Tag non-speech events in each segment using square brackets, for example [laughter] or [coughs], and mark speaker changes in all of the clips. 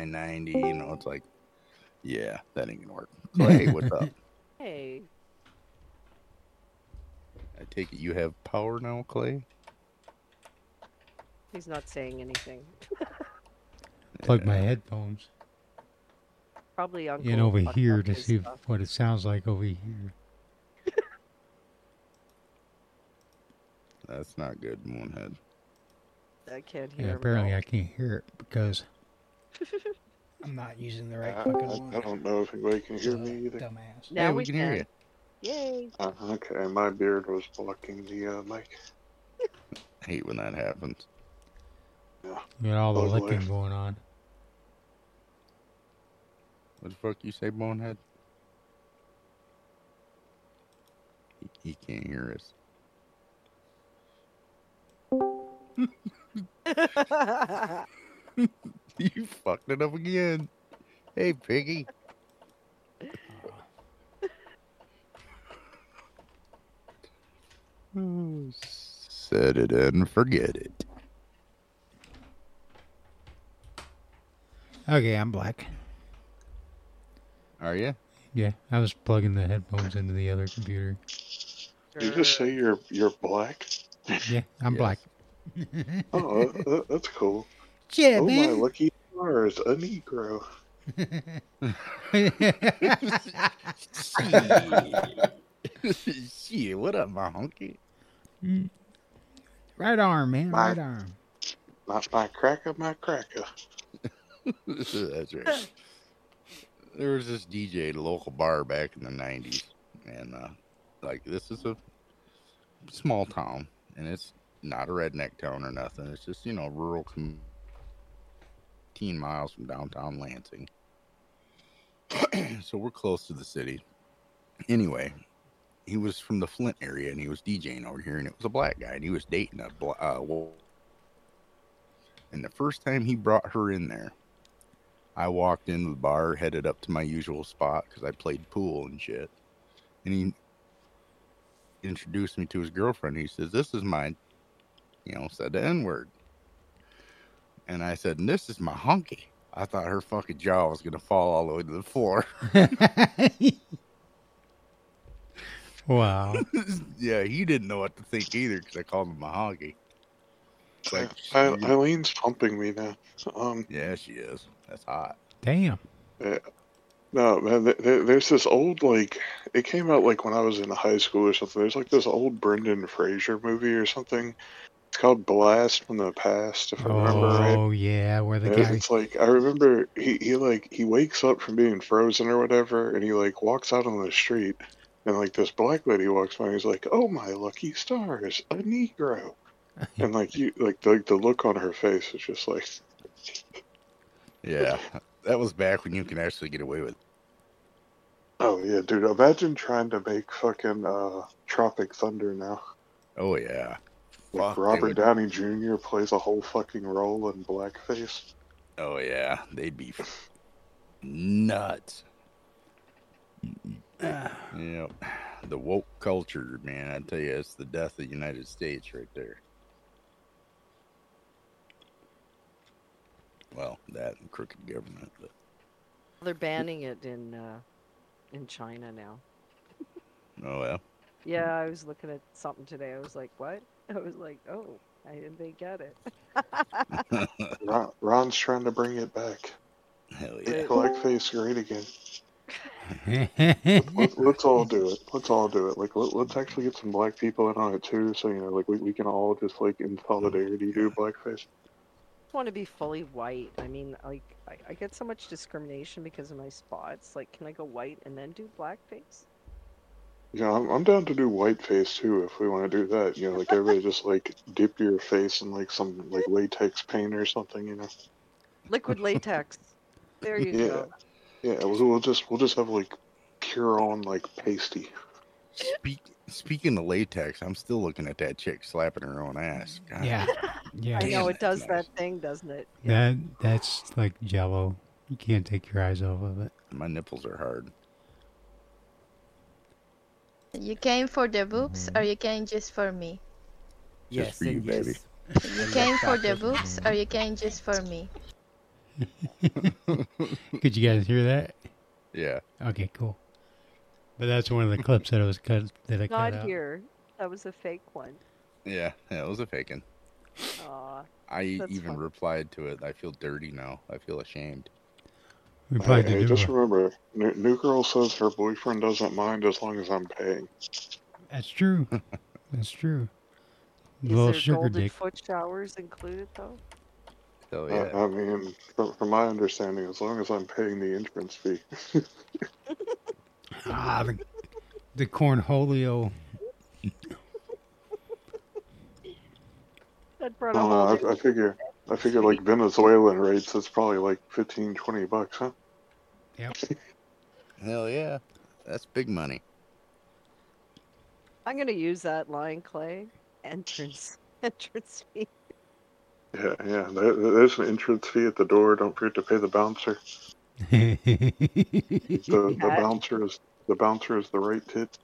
Speaker 1: 990. You know, it's like, yeah, that ain't gonna work. Clay, what's up?
Speaker 2: Hey.
Speaker 1: I take it you have power now, Clay.
Speaker 2: He's not saying anything.
Speaker 3: Plug my headphones
Speaker 2: Probably on.
Speaker 3: in over here to see
Speaker 2: uh,
Speaker 3: what it sounds like over here.
Speaker 1: That's not good in one head.
Speaker 2: I can't hear.
Speaker 3: Yeah,
Speaker 2: him at
Speaker 3: apparently
Speaker 2: all.
Speaker 3: I can't hear it
Speaker 4: [laughs]
Speaker 3: because I'm not using the right
Speaker 4: Uh, I,
Speaker 3: fucking
Speaker 4: I- I
Speaker 3: one.
Speaker 4: don't know if anybody can hear me either.
Speaker 3: Dumbass.
Speaker 2: Now
Speaker 1: hey, we,
Speaker 2: we
Speaker 1: can hear you.
Speaker 2: Yay!
Speaker 3: [laughs]
Speaker 4: Uh, okay, my beard was blocking the uh, mic.
Speaker 1: I hate when that happens.
Speaker 3: You got all the
Speaker 4: Oh, boy.
Speaker 3: licking going on.
Speaker 1: What the fuck you say, bonehead? He, he can't hear us. [laughs] You fucked it up again. Hey, piggy. Oh, Set it and forget it.
Speaker 3: Okay, I'm black.
Speaker 1: Are you?
Speaker 3: Yeah, I was plugging the headphones into the other
Speaker 4: [laughs]
Speaker 3: computer.
Speaker 4: Did you just say you're you're
Speaker 3: [laughs]
Speaker 4: black?
Speaker 3: Yeah, I'm
Speaker 1: Yes.
Speaker 3: black.
Speaker 4: Oh, that, that- that's cool.
Speaker 3: Yeah,
Speaker 4: oh my lucky stars, a Negro.
Speaker 1: [laughs] Shit, [laughs] what up, my honky?
Speaker 3: [laughs] right arm, man.
Speaker 4: My-
Speaker 3: Right arm.
Speaker 4: Not my cracker, my cracker.
Speaker 1: That's right. There was this DJ at a local bar back in the '90s, and uh, like this is a small town, and it's not a redneck town or nothing. It's just you know rural, com- ten miles from downtown Lansing. [clears throat] so we're close to the city. Anyway, he was from the Flint area, and he was DJing over here, and it was a black guy, and he was dating a black. Uh, wo- and the first time he brought her in there, I walked into the bar, headed up to my usual spot because I played pool and shit. And he introduced me to his girlfriend. He says, This is my, you know, said the N word. And I said, and This is my honky. I thought her fucking jaw was going to fall all the way to the floor. [laughs]
Speaker 3: [laughs] wow.
Speaker 1: yeah, he didn't know what to think either because I called him my honky. It's like,
Speaker 4: Uh, I, Eileen's pumping me now. Um,
Speaker 1: yeah, she is. That's hot.
Speaker 3: Damn.
Speaker 4: No, man, th- th- there's this old, like, it came out, like, when I was in high school or something. There's, like, this old Brendan Fraser movie or something. It's called Blast from the Past, if I remember right.
Speaker 3: Oh yeah, where the
Speaker 4: Yeah,
Speaker 3: guy
Speaker 4: It's like, I remember he, he, like, he wakes up from being frozen or whatever, and he, like, walks out on the street, and, like, this black lady walks by, and he's like, oh, my lucky stars,
Speaker 1: [laughs]
Speaker 4: a Negro. And, like, you, like, the, like, the look on her face is just like,
Speaker 1: Yeah. That was back when you can actually get away with
Speaker 4: oh, yeah, dude, imagine trying to make fucking, uh, Tropic Thunder now.
Speaker 1: Oh, yeah.
Speaker 4: Like
Speaker 1: Fuck, they
Speaker 4: Robert
Speaker 1: would-
Speaker 4: Downey Jr. plays a whole fucking role
Speaker 1: [laughs]
Speaker 4: in blackface.
Speaker 1: Oh yeah, they'd be f- nuts. Yep, the woke culture, man. I tell you, it's the death of the United States right there. Well, that and crooked government. But
Speaker 2: They're banning it in uh, in China now.
Speaker 1: oh well,
Speaker 2: Yeah, I was looking at something today. I was like, what? [laughs] I was like, oh, I didn't they get it?
Speaker 4: Ron, Ron's trying to bring it back.
Speaker 1: hell
Speaker 4: Make
Speaker 1: yeah.
Speaker 4: Blackface great again. Let, let's all do it. Let's all do it. Like let, let's actually get some black people in on it too. So you know, like we, we can all just like in solidarity do blackface.
Speaker 2: just want to be fully white. I mean, like, I, I get so much discrimination because of my spots. Like, can I go white and then do blackface?
Speaker 4: You know, I'm, I'm down to do whiteface too if we want to do that. You know, like everybody just like dip your face in like some like latex paint or something. You know.
Speaker 2: Liquid latex. There you
Speaker 4: Yeah.
Speaker 2: go.
Speaker 4: Yeah, we'll, we'll just we'll just have like pure on like pasty.
Speaker 1: Speak, speaking of latex, I'm still looking at that chick slapping her own ass. God,
Speaker 3: [laughs] yeah. Yeah.
Speaker 2: I know
Speaker 1: Damn,
Speaker 2: it
Speaker 1: that's
Speaker 2: does
Speaker 1: nice.
Speaker 2: that thing, doesn't it?
Speaker 3: That that's like jello. You can't take your eyes off of it.
Speaker 1: my nipples are hard.
Speaker 5: You came for the boobs
Speaker 4: Mm-hmm.
Speaker 5: or you came just for me?
Speaker 1: Just for you,
Speaker 6: and
Speaker 1: baby.
Speaker 5: You came for the boobs or you came just for me?
Speaker 3: Could you guys hear that?
Speaker 1: Yeah.
Speaker 3: Okay, cool. But that's one of the clips that I was cut that I
Speaker 2: Not
Speaker 3: cut out.
Speaker 2: here. That was a fake one.
Speaker 1: Yeah. Yeah. It was a faking.
Speaker 2: Aw.
Speaker 1: I
Speaker 2: That's
Speaker 1: even
Speaker 2: fine.
Speaker 1: replied to it. I feel dirty now. I feel ashamed.
Speaker 3: We
Speaker 4: Hey,
Speaker 3: probably
Speaker 4: hey,
Speaker 3: did
Speaker 4: just
Speaker 3: do it.
Speaker 4: remember, new, new girl says her boyfriend doesn't mind as long as I'm paying.
Speaker 3: That's true. That's true.
Speaker 2: Is
Speaker 3: little
Speaker 2: there
Speaker 3: sugar
Speaker 2: golden
Speaker 3: dick.
Speaker 2: foot showers included though?
Speaker 1: So
Speaker 4: I-
Speaker 1: yeah.
Speaker 4: I, mean, from, from my understanding, as long as I'm paying the entrance fee,
Speaker 3: Ah, the, the cornholio.
Speaker 4: [laughs]
Speaker 2: That brought a
Speaker 4: no,
Speaker 2: whole
Speaker 4: no,
Speaker 2: new-
Speaker 4: I, I figure, I figure like Venezuelan rates, it's probably like 15, 20 bucks, huh?
Speaker 1: Hell yeah. That's big money.
Speaker 2: I'm gonna use that line, Clay. Entrance, [laughs] entrance fee.
Speaker 4: Yeah, yeah. There, there's an entrance fee at the door. Don't forget to pay the bouncer. The, the
Speaker 2: Yeah.
Speaker 4: bouncer is the bouncer is the right tit.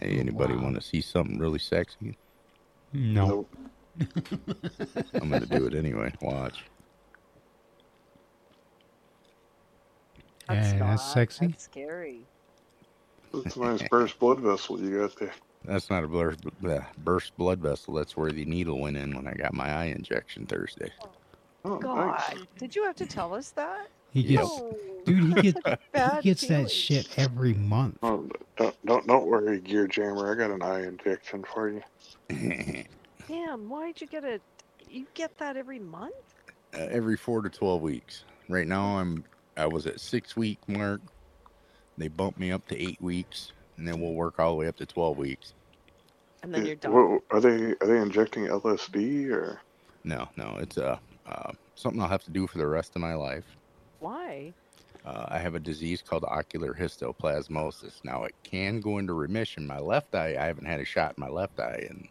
Speaker 1: Hey, anybody
Speaker 3: Wow.
Speaker 1: want to see something really sexy?
Speaker 3: no.
Speaker 4: Nope.
Speaker 1: I'm gonna do it anyway. Watch.
Speaker 3: Yeah, that's
Speaker 2: not-
Speaker 3: sexy.
Speaker 2: That's scary.
Speaker 4: It's a nice burst blood vessel you got there.
Speaker 1: That's not a burst, uh, burst blood vessel. That's where the needle went in when I got my eye injection Thursday. [laughs]
Speaker 4: Oh,
Speaker 2: God,
Speaker 4: nice.
Speaker 2: did you have to tell us that?
Speaker 3: He gets,
Speaker 2: No,
Speaker 3: dude. He gets, he
Speaker 2: bad
Speaker 3: gets
Speaker 2: feeling.
Speaker 3: that shit every month.
Speaker 4: Oh, don't, don't don't worry, Gear Jammer. I got an eye injection for you.
Speaker 1: uh,
Speaker 2: Damn, why'd you get it? You get that every month?
Speaker 1: every four to twelve weeks. Right now, I'm I was at six week mark. They bumped me up to eight weeks, and then we'll work all the way up to twelve weeks.
Speaker 2: And then
Speaker 4: Is-
Speaker 2: you're done.
Speaker 4: what- are they are they injecting LSD or?
Speaker 1: No, no, it's uh, uh, something I'll have to do for the rest of my life.
Speaker 2: Why?
Speaker 1: Uh, I have a disease called ocular histoplasmosis. Now it can go into remission. My left eye, I haven't had a shot in my left eye in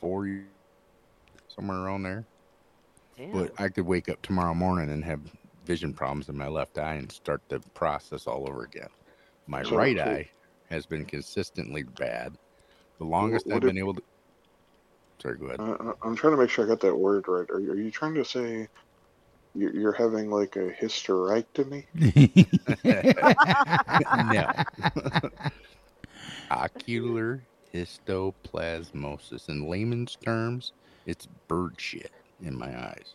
Speaker 1: four years, somewhere around there.
Speaker 2: Damn.
Speaker 1: But I could wake up tomorrow morning and have vision problems in my left eye and start the process all over again. My
Speaker 4: So-
Speaker 1: right
Speaker 4: so-
Speaker 1: eye has been consistently bad. The longest
Speaker 4: what
Speaker 1: I've
Speaker 4: if- Uh,
Speaker 1: been able to. Sorry, go ahead.
Speaker 4: I, I- I'm trying to make sure I got that word right. Are you, are you trying to say you're, you're having like a hysterectomy?
Speaker 1: no. Ocular histoplasmosis. In layman's terms, it's bird shit in my eyes.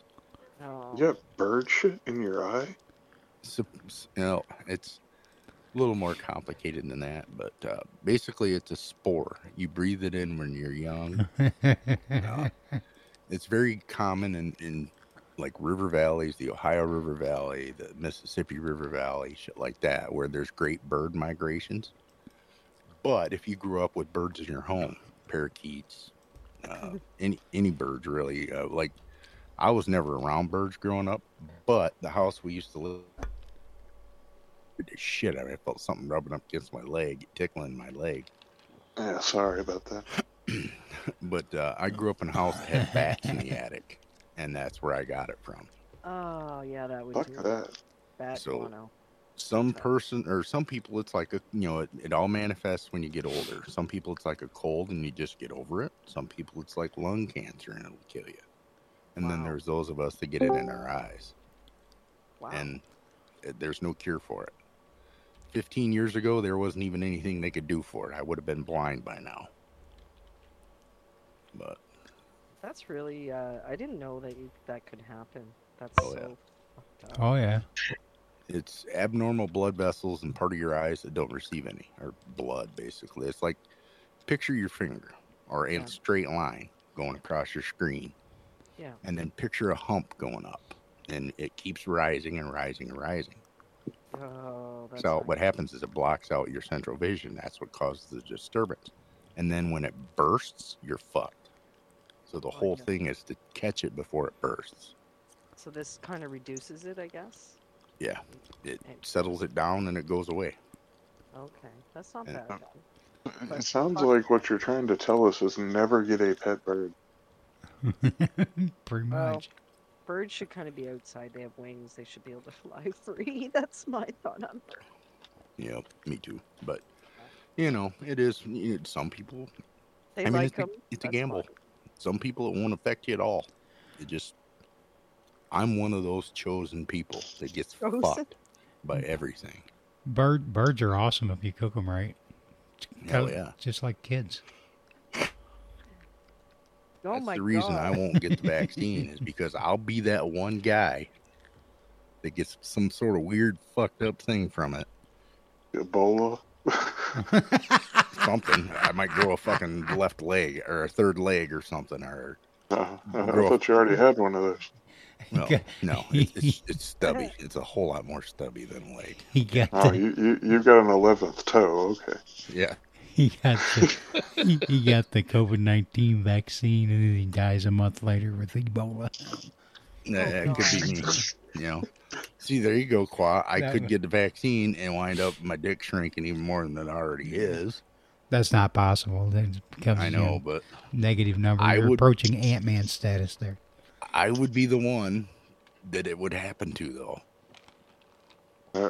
Speaker 2: Oh.
Speaker 4: You got bird shit in your eye?
Speaker 1: Sup- s- You know, it's a little more complicated than that, but uh, basically, it's a spore. You breathe it in when you're young. It's very common in, in like river valleys, the Ohio River Valley, the Mississippi River Valley, shit like that, where there's great bird migrations. But if you grew up with birds in your home, parakeets, uh, any any birds really, uh, like I was never around birds growing up, but the house we used to live shit, I, mean, I felt something rubbing up against my leg, tickling my leg.
Speaker 4: Yeah, sorry about that.
Speaker 1: [clears throat] But uh, I grew up in a house that had bats in the attic, and that's where I got it from.
Speaker 2: Oh, yeah, that would
Speaker 4: Fuck
Speaker 2: do.
Speaker 4: that.
Speaker 2: Bat
Speaker 1: So-
Speaker 2: guano.
Speaker 1: some person or some people it's like a you know it, it all manifests when you get older some people it's like a cold and you just get over it some people it's like lung cancer and it'll kill you and then
Speaker 2: Wow.
Speaker 1: there's those of us that get it in our eyes
Speaker 2: Wow.
Speaker 1: and it, there's no cure for it 15 years ago there wasn't even anything they could do for it i would have been blind by now but
Speaker 2: That's really. Uh, I didn't know that you, that could happen. That's
Speaker 1: Oh, yeah.
Speaker 2: so fucked up.
Speaker 3: [laughs] oh yeah. [laughs]
Speaker 1: it's abnormal blood vessels and part of your eyes that don't receive any or blood basically it's like picture your finger or in
Speaker 2: Yeah.
Speaker 1: a straight line going across your screen
Speaker 2: Yeah.
Speaker 1: and then picture a hump going up and it keeps rising and rising and rising
Speaker 2: Oh, that's
Speaker 1: so
Speaker 2: not-
Speaker 1: what happens is it blocks out your central vision that's what causes the disturbance and then when it bursts you're fucked so the
Speaker 2: Oh,
Speaker 1: whole
Speaker 2: yeah.
Speaker 1: thing is to catch it before it bursts
Speaker 2: So this kind of reduces it, I guess.
Speaker 1: yeah it settles it down and it goes away
Speaker 2: Okay, that's not
Speaker 1: And-
Speaker 2: bad. then.
Speaker 4: It sounds like what you're trying to tell us is never get a pet bird.
Speaker 3: Pretty
Speaker 2: Well,
Speaker 3: much.
Speaker 2: Birds should kind of be outside. They have wings. They should be able to [laughs] fly free. That's my thought on birds.
Speaker 1: Yeah, me too. But you know, it is. you know, some people,
Speaker 2: They
Speaker 1: I mean,
Speaker 2: like
Speaker 1: it's a-
Speaker 2: them.
Speaker 1: it's a gamble. some people, it won't affect you at all. It just I'm one of those chosen people that gets
Speaker 2: Chosen?
Speaker 1: fucked by everything.
Speaker 3: Bird birds are awesome if you cook them right.
Speaker 1: Hell
Speaker 3: Kinda
Speaker 1: yeah.
Speaker 3: Just like kids. [laughs]
Speaker 2: Oh
Speaker 1: That's
Speaker 2: my
Speaker 1: the reason
Speaker 2: god.
Speaker 1: I won't get the vaccine
Speaker 2: [laughs]
Speaker 1: is because I'll be that one guy that gets some sort of weird fucked up thing from it.
Speaker 4: Ebola.
Speaker 1: Something. I might grow a fucking left leg or a third leg or something or
Speaker 4: Uh, [laughs] I
Speaker 1: Bro.
Speaker 4: thought you already had one of those.
Speaker 3: [laughs]
Speaker 1: no,
Speaker 3: He got,
Speaker 1: no, it's, it's, it's stubby. It's a whole lot more stubby than a leg.
Speaker 3: he got [laughs]
Speaker 4: Oh,
Speaker 3: the,
Speaker 4: you, you you've got an eleventh toe. Okay.
Speaker 1: Yeah,
Speaker 3: he got the, he, he got the COVID nineteen vaccine, and then he dies a month later with Ebola. Oh,
Speaker 1: that, that could be me.
Speaker 2: God.
Speaker 1: You know, see, there you go, Qua. I
Speaker 3: That
Speaker 1: could
Speaker 3: would-
Speaker 1: get the vaccine and wind up my dick shrinking even more than it already is.
Speaker 3: That's not possible. That becomes
Speaker 1: I
Speaker 3: you
Speaker 1: know, but
Speaker 3: negative number.
Speaker 1: I
Speaker 3: You're
Speaker 1: would-
Speaker 3: approaching Ant Man status there.
Speaker 1: I would be the one that it would happen to, though.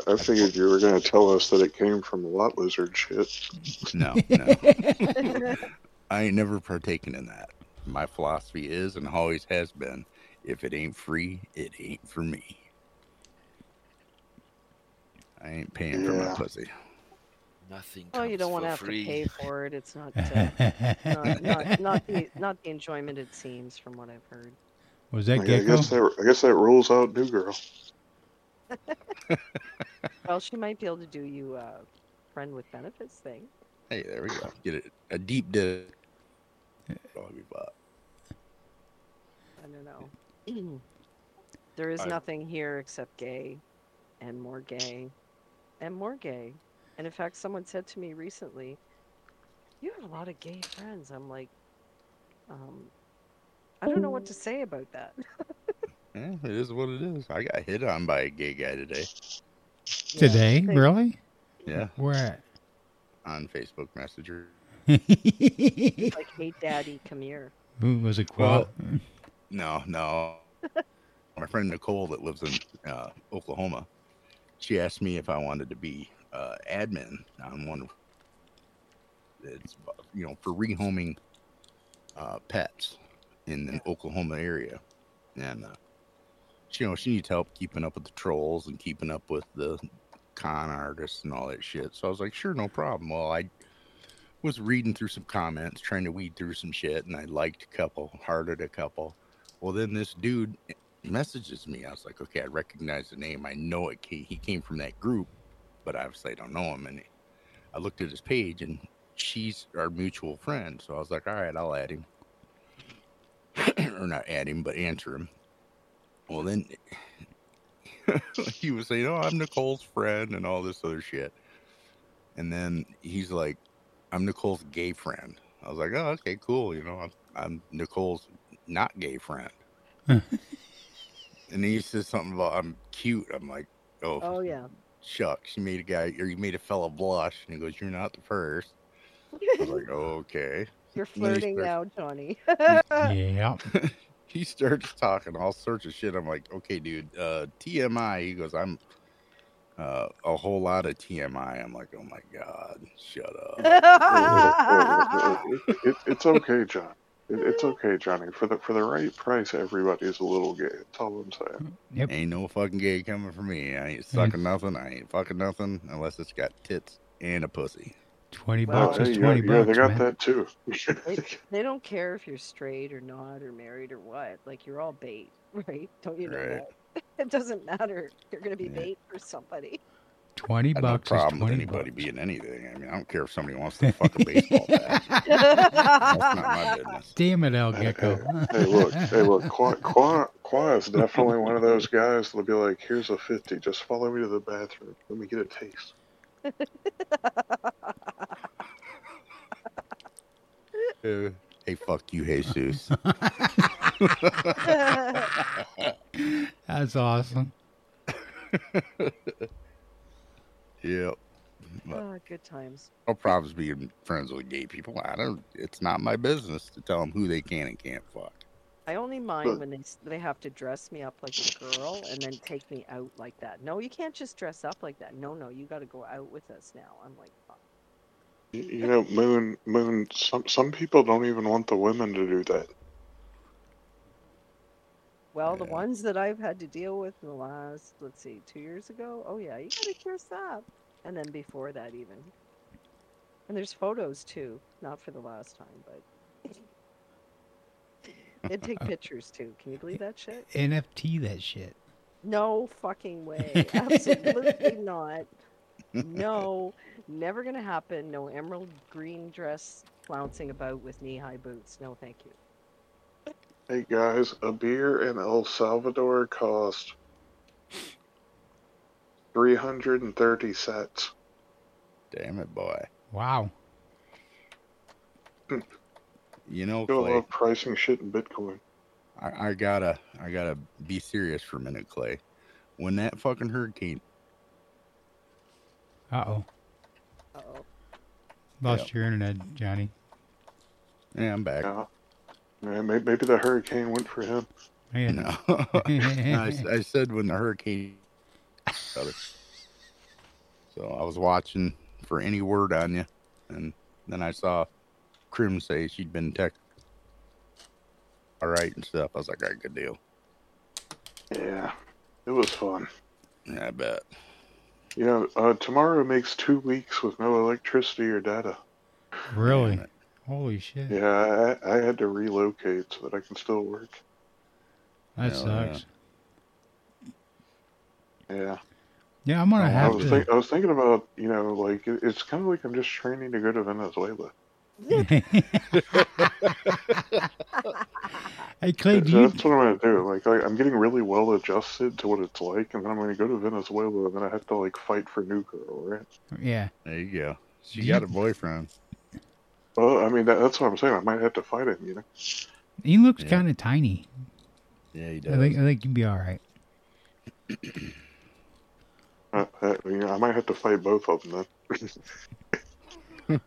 Speaker 4: I, I figured you were going to tell us that it came from a lot lizard shit.
Speaker 3: [laughs]
Speaker 1: No, no. I ain't never partaken in that. My philosophy is and always has been if it ain't free, it ain't for me. I ain't paying for my
Speaker 4: Yeah.
Speaker 1: pussy.
Speaker 6: Nothing.
Speaker 2: Oh, you
Speaker 6: comes
Speaker 2: don't want
Speaker 6: for
Speaker 2: to have
Speaker 6: free. [laughs]
Speaker 2: to pay for it. It's not,
Speaker 1: [laughs]
Speaker 2: uh,
Speaker 3: [laughs]
Speaker 2: not, not, not, the, not the enjoyment it seems from what I've heard.
Speaker 3: Was
Speaker 4: I,
Speaker 3: that
Speaker 4: I
Speaker 3: Gecko?
Speaker 4: guess that I guess that rules out New
Speaker 3: [laughs]
Speaker 4: Girl.
Speaker 2: Well, she might be able to do you a friend with benefits thing.
Speaker 1: Hey, there we go. [sighs] Get it. A deep dish. Probably bought.
Speaker 2: I don't know. there is
Speaker 1: I-
Speaker 2: nothing here except gay and more gay and more gay. And in fact, someone said to me recently, You have a lot of gay friends. I'm like, um, I don't know what to say about that.
Speaker 1: Yeah, it is what it is. I got hit on by a gay guy [laughs] today.
Speaker 2: Yeah,
Speaker 3: Today,
Speaker 2: they-
Speaker 3: really?
Speaker 1: Yeah,
Speaker 3: Where
Speaker 1: on Facebook Messenger.
Speaker 3: at? [laughs]
Speaker 2: Like, hey, daddy, come here.
Speaker 3: Who was it? Qua?
Speaker 1: No, no. [laughs] My friend Nicole that lives in uh, Oklahoma, she asked me if I wanted to be uh, admin on one. It's you know for rehoming uh, pets in the Oklahoma area, and uh, she, you know she needs help keeping up with the trolls and keeping up with the con artists and all that shit. So I was like, sure, no problem. Well, I was reading through some comments, trying to weed through some shit, and I liked a couple, hearted a couple. Well, then this dude messages me. I was like, okay, I recognize the name. I know it. Came, he came from that group, but obviously I don't know him. And I looked at his page, and she's our mutual friend. So I was like, all right, I'll add him, [clears throat] or not add him, but answer him. Well, then [laughs] he was saying, oh, I'm Nicole's friend, and all this other shit. And then he's like. I'm Nicole's gay friend. I was like, oh, okay, cool. You know, I'm, I'm Nicole's not gay friend. and he says something about I'm cute. I'm like, oh,
Speaker 2: Oh, yeah.
Speaker 1: shucks, you made a guy or you made a fella blush. And he goes, you're not the first. I was
Speaker 3: [laughs]
Speaker 1: like, okay.
Speaker 2: You're
Speaker 1: No, he's
Speaker 2: flirting
Speaker 1: perfect.
Speaker 2: now, Johnny.
Speaker 3: yeah.
Speaker 1: He starts talking all sorts of shit. I'm like, okay, dude, uh, TMI. He goes, I'm uh, a whole lot of TMI. I'm like, oh my god, shut up.
Speaker 3: [laughs]
Speaker 4: It- it- it's okay, John. It, it's okay, Johnny. For the for the right price, everybody's a little gay. That's all I'm saying.
Speaker 3: Yep.
Speaker 1: Ain't no fucking gay coming for me. I ain't sucking nothing. I ain't fucking nothing unless it's got tits and a pussy.
Speaker 3: Twenty
Speaker 2: Well,
Speaker 3: bucks
Speaker 4: hey,
Speaker 3: is
Speaker 4: yeah,
Speaker 3: twenty
Speaker 4: yeah,
Speaker 3: bucks,
Speaker 4: they got
Speaker 3: man.
Speaker 4: that too. [laughs]
Speaker 1: [laughs]
Speaker 2: Wait. they don't care if you're straight or not or married or what. Like you're all bait, [laughs] right? Don't you know
Speaker 1: Right.
Speaker 2: that? [laughs] It doesn't matter. You're gonna be
Speaker 1: Yeah.
Speaker 2: bait for somebody.
Speaker 3: Twenty
Speaker 1: I have no
Speaker 3: bucks is
Speaker 1: problem with
Speaker 3: twenty
Speaker 1: anybody
Speaker 3: bucks.
Speaker 1: being anything. I mean, I don't care if somebody wants to fuck a baseball bat. [laughs]
Speaker 2: [laughs]
Speaker 1: That's not my
Speaker 3: [laughs]
Speaker 1: business.
Speaker 3: Damn it, El Gecko.
Speaker 4: hey, look, hey, look. Qua, Qua, Qua
Speaker 3: [laughs]
Speaker 4: is definitely one of those guys that'll be like, "Here's a fifty. Just follow me to the bathroom. Let me get a taste."
Speaker 1: Uh, hey, fuck you, Jesus.
Speaker 3: [laughs] That's awesome.
Speaker 1: yeah, But-
Speaker 2: Ah, good times.
Speaker 1: no problems being friends with gay people. I don't. It's not my business to tell them who they can and can't fuck.
Speaker 2: I only mind
Speaker 4: Look.
Speaker 2: when they s- they have to dress me up like a girl and then take me out like that. No, you can't just dress up like that. No, no, you got to go out with us now. I'm like, fuck.
Speaker 4: You, you know, Moon, Moon. Some some people don't even want the women to do that.
Speaker 2: Well, the
Speaker 1: Yeah.
Speaker 2: ones that I've had to deal with in the last, let's see, two years ago. Oh yeah, you gotta curse up. And then before that, even. And there's photos too, not for the last time, but. and take pictures too. Can you believe that
Speaker 3: [laughs]
Speaker 2: shit?
Speaker 3: NFT that shit.
Speaker 2: No fucking way. Absolutely not. No, never gonna happen. No emerald green dress flouncing about with knee high boots. No, thank you.
Speaker 4: Hey guys, a beer in El Salvador cost 330 cents.
Speaker 1: Damn it, boy.
Speaker 3: Wow.
Speaker 1: You know,
Speaker 4: You
Speaker 1: Clay,
Speaker 4: love pricing shit in Bitcoin.
Speaker 1: I, I gotta, I gotta be serious for a minute, Clay. When that fucking hurricane,
Speaker 3: Uh oh.
Speaker 2: Uh oh.
Speaker 3: Lost
Speaker 1: Yep.
Speaker 3: your internet, Johnny.
Speaker 1: yeah, I'm back.
Speaker 4: Yeah. Yeah, may- maybe the hurricane went for
Speaker 3: Yeah.
Speaker 4: him.
Speaker 3: [laughs]
Speaker 1: No, [laughs] No, I, s- I said when the hurricane. So I was watching for any word on you, and then I saw Krim say she'd been text. All right and stuff. I was like, all right, good deal.
Speaker 4: Yeah. It was fun.
Speaker 1: I bet.
Speaker 4: Yeah, uh, tomorrow makes two weeks with no electricity or data.
Speaker 3: Really?
Speaker 1: Damn it.
Speaker 3: Holy shit.
Speaker 4: Yeah, I, I had to relocate so that I can still work.
Speaker 3: That
Speaker 1: Hell yeah.
Speaker 3: sucks.
Speaker 4: Yeah.
Speaker 3: Yeah, I'm gonna
Speaker 1: I
Speaker 4: Oh, I
Speaker 3: have
Speaker 4: was,
Speaker 3: to.
Speaker 4: think, I was thinking about, you know, like, it, it's kind of like I'm just training to go to Venezuela.
Speaker 3: [laughs] hey Clay, do you
Speaker 4: [laughs] That's what I'm gonna do. Like, I, I'm getting really well adjusted to what it's like, and then I'm gonna go to Venezuela, and then I have to like fight for new girl, right?
Speaker 3: Yeah.
Speaker 1: There you go. She
Speaker 3: Do
Speaker 1: got
Speaker 3: you-
Speaker 1: a boyfriend.
Speaker 4: Well, I mean, that, that's what I'm saying. I might have to fight him, you know.
Speaker 3: He looks
Speaker 1: Yeah.
Speaker 3: kinda tiny.
Speaker 1: Yeah, he does.
Speaker 3: I think I think you'd be alright.
Speaker 4: Uh, uh, you know, I might have to fight both of them then.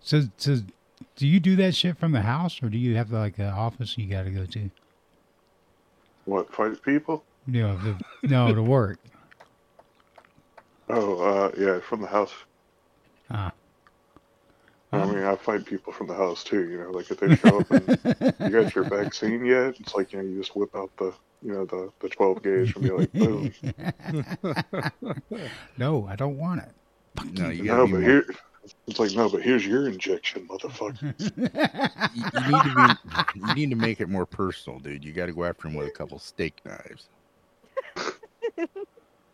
Speaker 3: So so do you do that shit from the house or do you have like an office you gotta go to?
Speaker 4: what fight people?
Speaker 3: No, the, no,
Speaker 1: [laughs]
Speaker 3: to work.
Speaker 4: Oh, uh, yeah, from the house.
Speaker 3: Ah.
Speaker 4: I mean, I fight people from the house too. You know, like if they show up and you got your vaccine yet, it's like you know, you just whip out the you know the the 12 gauge and be like,
Speaker 1: [laughs]
Speaker 4: boom.
Speaker 3: [laughs] no, I don't want it.
Speaker 1: no, you gotta
Speaker 4: no,
Speaker 1: be
Speaker 4: but
Speaker 1: more-
Speaker 4: here. It's like no, but here's your injection, motherfucker.
Speaker 1: [laughs] you, you need to be, [laughs] you need to make it more personal, dude. You got to go after him with a couple steak [laughs] knives.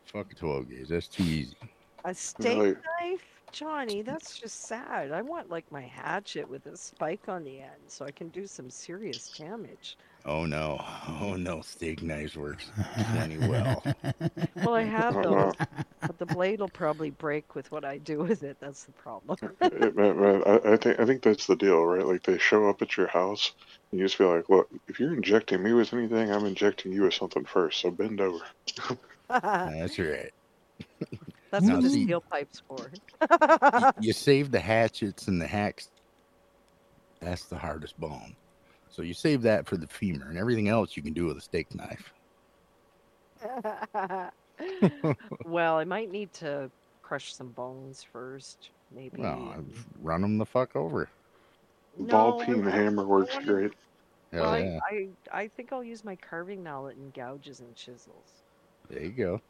Speaker 1: Fuck twelve gauge. That's too easy.
Speaker 2: A steak
Speaker 4: Like-
Speaker 2: knife? Johnny, that's just sad. I want like my hatchet with a spike on the end so I can do some serious damage.
Speaker 1: Oh no. Oh no. Steak knives works [laughs] plenty well.
Speaker 2: Well,
Speaker 4: [laughs]
Speaker 2: I have
Speaker 4: Uh,
Speaker 2: those, but the blade will probably break with what I do with it. That's the problem.
Speaker 4: It- man, man, I, I think I think that's the deal, right? Like they show up at your house, and you just be like, "Look, if you're injecting me with anything, I'm injecting you with something first. So bend over."
Speaker 2: [laughs] that's
Speaker 1: That's right. [laughs]
Speaker 3: Now,
Speaker 2: what the
Speaker 1: see-
Speaker 2: steel pipe's
Speaker 4: [laughs]
Speaker 2: for.
Speaker 1: You, you save the hatchets and the hacks. That's the hardest bone. So you save that for the femur, and everything else you can do with a steak knife.
Speaker 2: well, I might need to crush some bones first. Maybe.
Speaker 1: Well, run them the fuck over.
Speaker 4: uh, Ball
Speaker 2: No,
Speaker 4: peen
Speaker 2: I-
Speaker 4: hammer works
Speaker 2: wanna-
Speaker 4: great.
Speaker 1: Hell
Speaker 2: I,
Speaker 1: yeah.
Speaker 2: I, I think I'll use my carving mallet and gouges and chisels.
Speaker 1: There you go.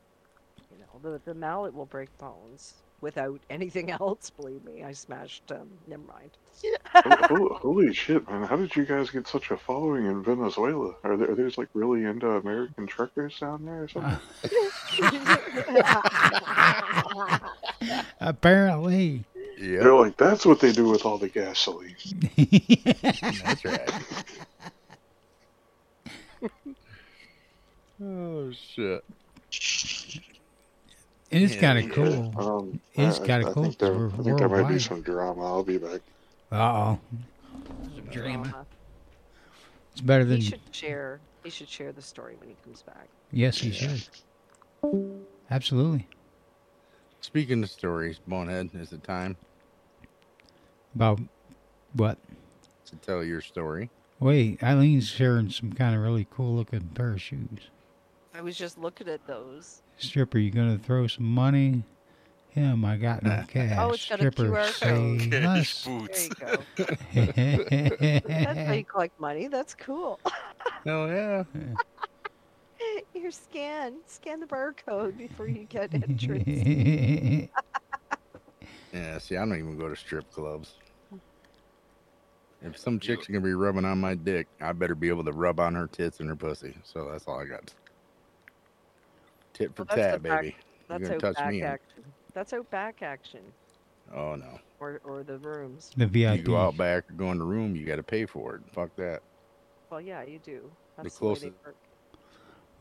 Speaker 2: You know, the, the mallet will break bones without anything [laughs] else. Believe me, I smashed. Um, never mind. [laughs]
Speaker 4: Ho- ho- Holy shit, man! How did you guys get such a following in Venezuela? Are there are there's like really into American truckers down there or
Speaker 3: Uh,
Speaker 4: something?
Speaker 3: [laughs] Apparently. [laughs]
Speaker 1: Yeah.
Speaker 4: They're like, that's what they do with all the gasoline.
Speaker 1: [laughs] That's right. [laughs] oh shit.
Speaker 3: It is
Speaker 1: Yeah,
Speaker 3: kind
Speaker 1: yeah.
Speaker 3: of cool.
Speaker 4: Um,
Speaker 3: It's
Speaker 4: I- I-
Speaker 3: kinda
Speaker 4: I
Speaker 3: cool
Speaker 4: think
Speaker 3: 'cause
Speaker 4: there,
Speaker 3: we're
Speaker 4: I think there might be
Speaker 3: worldwide.
Speaker 4: some drama. I'll be back.
Speaker 3: Uh oh.
Speaker 2: Drama.
Speaker 3: It's better than.
Speaker 2: Uh-huh. He should share. He should share the story when he comes back.
Speaker 3: Yes, he
Speaker 1: Yeah.
Speaker 3: should. Absolutely.
Speaker 1: Speaking of stories, Bonehead, is the time
Speaker 3: About what?
Speaker 1: to tell your story.
Speaker 3: Wait, Eileen's sharing some kind of really cool looking pair of shoes.
Speaker 2: I was just looking at those.
Speaker 3: Stripper, you gonna throw some money? Him, I
Speaker 2: [laughs]
Speaker 3: got no cash.
Speaker 2: Oh, it's got a
Speaker 3: Stripper,
Speaker 2: QR code.
Speaker 3: [laughs] save us.
Speaker 1: [laughs]
Speaker 2: [laughs] There you go. That's how you collect money. That's cool. [laughs]
Speaker 1: Hell yeah.
Speaker 2: Your scan, scan the barcode before you
Speaker 3: [laughs]
Speaker 2: get entrance.
Speaker 3: That's
Speaker 1: Yeah, see, I don't even go to strip clubs. If some chick's gonna be rubbing on my dick, I better be able to rub on her tits and her pussy. So that's all I got. Tit for
Speaker 2: Well, that's
Speaker 1: tat,
Speaker 2: the back-
Speaker 1: baby.
Speaker 2: That's
Speaker 1: gonna touch
Speaker 2: outback
Speaker 1: me, huh?
Speaker 2: action. That's outback action,
Speaker 1: Oh no.
Speaker 2: or or the rooms.
Speaker 3: [laughs] the
Speaker 1: you go out
Speaker 3: VIP.
Speaker 1: back or go in the room, you gotta pay for it. Fuck that.
Speaker 2: Well, yeah, you do.
Speaker 1: The
Speaker 2: That's way they
Speaker 1: closest-
Speaker 2: work.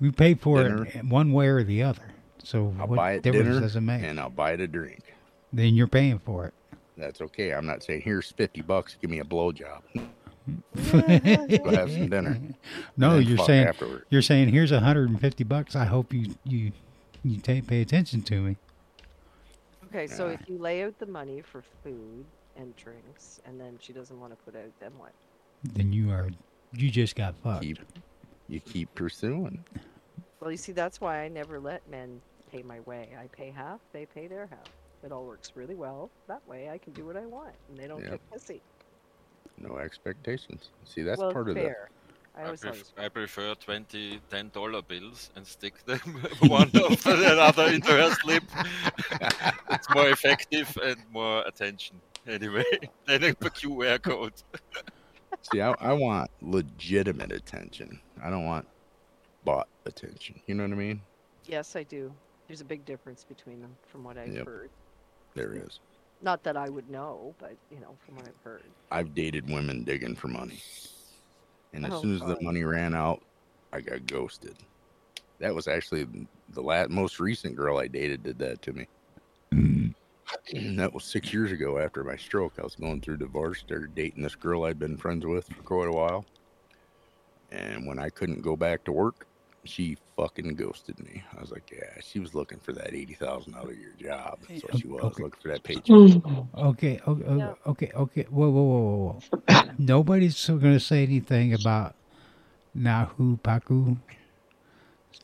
Speaker 3: We pay for
Speaker 1: Dinner.
Speaker 3: it one way or the other. So
Speaker 1: I'll
Speaker 3: what
Speaker 1: buy it
Speaker 3: difference
Speaker 1: dinner
Speaker 3: does it make?
Speaker 1: and I'll buy it a drink.
Speaker 3: Then you're paying for it.
Speaker 1: That's okay. I'm not saying here's fifty bucks, give me a blowjob.
Speaker 3: Go
Speaker 1: have some dinner.
Speaker 3: [laughs] No,
Speaker 1: And
Speaker 3: you're
Speaker 1: fuck
Speaker 3: saying
Speaker 1: afterward.
Speaker 3: you're saying here's 150 bucks. I hope you you you ta pay attention to me.
Speaker 2: Okay, so
Speaker 1: Yeah.
Speaker 2: if you lay out the money for food and drinks, and then she doesn't want to put out, then what?
Speaker 3: Then you are you just got fucked.
Speaker 1: Keep you keep pursuing.
Speaker 2: Well, you see, that's why I never let men pay my way. I pay half, they pay their half. It all works really well. That way, I can do what I want, and they don't
Speaker 1: Yeah.
Speaker 2: get pissy.
Speaker 1: No expectations. See that's
Speaker 2: well,
Speaker 1: part of
Speaker 2: it's
Speaker 1: the
Speaker 2: fair.
Speaker 6: [laughs]
Speaker 2: I
Speaker 6: I,
Speaker 2: always thought it
Speaker 6: pref-
Speaker 2: was
Speaker 6: I prefer 20 10 dollar bills and stick [laughs] them one after another into her slip. it's more effective and more attention anyway [laughs] than a QR [laughs] code.
Speaker 1: [laughs] See, I, I want legitimate attention. I don't want bought attention. You know what I mean?
Speaker 2: Yes, I do. There's a big difference between them from what I've
Speaker 1: Yep.
Speaker 2: heard.
Speaker 1: There is.
Speaker 2: Not that I would know, but you know, from what I've heard.
Speaker 1: I've dated women digging for money. And as
Speaker 2: Oh,
Speaker 1: soon as the
Speaker 2: God.
Speaker 1: money ran out, I got ghosted. That was actually the last, most recent girl I dated did that to me. [clears throat] that was six years ago after my stroke. I was going through divorce. Started dating this girl I'd been friends with for quite a while. And when I couldn't go back to work, she fucking ghosted me. I was like, yeah, she was looking for that eighty thousand dollar a year job. That's what she was
Speaker 3: Okay.
Speaker 1: looking for that paycheck.
Speaker 7: Well,
Speaker 3: Okay, okay,
Speaker 2: Yeah.
Speaker 3: okay, okay. Whoa, whoa, whoa, whoa, whoa. [coughs] Nobody's so going to say anything about Nahu Paku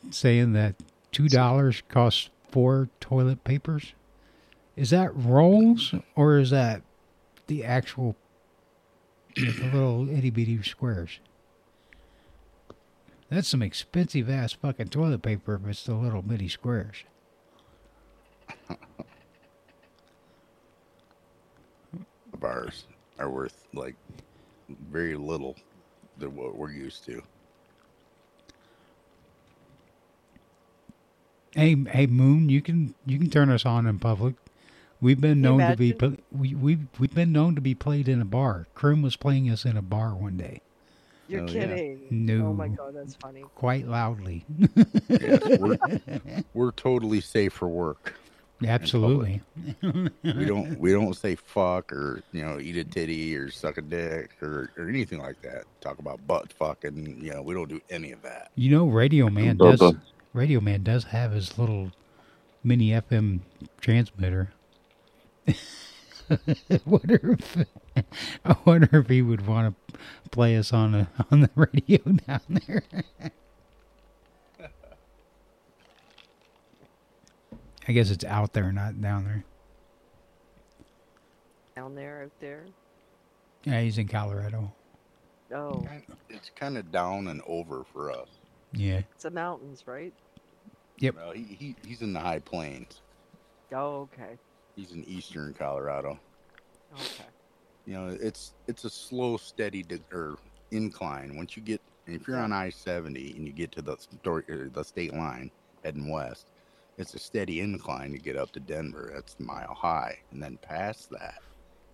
Speaker 3: saying that two dollars costs four toilet papers. Is that rolls or is that the actual you know, the little itty bitty squares? That's some expensive ass fucking toilet paper if it's the little bitty squares.
Speaker 1: Bars are worth like very little than what we're used to.
Speaker 3: Hey, hey, Moon, you can you can turn us on in public. We've been
Speaker 2: you
Speaker 3: known to be pl- we we we've been known to be played in a bar. Krim was playing us in a bar one day,
Speaker 2: You're
Speaker 1: Hell yeah.
Speaker 2: kidding. Oh my
Speaker 3: No.
Speaker 2: god, that's funny.
Speaker 3: quite loudly.
Speaker 1: Yes, we're, we're totally safe for work.
Speaker 3: Absolutely. [laughs]
Speaker 1: We don't we don't say fuck or you know eat a titty or suck a dick or, or anything like that. Talk about butt fucking. You know we don't do any of that.
Speaker 3: You know, Radio Man
Speaker 7: Bubba.
Speaker 3: does Radio Man does have his little mini FM transmitter. [laughs] I wonder if [laughs] I wonder if he would want to play us on a, on the radio [laughs] down there. I guess it's out there, not down there.
Speaker 2: Down there, out there.
Speaker 3: Yeah, he's in Colorado.
Speaker 2: Oh,
Speaker 1: It's kind of down and over for us.
Speaker 3: Yeah,
Speaker 2: it's the mountains, right?
Speaker 3: Yep.
Speaker 1: Well, he, he he's in the high plains.
Speaker 2: Oh, okay.
Speaker 1: He's in eastern Colorado.
Speaker 2: Okay.
Speaker 1: You know it's it's a slow, steady de- or incline. Once you get if you're on I seventy and you get to the story, or the state line heading west, it's a steady incline to get up to Denver. That's the mile high, and then past that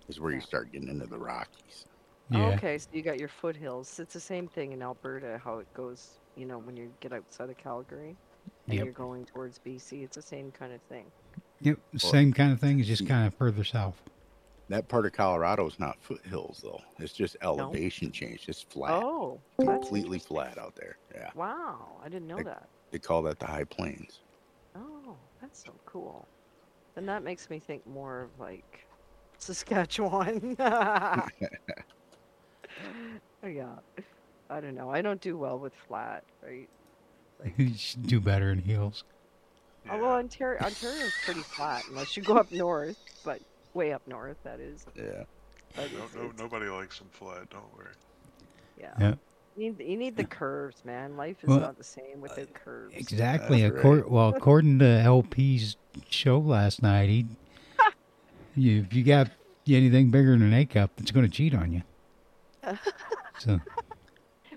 Speaker 1: is where you start getting into the Rockies.
Speaker 3: yeah.
Speaker 2: Okay, so you got your foothills. It's the same thing in Alberta, how it goes, you know, when you get outside of Calgary and
Speaker 3: Yep.
Speaker 2: you're going towards BC. It's the same kind of thing.
Speaker 3: Yep, same kind of thing. It's just kind of further south. [laughs]
Speaker 1: That part of Colorado is not foothills though. It's just elevation change. It's flat,
Speaker 2: Oh, that's
Speaker 1: completely
Speaker 2: interesting.
Speaker 1: flat out there. Yeah,
Speaker 2: Wow, I didn't know
Speaker 1: Like-
Speaker 2: that.
Speaker 1: they call that the high plains.
Speaker 2: Oh, that's so cool. And that makes me think more of like [laughs] Saskatchewan. [laughs] Oh, yeah. I don't know. I don't do well with flat, right?
Speaker 3: you should do better in heels.
Speaker 2: Oh, well, Ontario Ontario's pretty flat unless you go up north, but way up north that is.
Speaker 1: Yeah,
Speaker 2: But
Speaker 4: No,
Speaker 2: it's-
Speaker 4: no,
Speaker 2: it's-
Speaker 4: nobody likes them flat. Don't worry.
Speaker 2: Yeah.
Speaker 3: Yeah.
Speaker 2: You need, you need the curves, man. Life is
Speaker 3: Well,
Speaker 2: not the same without curves.
Speaker 3: Exactly.
Speaker 1: That's
Speaker 3: Accor- Well, according to LP's show last night, he, you, if you got anything bigger than an A cup, it's going to cheat on you. So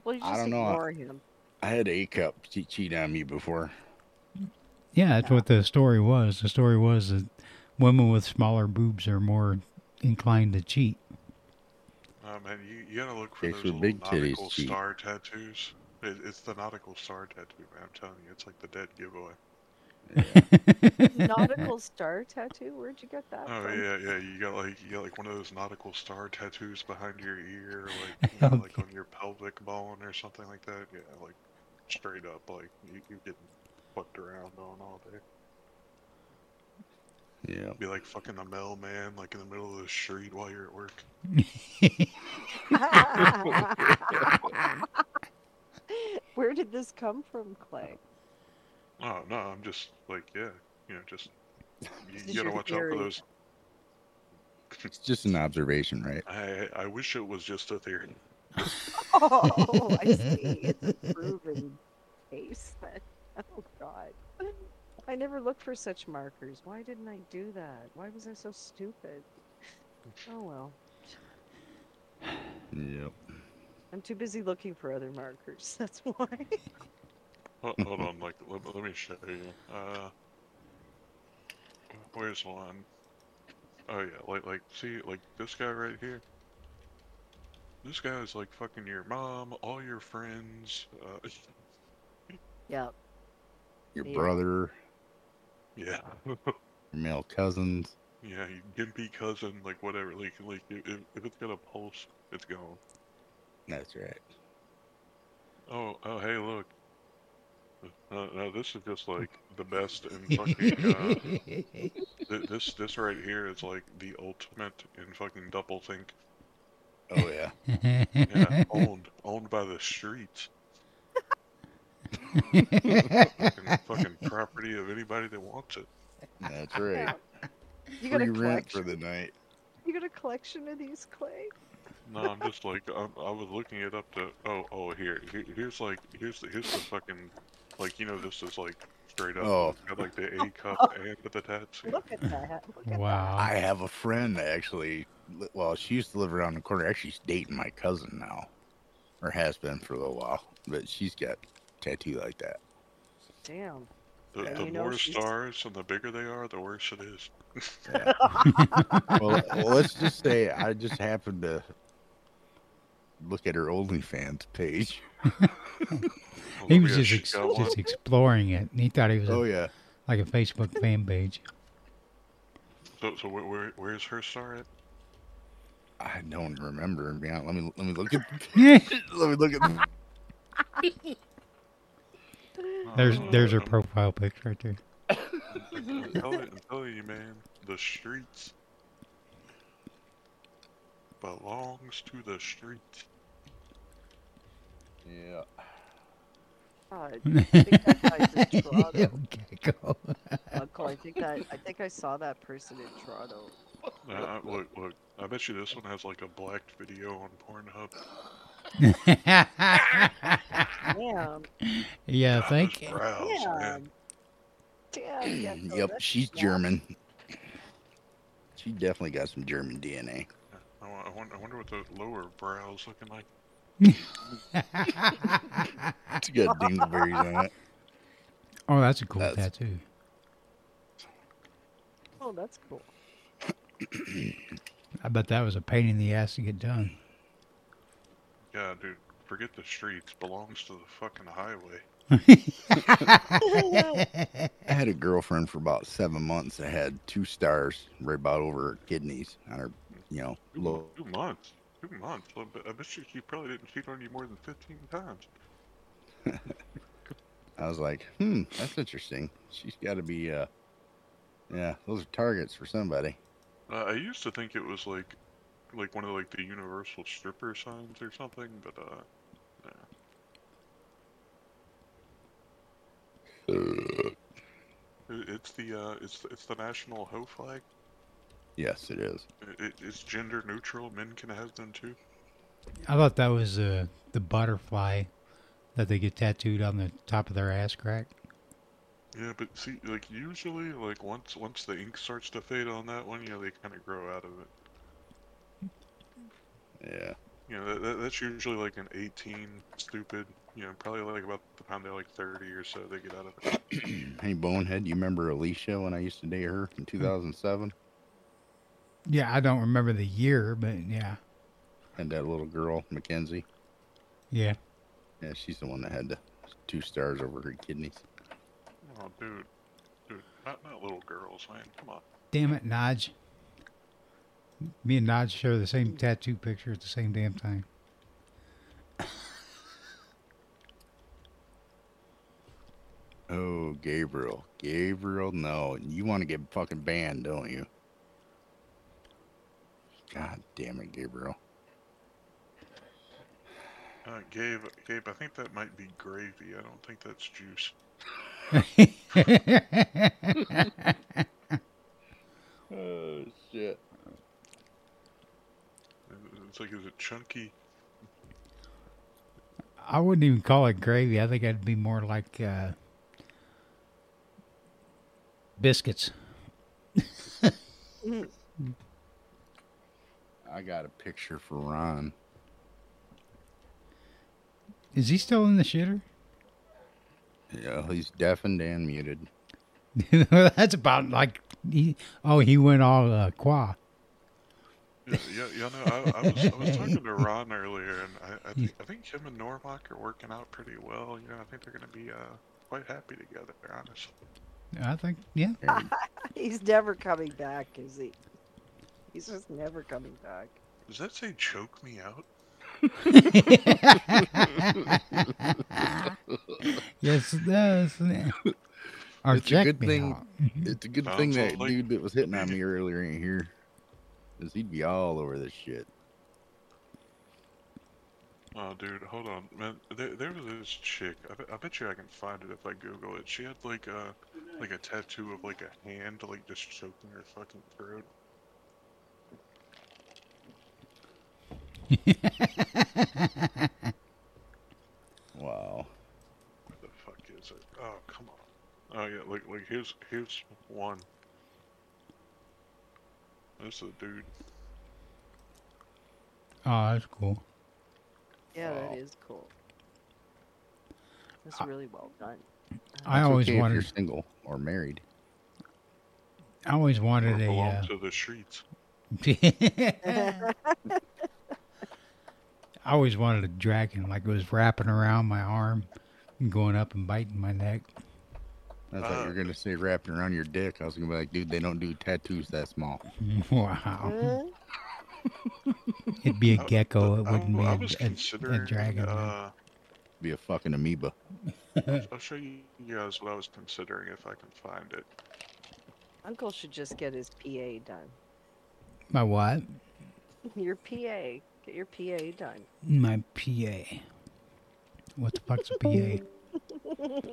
Speaker 2: Well, you
Speaker 1: I
Speaker 2: just
Speaker 1: don't know.
Speaker 2: ignore him.
Speaker 1: I had A cup che- cheat on me before.
Speaker 3: yeah, that's what the story was. The story was that women with smaller boobs are more inclined to cheat.
Speaker 4: Oh man, you you gotta look for
Speaker 1: Chicks
Speaker 4: those
Speaker 1: with
Speaker 4: little
Speaker 1: big titties
Speaker 4: nautical
Speaker 1: cheat.
Speaker 4: star tattoos. It, it's the nautical star tattoo, man. I'm telling you, it's like the dead giveaway.
Speaker 3: [laughs]
Speaker 2: Nautical star tattoo? Where'd you get that [laughs]
Speaker 4: Oh
Speaker 2: from?
Speaker 4: yeah, yeah. You got like you got like one of those nautical star tattoos behind your ear,
Speaker 2: [laughs]
Speaker 4: like you know,
Speaker 3: Okay.
Speaker 4: like on your pelvic bone or something like that. Yeah, like straight up, like you you getting fucked around on all day.
Speaker 1: Yeah.
Speaker 4: Be like fucking a mailman, like in the middle of the street while you're at work.
Speaker 2: [laughs] Where did this come from, Clay?
Speaker 4: Oh no, I'm just like yeah, you know,
Speaker 2: [laughs]
Speaker 4: just you,
Speaker 2: This is
Speaker 4: you gotta
Speaker 2: your
Speaker 4: watch out for
Speaker 2: theory.
Speaker 4: those.
Speaker 1: It's just an observation, right?
Speaker 4: I I wish it was just a theory.
Speaker 2: Oh, I see. It's a proven case. Then. [laughs] Oh God. I never looked for such markers. Why didn't I do that? Why was I so stupid? Oh well.
Speaker 1: Yep.
Speaker 2: I'm too busy looking for other markers. [laughs] That's why.
Speaker 4: Hold, hold on, like let, let me show you. Uh, where's one? Oh yeah, like like see like this guy right here. This guy is like fucking your mom, all your friends. Uh, [laughs]
Speaker 2: yeah.
Speaker 1: Your
Speaker 2: Yeah.
Speaker 1: brother,
Speaker 4: yeah,
Speaker 1: your male cousins.
Speaker 4: yeah, you gimpy cousin, like whatever. Like like if, if- if it's got a pulse, it's gone.
Speaker 1: That's right.
Speaker 4: Oh oh hey look. No, no, this is just like the best in fucking.
Speaker 3: [laughs]
Speaker 4: Uh, th- this this right here is like the ultimate in fucking double think.
Speaker 1: Oh yeah.
Speaker 4: [laughs] Yeah, owned, owned by the streets. Fucking, fucking property of anybody that wants it.
Speaker 2: [laughs]
Speaker 1: That's right.
Speaker 2: You got
Speaker 1: Free
Speaker 2: a
Speaker 1: rent
Speaker 2: collection.
Speaker 1: for the night.
Speaker 2: You got a collection of these, Clay?
Speaker 4: No, I'm just like I'm, I was looking it up to. Oh, oh, here, here- here's like here's the here's the fucking like you know this is like straight up.
Speaker 1: Oh.
Speaker 4: it's got, like the A cup and the tattoo.
Speaker 2: Look at that. Look at
Speaker 3: wow.
Speaker 1: I have a friend that actually, li- well, she used to live around the corner. Actually, she's dating my cousin now, or has been for a little while. But she's got tattoo like that.
Speaker 2: that. Damn.
Speaker 4: The,
Speaker 1: Yeah.
Speaker 4: the
Speaker 2: You know
Speaker 4: more
Speaker 2: she's-
Speaker 4: stars and the bigger they are, the worse it is.
Speaker 1: Yeah. [laughs] well, well, let's just say I just happened to look at her OnlyFans page.
Speaker 4: Well,
Speaker 3: He was
Speaker 4: let me guess,
Speaker 3: just,
Speaker 4: she
Speaker 3: ex-
Speaker 4: got one.
Speaker 3: just exploring it. and He thought he was a-
Speaker 1: Oh [laughs] yeah,
Speaker 3: like a Facebook fan page.
Speaker 4: So, so where, where where's her star at?
Speaker 1: I don't remember. to be honest. Let me let me look [laughs] at
Speaker 3: Yeah.
Speaker 1: let me look
Speaker 2: [laughs]
Speaker 1: at.
Speaker 3: There's
Speaker 4: Oh,
Speaker 3: there's her
Speaker 4: I'm-
Speaker 3: profile picture right there.
Speaker 4: I'm telling, I'm telling you, man, the streets belongs to the streets.
Speaker 1: Yeah.
Speaker 3: [laughs]
Speaker 2: God. I think that guy's in Toronto.
Speaker 3: Okay, go.
Speaker 2: Uncle, Uh, I think that I think I saw that person in Toronto.
Speaker 4: Uh, uh, look, look, I bet you this one has like a blacked video on Pornhub.
Speaker 2: Damn.
Speaker 3: [laughs] yeah,
Speaker 4: God,
Speaker 3: thank
Speaker 4: those brows, man.
Speaker 2: Damn. Damn.
Speaker 1: [clears throat]
Speaker 2: Oh, yeah, no,
Speaker 1: yep,
Speaker 2: that's
Speaker 1: Oh, she's
Speaker 2: not-
Speaker 1: German. She definitely got some German DNA.
Speaker 4: I, wa- I won- I wonder what those lower brows looking like.
Speaker 1: She
Speaker 2: [laughs]
Speaker 1: got dingleberries on it.
Speaker 3: [laughs] oh, that's a cool
Speaker 1: That's-
Speaker 3: tattoo.
Speaker 2: Oh, that's
Speaker 1: [laughs]
Speaker 2: cool. [laughs]
Speaker 3: I bet that was a pain in the ass to get done. [laughs]
Speaker 4: Yeah, dude, forget the streets. Belongs to the fucking highway.
Speaker 1: I had a girlfriend for about seven months that had two stars right about over her kidneys on her, you know,
Speaker 4: Two,
Speaker 1: low.
Speaker 4: two months. Two months. I bet- I bet you she probably didn't cheat on you more than 15 times.
Speaker 1: I was like, hmm, that's interesting. She's got to be, uh, yeah, those are targets for somebody.
Speaker 4: Uh, I used to think it was like, like one of like the universal stripper signs or something, but uh, i- it's the uh, it's the- it's the national hoe flag.
Speaker 1: yes, it is.
Speaker 4: I- i- it's gender neutral. Men can have them too.
Speaker 3: I thought that was uh, the butterfly that they get tattooed on the top of their ass crack.
Speaker 4: Yeah, but see, like usually, like once once the ink starts to fade on that one, you know, they kind of grow out of it.
Speaker 1: Yeah. [clears throat]
Speaker 4: You know, that, that, that's usually like an 18 stupid. You know, probably like about the time they're like 30 or so, they get out of it.
Speaker 1: Hey, Bonehead, you remember Alicia when I used to date her
Speaker 2: Hmm.
Speaker 1: in 2007?
Speaker 3: Yeah, I don't remember the year, but yeah,
Speaker 1: And that little girl, Mackenzie?
Speaker 3: yeah.
Speaker 1: Yeah, she's the one that had the two stars over her kidneys.
Speaker 4: Oh, dude, dude, not not little girls, man. Come on.
Speaker 3: Damn it, Nodge. Me and Nodge share the same tattoo picture at the same damn [laughs] time.
Speaker 1: Oh, Gabriel. Gabriel, no. You want to get fucking banned, don't you? God damn it, Gabriel.
Speaker 4: Uh, Gabe, Gabe, I think that might be gravy. I don't think that's juice.
Speaker 1: Oh, shit.
Speaker 4: It's like, is it chunky?
Speaker 3: I wouldn't even call it gravy. I think I'd be more like uh, biscuits.
Speaker 1: I got a picture for Ron.
Speaker 3: Is he still in the shitter? [laughs]
Speaker 1: Yeah, he's deafened and muted.
Speaker 3: That's about like he. Oh, he went all uh, qua.
Speaker 4: Yeah, yeah, you know, I, I, was, I was [laughs] talking to Ron earlier, and I, I, think, I think him and Normock are working out pretty well. You know, I think they're going to be uh, quite happy together, honestly.
Speaker 3: I think yeah. [laughs]
Speaker 1: There
Speaker 2: He's never coming back, is he? He's just never coming back.
Speaker 4: Does that say choke me out?
Speaker 3: yes, it does. Or
Speaker 1: It's a
Speaker 3: check
Speaker 1: good
Speaker 3: me
Speaker 1: thing-
Speaker 3: out. [laughs]
Speaker 1: you- it's a good
Speaker 4: Sounds
Speaker 1: thing that
Speaker 4: like-
Speaker 1: dude that was hitting on me earlier ain't here. Because he'd be all over this shit.
Speaker 4: Oh, dude, hold on, man. There, there was this chick. I, bet- I bet you I can find it if I Google it. She had like a, like a tattoo of like a hand, like just choking her fucking throat.
Speaker 1: Wow.
Speaker 4: What the fuck is it? Oh, come on. Oh yeah, like, like here's, here's one. This is a dude.
Speaker 3: Oh, that's cool.
Speaker 2: Yeah,
Speaker 1: Wow.
Speaker 2: that is cool. That's really well done.
Speaker 3: I
Speaker 1: It's
Speaker 3: always
Speaker 1: okay if
Speaker 3: wanted.
Speaker 1: you're single or married.
Speaker 3: I always wanted a.
Speaker 4: belong
Speaker 3: Uh,
Speaker 4: to the streets.
Speaker 3: I always wanted a dragon, like it was wrapping around my arm and going up and biting my neck. [laughs]
Speaker 1: I thought you were going to say wrapping around your dick. I was going to be like, dude, they don't do tattoos that small.
Speaker 3: Wow.
Speaker 2: Huh?
Speaker 3: It'd be a
Speaker 4: I-
Speaker 3: gecko, it
Speaker 4: I-
Speaker 3: wouldn't
Speaker 4: I
Speaker 3: be
Speaker 4: was
Speaker 3: a- a, a,
Speaker 4: considering.
Speaker 3: dragon. Uh,
Speaker 4: uh,
Speaker 1: Be a fucking amoeba.
Speaker 4: I'll show you guys what I was considering if I can find it.
Speaker 2: Uncle should just get his PA done. [laughs]
Speaker 3: my what?
Speaker 2: Your PA. Get your PA done.
Speaker 3: My PA. What the fuck's a PA?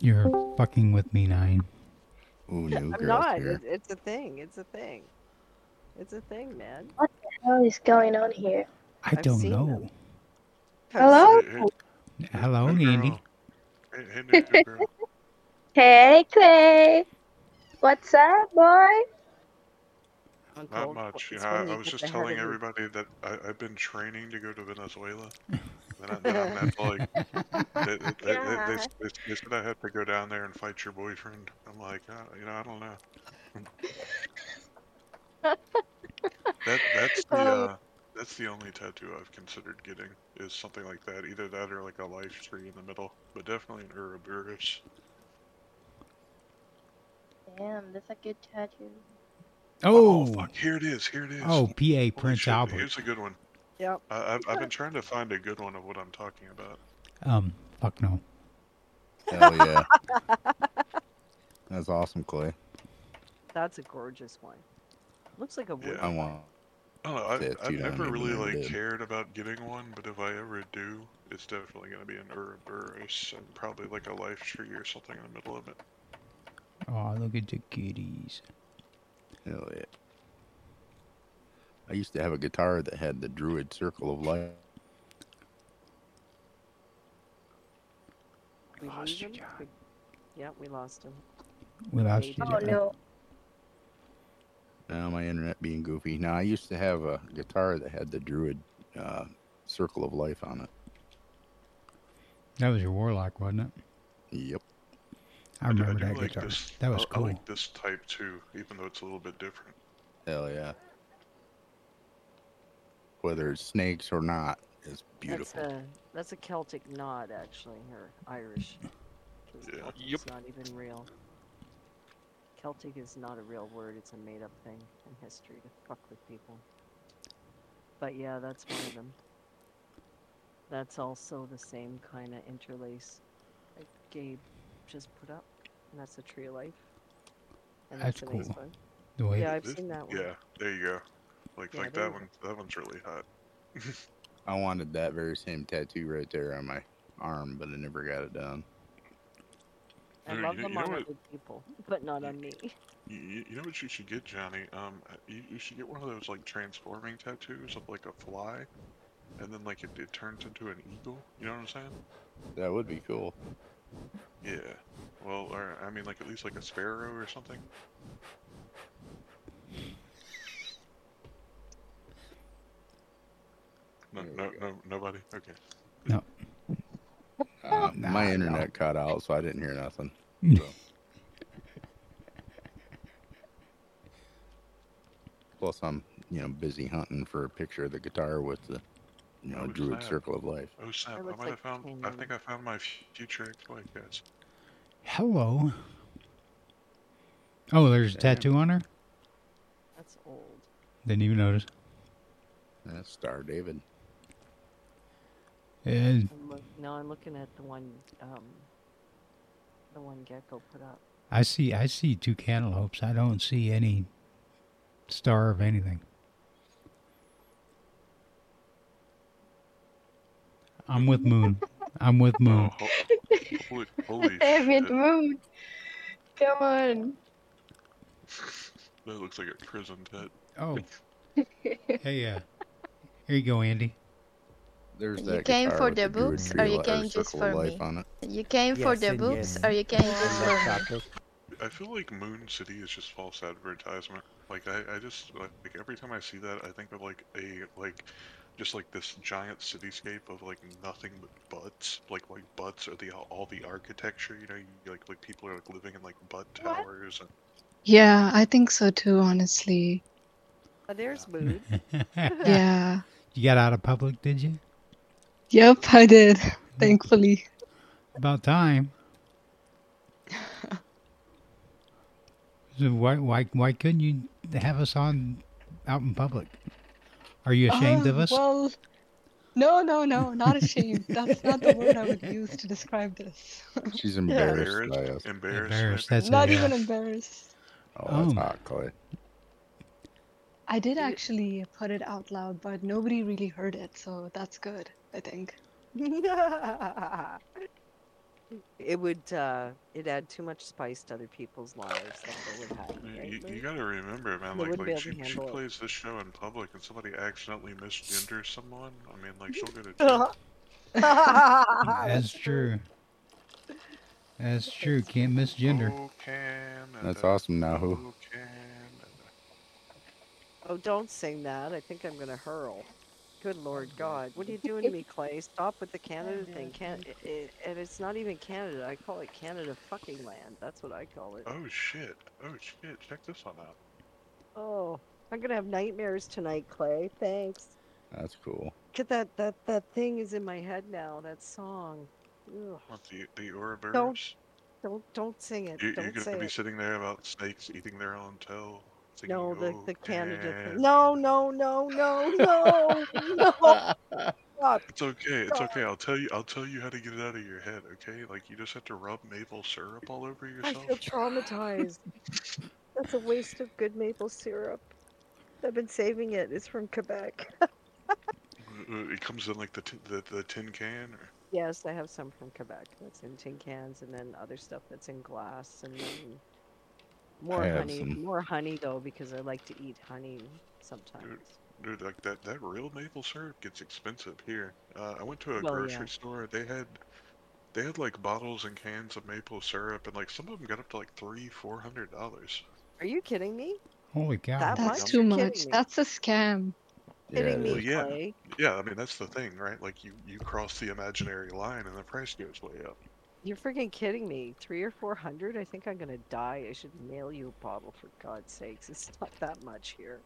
Speaker 3: You're fucking with me, Nine.
Speaker 2: [laughs]
Speaker 1: Ooh, new
Speaker 2: I'm
Speaker 1: girl
Speaker 2: not.
Speaker 1: here.
Speaker 2: It, it's a thing. It's a thing. It's a thing, man.
Speaker 7: What is going on here?
Speaker 3: I
Speaker 2: I've
Speaker 3: don't
Speaker 2: seen
Speaker 3: know.
Speaker 7: Hello?
Speaker 2: Oh.
Speaker 4: Hey, hey,
Speaker 3: Hello,
Speaker 4: new
Speaker 3: Andy.
Speaker 4: girl. Hey, hey, new- new girl.
Speaker 7: Hey, Clay. What's up, boy?
Speaker 2: Uncle,
Speaker 4: Not much. You
Speaker 2: it's
Speaker 4: know,
Speaker 2: when
Speaker 4: I, I
Speaker 2: you
Speaker 4: was
Speaker 2: hit
Speaker 4: just
Speaker 2: the head
Speaker 4: telling
Speaker 2: of the-
Speaker 4: everybody that I, I've been training to go to Venezuela. Then, I, then I'm at,
Speaker 2: [laughs]
Speaker 4: like, they, they, they, they,
Speaker 7: Yeah.
Speaker 4: they, they said I had to go down there and fight your boyfriend. I'm like, uh, you know, I don't know. that
Speaker 2: [laughs]
Speaker 4: that's the
Speaker 7: Oh.
Speaker 2: Um,
Speaker 4: uh, that's the only tattoo I've considered getting is something like that. Either that or like a life tree in the middle, but definitely an Ouroboros.
Speaker 5: Damn, that's a good tattoo.
Speaker 3: Oh,
Speaker 4: fuck! Here it is. Here it is.
Speaker 3: oh, PA
Speaker 4: Holy
Speaker 3: Prince
Speaker 4: shit,
Speaker 3: Albert.
Speaker 4: Here's a good one.
Speaker 2: [laughs] Yep.
Speaker 4: I, I've, I've been trying to find a good one of what I'm talking about.
Speaker 3: Um, fuck no.
Speaker 1: Hell
Speaker 2: [laughs]
Speaker 1: yeah. That's awesome, Clay.
Speaker 2: That's a gorgeous one. Looks like a wood.
Speaker 1: I want.
Speaker 4: I don't know.
Speaker 1: That's
Speaker 4: I, I've
Speaker 1: you don't
Speaker 4: never
Speaker 1: even
Speaker 4: really
Speaker 1: know it.
Speaker 4: like cared about getting one, but if I ever do, it's definitely going to be an Ouroboros and probably like a life tree or something in the middle of it.
Speaker 3: Oh, look at the kitties.
Speaker 1: Hell yeah. I used to have a guitar that had the Druid Circle of Life.
Speaker 2: We
Speaker 3: Lost
Speaker 2: lose
Speaker 3: you,
Speaker 2: him?
Speaker 3: John.
Speaker 2: We- Yeah, we lost him.
Speaker 3: We lost you.
Speaker 7: Oh
Speaker 3: John.
Speaker 7: no.
Speaker 1: Now my internet being goofy. Now I used to have a guitar that had the Druid uh, Circle of Life on it.
Speaker 3: That was your warlock, wasn't it?
Speaker 1: Yep.
Speaker 3: I remember
Speaker 4: do
Speaker 3: that
Speaker 4: like
Speaker 3: guitar.
Speaker 4: this-
Speaker 3: that was
Speaker 4: I-
Speaker 3: cool.
Speaker 4: I like this type too, even though it's a little bit different.
Speaker 1: Hell yeah. Whether it's snakes or not, it's beautiful.
Speaker 2: That's a, that's a Celtic nod, actually, or Irish. 'cause
Speaker 4: Yeah.
Speaker 2: Celtic's
Speaker 6: Yep.
Speaker 2: not even real. Celtic is not a real word, it's a made up thing in history to fuck with people. But yeah, that's one of them. That's also the same kind of interlace that Gabe just put up, and that's a tree of life. And
Speaker 3: That's
Speaker 2: that's, a nice
Speaker 3: cool.
Speaker 2: one.
Speaker 3: The way
Speaker 2: Yeah, I've
Speaker 4: This-
Speaker 2: seen that one.
Speaker 4: Yeah, there you go. Like
Speaker 2: Yeah,
Speaker 4: like
Speaker 2: there
Speaker 4: that
Speaker 2: you
Speaker 4: one. That one's really hot.
Speaker 1: I wanted that very same tattoo right there on my arm, but I never got it done.
Speaker 2: I
Speaker 4: Dude,
Speaker 2: love
Speaker 4: you-
Speaker 2: them
Speaker 4: you know
Speaker 2: on
Speaker 4: what-
Speaker 2: other people, but not
Speaker 4: you-
Speaker 2: on me. [laughs]
Speaker 4: You, you you know what you should get, Johnny? Um, you, you should get one of those like transforming tattoos of like a fly, and then like it, it turns into an eagle. You know what I'm saying?
Speaker 1: That would be cool.
Speaker 4: Yeah. Well, or I mean, like at least like a sparrow or something. No,
Speaker 1: There we
Speaker 4: no,
Speaker 1: go.
Speaker 4: no, nobody. Okay.
Speaker 1: Uh,
Speaker 3: Nah,
Speaker 1: my
Speaker 3: no.
Speaker 1: internet cut out, so I didn't hear
Speaker 5: [laughs]
Speaker 1: nothing. So. Plus, I'm you know busy hunting for a picture of the guitar with the you know
Speaker 4: Oh,
Speaker 1: Druid
Speaker 4: snap.
Speaker 1: Circle of Life.
Speaker 4: Oh snap! I
Speaker 2: looks
Speaker 4: might
Speaker 2: like
Speaker 4: have found. I
Speaker 2: Canyon.
Speaker 4: think I found my f- future ex-wife, guys.
Speaker 3: Hello. Oh, there's a
Speaker 1: Damn.
Speaker 3: tattoo on her?
Speaker 2: That's old.
Speaker 3: Didn't even notice.
Speaker 1: That's Star David.
Speaker 3: And
Speaker 2: I'm look, no, I'm looking at the one, um, the one Gecko put up.
Speaker 3: I see I see two cantaloupes. I don't see any star of anything. I'm with Moon. I'm with
Speaker 4: Oh,
Speaker 3: Moon.
Speaker 4: ho- holy,
Speaker 2: [laughs]
Speaker 5: [laughs]
Speaker 4: holy shit!
Speaker 7: Ambient mood. Come on.
Speaker 4: That looks like a prison tat.
Speaker 3: Oh. Hey, uh, here you go, Andy. [laughs]
Speaker 1: There's
Speaker 5: You
Speaker 1: that
Speaker 5: came
Speaker 1: guitar
Speaker 5: for
Speaker 1: with
Speaker 5: the
Speaker 1: Druid
Speaker 5: boobs, or
Speaker 1: Tree
Speaker 5: you
Speaker 1: Li-
Speaker 5: came just
Speaker 1: Circle of
Speaker 5: for
Speaker 1: Life
Speaker 5: me?
Speaker 1: on
Speaker 5: [laughs]
Speaker 1: it.
Speaker 5: You came for
Speaker 8: Yes
Speaker 5: the
Speaker 8: and
Speaker 5: boobs,
Speaker 8: yes.
Speaker 5: or you came just for me?
Speaker 8: Motherfucker.
Speaker 4: I feel like Moon City is just false advertisement. Like I, I just like every time I see that, I think of like a like, just like this giant cityscape of like nothing but butts. Like like butts are the all the architecture. You know, you, like like people are like living in like butt
Speaker 7: What?
Speaker 4: towers. And,
Speaker 9: Yeah, I think so too, [laughs] honestly.
Speaker 2: Oh, there's mood.
Speaker 9: Yeah.
Speaker 3: You got out of public, did you?
Speaker 9: Yep, [laughs] I did.
Speaker 3: Hmm.
Speaker 9: Thankfully.
Speaker 3: About time. So why, why, why couldn't you have us on out in public? Are you ashamed of
Speaker 9: Ah,
Speaker 3: us?
Speaker 9: Well, no, no, no, not ashamed. That's not the word I would use to describe this. [laughs]
Speaker 1: She's embarrassed by us.
Speaker 4: embarrassed, embarrassed.
Speaker 3: Embarrassed,
Speaker 4: maybe?
Speaker 3: that's it,
Speaker 9: not
Speaker 3: yeah.
Speaker 9: even embarrassed.
Speaker 1: Oh, that's
Speaker 3: Oh.
Speaker 1: hot, Clay.
Speaker 9: I did actually put it out loud, but nobody really heard it, so that's good, I think.
Speaker 4: [laughs]
Speaker 2: it would, uh, it add too much spice to other people's lives. That's what would happen.
Speaker 4: You-
Speaker 2: right,
Speaker 4: You, you
Speaker 2: Lou?
Speaker 4: gotta remember, man.
Speaker 2: They
Speaker 4: Like,
Speaker 2: wouldn't be
Speaker 4: like
Speaker 2: able
Speaker 4: she,
Speaker 2: to
Speaker 4: she
Speaker 2: handle it.
Speaker 4: plays this show in public, and somebody accidentally misgenders someone. I mean, like she'll
Speaker 2: [laughs]
Speaker 4: get a.
Speaker 3: That's true. That's true. Can't misgender.
Speaker 4: Oh, can and
Speaker 1: That's
Speaker 4: a-
Speaker 1: awesome,
Speaker 5: Mm-hmm.
Speaker 1: Nahu.
Speaker 4: oh, can and a-
Speaker 2: Oh, don't sing that. I think I'm gonna hurl. Good Lord God, what are you doing to me, Clay? Stop with the Canada thing. Can i it, and it's not even Canada. I call it Canada fucking land. That's what I call it.
Speaker 4: Oh shit! Oh shit! Check this one out.
Speaker 2: Oh, I'm gonna have nightmares tonight, Clay. Thanks.
Speaker 1: That's cool.
Speaker 2: Get that that that thing is in my head now. That song. Ugh,
Speaker 4: What the the Ouroboros?
Speaker 2: don't don't sing it.
Speaker 4: You, you're
Speaker 2: don't
Speaker 4: gonna
Speaker 2: say
Speaker 4: be
Speaker 2: it.
Speaker 4: sitting there about snakes eating their own tail. Singing,
Speaker 2: No, the
Speaker 4: "Oh,
Speaker 2: the Canada
Speaker 4: can."
Speaker 2: thing. No, no, no, no, no, no. Stop.
Speaker 4: It's okay. It's okay. I'll tell you. I'll tell you how to get it out of your head. Okay? Like you just have to rub maple syrup all over
Speaker 2: I
Speaker 4: yourself.
Speaker 2: feel traumatized. That's a waste of good maple syrup. I've been saving it. It's from Quebec.
Speaker 4: Uh, uh, It comes in like the tin the, the tin can. Or...
Speaker 2: Yes, I have some from Quebec. That's in tin cans, and then other stuff that's in glass, and then more
Speaker 1: I have
Speaker 2: honey.
Speaker 1: some.
Speaker 2: More honey though, because I like to eat honey sometimes.
Speaker 4: Dude, like that, that real maple syrup gets expensive here. Uh, I went to
Speaker 2: Well,
Speaker 4: a
Speaker 2: yeah.
Speaker 4: grocery store. They had, they had like bottles and cans of maple syrup, and like some of them got up to like three, four hundred dollars.
Speaker 2: Are you kidding me?
Speaker 3: Holy cow.
Speaker 2: That
Speaker 3: [laughs]
Speaker 4: much?
Speaker 9: That's
Speaker 4: You're
Speaker 9: too
Speaker 2: kidding
Speaker 9: much.
Speaker 2: me.
Speaker 9: That's a scam.
Speaker 2: Kidding me,
Speaker 4: Well, yeah.
Speaker 2: Clay?
Speaker 4: Yeah, I mean that's the thing, right? Like you, you cross the imaginary line, and the price goes way up.
Speaker 2: You're freaking kidding me. Three or four hundred? I think I'm gonna die. I should mail you a bottle for God's sakes. It's not that much here.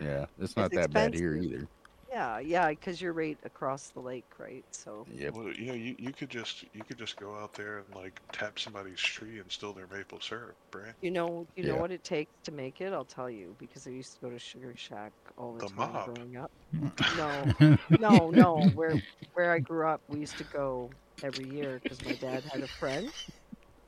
Speaker 1: Yeah, it's not
Speaker 2: It's
Speaker 1: that bad here
Speaker 2: expensive.
Speaker 1: either.
Speaker 2: Yeah, yeah, because you're right across the lake, right? So
Speaker 1: Yep.
Speaker 4: Well, yeah, you, you could just you could just go out there and like tap somebody's tree and steal their maple syrup, right?
Speaker 2: you know, you know
Speaker 1: Yeah.
Speaker 2: what it takes to make it. I'll tell you because I used to go to Sugar Shack all the,
Speaker 4: The
Speaker 2: time
Speaker 4: mob.
Speaker 2: growing up. No,
Speaker 1: [laughs]
Speaker 2: no, no. Where where I grew up, we used to go every year because my dad had a friend.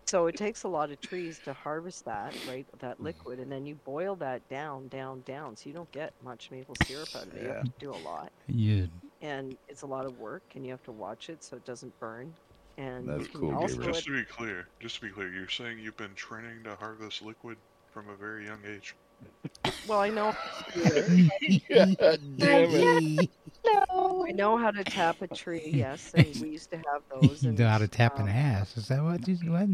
Speaker 2: So it takes a lot of trees to harvest that, right?
Speaker 1: Mm-hmm.
Speaker 2: That liquid, and then you boil that down, down, down. So you don't get much maple syrup out of it. You
Speaker 1: Yeah.
Speaker 2: have to do a lot,
Speaker 3: yeah.
Speaker 2: and it's a lot of work, and you have to watch it so it doesn't burn. And
Speaker 1: That's
Speaker 2: you can
Speaker 1: cool,
Speaker 2: also
Speaker 1: Gabriel.
Speaker 4: Just to be clear, just to be clear, you're saying you've been training to harvest liquid from a very young age.
Speaker 2: Well, I know
Speaker 3: [laughs]
Speaker 9: Oh.
Speaker 7: No.
Speaker 2: I know how to tap a tree. Yes, and we used to have those.
Speaker 3: you
Speaker 2: And,
Speaker 3: know how to tap an
Speaker 2: um,
Speaker 3: ass. Is that what you what?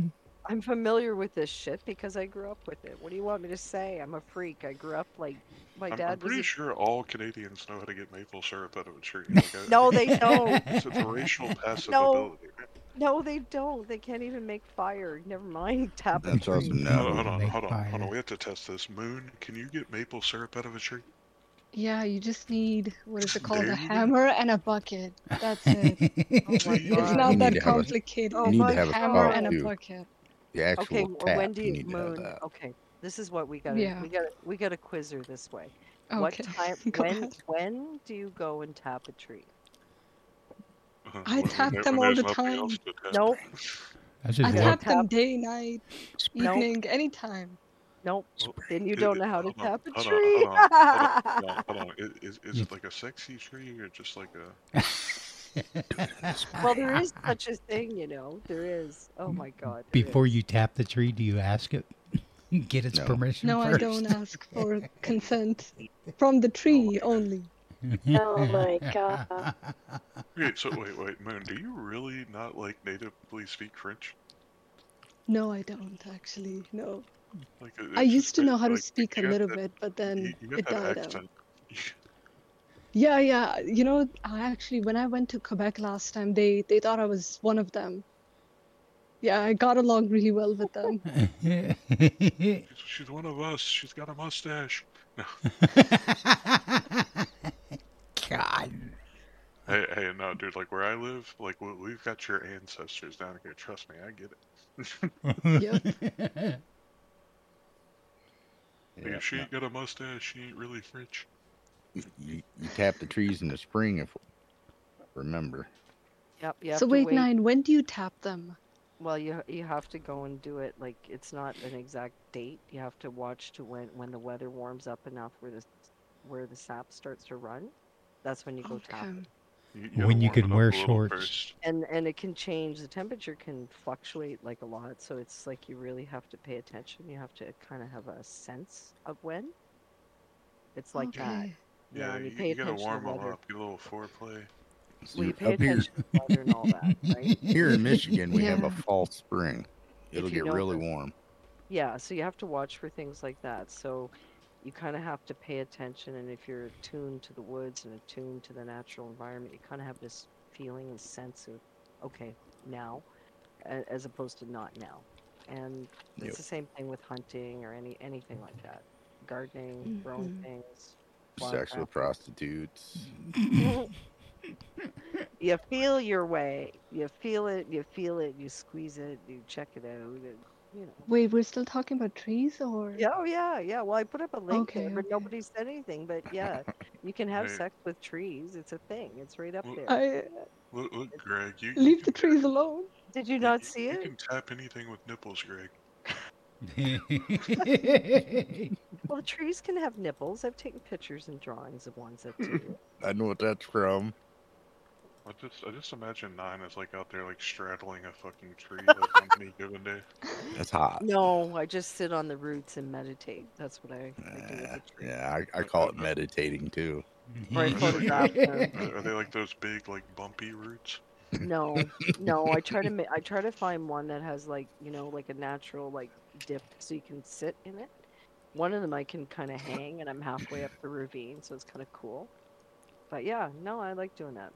Speaker 2: I'm familiar with this shit because I grew up with it. What do you want me to say? I'm a freak. I grew up like my
Speaker 4: I'm,
Speaker 2: dad
Speaker 4: I'm
Speaker 2: was.
Speaker 4: pretty
Speaker 2: a-
Speaker 4: sure all Canadians know how to get maple syrup out of a tree. Like, I-
Speaker 2: No,
Speaker 3: [laughs]
Speaker 2: they don't.
Speaker 4: [laughs] it's, it's a racial
Speaker 2: [laughs]
Speaker 4: passive
Speaker 2: No.
Speaker 4: ability. right?
Speaker 2: [laughs] No, they don't. They can't even make fire. Never mind [laughs] tap a
Speaker 1: That's
Speaker 2: tree.
Speaker 1: awesome.
Speaker 4: Hold
Speaker 1: No.
Speaker 4: on, hold on,
Speaker 3: Make
Speaker 4: hold on, hold
Speaker 3: fire.
Speaker 4: on. We have to test this. Moon, can you get maple syrup out of a tree? [laughs]
Speaker 9: Yeah, you just need what is it called?
Speaker 4: There
Speaker 9: A
Speaker 4: you go.
Speaker 9: hammer and a bucket.
Speaker 3: [laughs]
Speaker 9: That's it.
Speaker 2: Oh my
Speaker 4: [laughs] It's
Speaker 9: It's
Speaker 2: God.
Speaker 4: Uh,
Speaker 9: not
Speaker 1: we need
Speaker 9: [laughs] that
Speaker 1: to have a-
Speaker 9: complicated.
Speaker 1: you need to have a
Speaker 9: hammer
Speaker 2: towel,
Speaker 9: and a
Speaker 1: too.
Speaker 9: bucket.
Speaker 1: The actual
Speaker 2: Okay,
Speaker 1: tap.
Speaker 2: when do
Speaker 1: you
Speaker 2: you
Speaker 1: need to have
Speaker 2: moon?
Speaker 1: that.
Speaker 2: Okay, this is what we got. to
Speaker 9: Yeah.
Speaker 2: We got. to We got to quiz her this way.
Speaker 9: Okay.
Speaker 2: What time?
Speaker 9: [laughs] Go
Speaker 2: When?
Speaker 9: ahead.
Speaker 2: When do you go and tap a tree?
Speaker 9: I
Speaker 4: When-
Speaker 9: tap
Speaker 4: when
Speaker 9: them
Speaker 4: there's
Speaker 9: all the
Speaker 4: nothing
Speaker 9: time.
Speaker 4: else to tap.
Speaker 2: Nope.
Speaker 3: I just
Speaker 9: I
Speaker 2: Yeah.
Speaker 3: walk-
Speaker 9: tap them day, night,
Speaker 2: Nope.
Speaker 9: evening, anytime.
Speaker 2: Nope.
Speaker 4: Well,
Speaker 2: Then you
Speaker 4: it-
Speaker 2: don't
Speaker 4: it-
Speaker 2: know how to
Speaker 4: hold on,
Speaker 2: tap a
Speaker 4: hold on,
Speaker 2: tree.
Speaker 4: hold
Speaker 2: [laughs]
Speaker 4: on, hold on, hold on. I- Is, is it like a sexy tree or just like a?
Speaker 2: Well, there is such a thing, you know. There is. Oh my God. there
Speaker 3: Before
Speaker 2: is.
Speaker 3: you tap the tree, do you ask it? [laughs] Get its
Speaker 1: No.
Speaker 3: permission
Speaker 9: No, I
Speaker 3: first. [laughs]
Speaker 9: don't ask for consent from the tree only.
Speaker 7: Oh my God.
Speaker 4: Wait, so wait, wait, Moon, do you really not like natively speak French?
Speaker 9: No, I don't actually. No,
Speaker 4: Like,
Speaker 9: I
Speaker 4: it's
Speaker 9: used
Speaker 4: just
Speaker 9: to
Speaker 4: that,
Speaker 9: know how to
Speaker 4: like,
Speaker 9: speak a
Speaker 4: you have
Speaker 9: little
Speaker 4: that-
Speaker 9: bit, but
Speaker 4: You,
Speaker 9: then
Speaker 4: you
Speaker 9: it
Speaker 4: got that
Speaker 9: died out.
Speaker 4: accent.
Speaker 9: Yeah, yeah. You know, I actually, when I went to Quebec last time, they they thought I was one of them. Yeah, I got along really well with them.
Speaker 4: She's, [laughs] she's one of us. She's got a mustache.
Speaker 3: God.
Speaker 4: Hey, hey, no, dude. Like where I live, like we, we've got your ancestors down here. Trust me, I get it.
Speaker 9: Yep.
Speaker 4: Like,
Speaker 1: Yeah,
Speaker 4: if she
Speaker 1: no,
Speaker 4: ain't got a mustache, she ain't really French.
Speaker 1: you, you tap the trees in the spring, if remember.
Speaker 2: Yep. You have
Speaker 9: So
Speaker 2: to
Speaker 9: wait,
Speaker 2: wait.
Speaker 9: nine, when do you tap them?
Speaker 2: Well, you you have to go and do it. Like it's not an exact date. You have to watch to when when the weather warms up enough where the where the sap starts to run. That's when you go tap.
Speaker 9: Okay.
Speaker 2: it.
Speaker 4: You,
Speaker 3: When you
Speaker 4: gotta warm
Speaker 3: can
Speaker 4: it up
Speaker 3: wear
Speaker 4: a little
Speaker 3: shorts.
Speaker 4: first.
Speaker 2: And and it can change. The temperature can fluctuate like a lot. So it's like you really have to pay attention. You have to kind of have a sense of when. It's like that.
Speaker 9: Okay.
Speaker 4: Yeah,
Speaker 2: and
Speaker 4: you,
Speaker 2: you pay
Speaker 4: you gotta
Speaker 2: attention to
Speaker 4: warm them
Speaker 2: weather.
Speaker 4: up. Get a little foreplay.
Speaker 2: Well, you
Speaker 1: Up
Speaker 2: pay
Speaker 1: here,
Speaker 2: attention to weather and
Speaker 1: [laughs]
Speaker 2: all that, right?
Speaker 1: here
Speaker 2: [laughs]
Speaker 1: in Michigan, we have
Speaker 9: Yeah.
Speaker 1: a fall spring. It'll
Speaker 2: you
Speaker 1: get
Speaker 2: don't
Speaker 1: really
Speaker 2: go-
Speaker 1: warm.
Speaker 2: Yeah, so you have to watch for things like that. So you kind of have to pay attention, and if you're attuned to the woods and attuned to the natural environment, you kind of have this feeling and sense of, okay, now, a- as opposed to not now. And it's
Speaker 1: Yep.
Speaker 2: the same thing with hunting or any anything like that, gardening, growing
Speaker 9: Mhm.
Speaker 2: things.
Speaker 1: Sexual prostitutes.
Speaker 2: wildcraft. you feel your way. You feel it. You feel it. You squeeze it. You check it out. And, you know.
Speaker 9: Wait, we're still talking about trees or?
Speaker 2: Yeah, oh yeah, yeah. Well, I put up a link there,
Speaker 9: Okay,
Speaker 2: but
Speaker 9: okay.
Speaker 2: nobody said anything. But
Speaker 4: [laughs]
Speaker 2: yeah, you can have
Speaker 4: Right.
Speaker 2: sex with trees. It's a thing. It's right up
Speaker 4: Well,
Speaker 2: there.
Speaker 9: I
Speaker 4: Look, look Greg. You you
Speaker 9: leave the
Speaker 4: can-
Speaker 9: trees alone.
Speaker 2: Did you not
Speaker 4: you-
Speaker 2: see
Speaker 4: You
Speaker 2: it?
Speaker 4: can tap anything with nipples, Greg.
Speaker 2: Well, trees can have nipples. I've taken pictures and drawings of ones that
Speaker 4: [laughs]
Speaker 2: do.
Speaker 1: I know what that's from.
Speaker 4: I just, I just imagine nine is like out there like straddling a fucking tree
Speaker 2: [laughs]
Speaker 4: like on any given day.
Speaker 1: That's hot.
Speaker 2: no, I just
Speaker 4: [laughs]
Speaker 2: sit on the roots and meditate. That's what I, I do with
Speaker 1: Uh,
Speaker 2: a tree.
Speaker 1: yeah, I, I call it meditating too.
Speaker 2: Right, photograph them.
Speaker 4: Are they like those big, like bumpy roots?
Speaker 2: No, no. I try to ma- I try to find one that has like you know like a natural like dip so you can sit in it. One of them I can kind of hang, and I'm halfway up the ravine, so it's kind of cool. But yeah, no, I like doing that.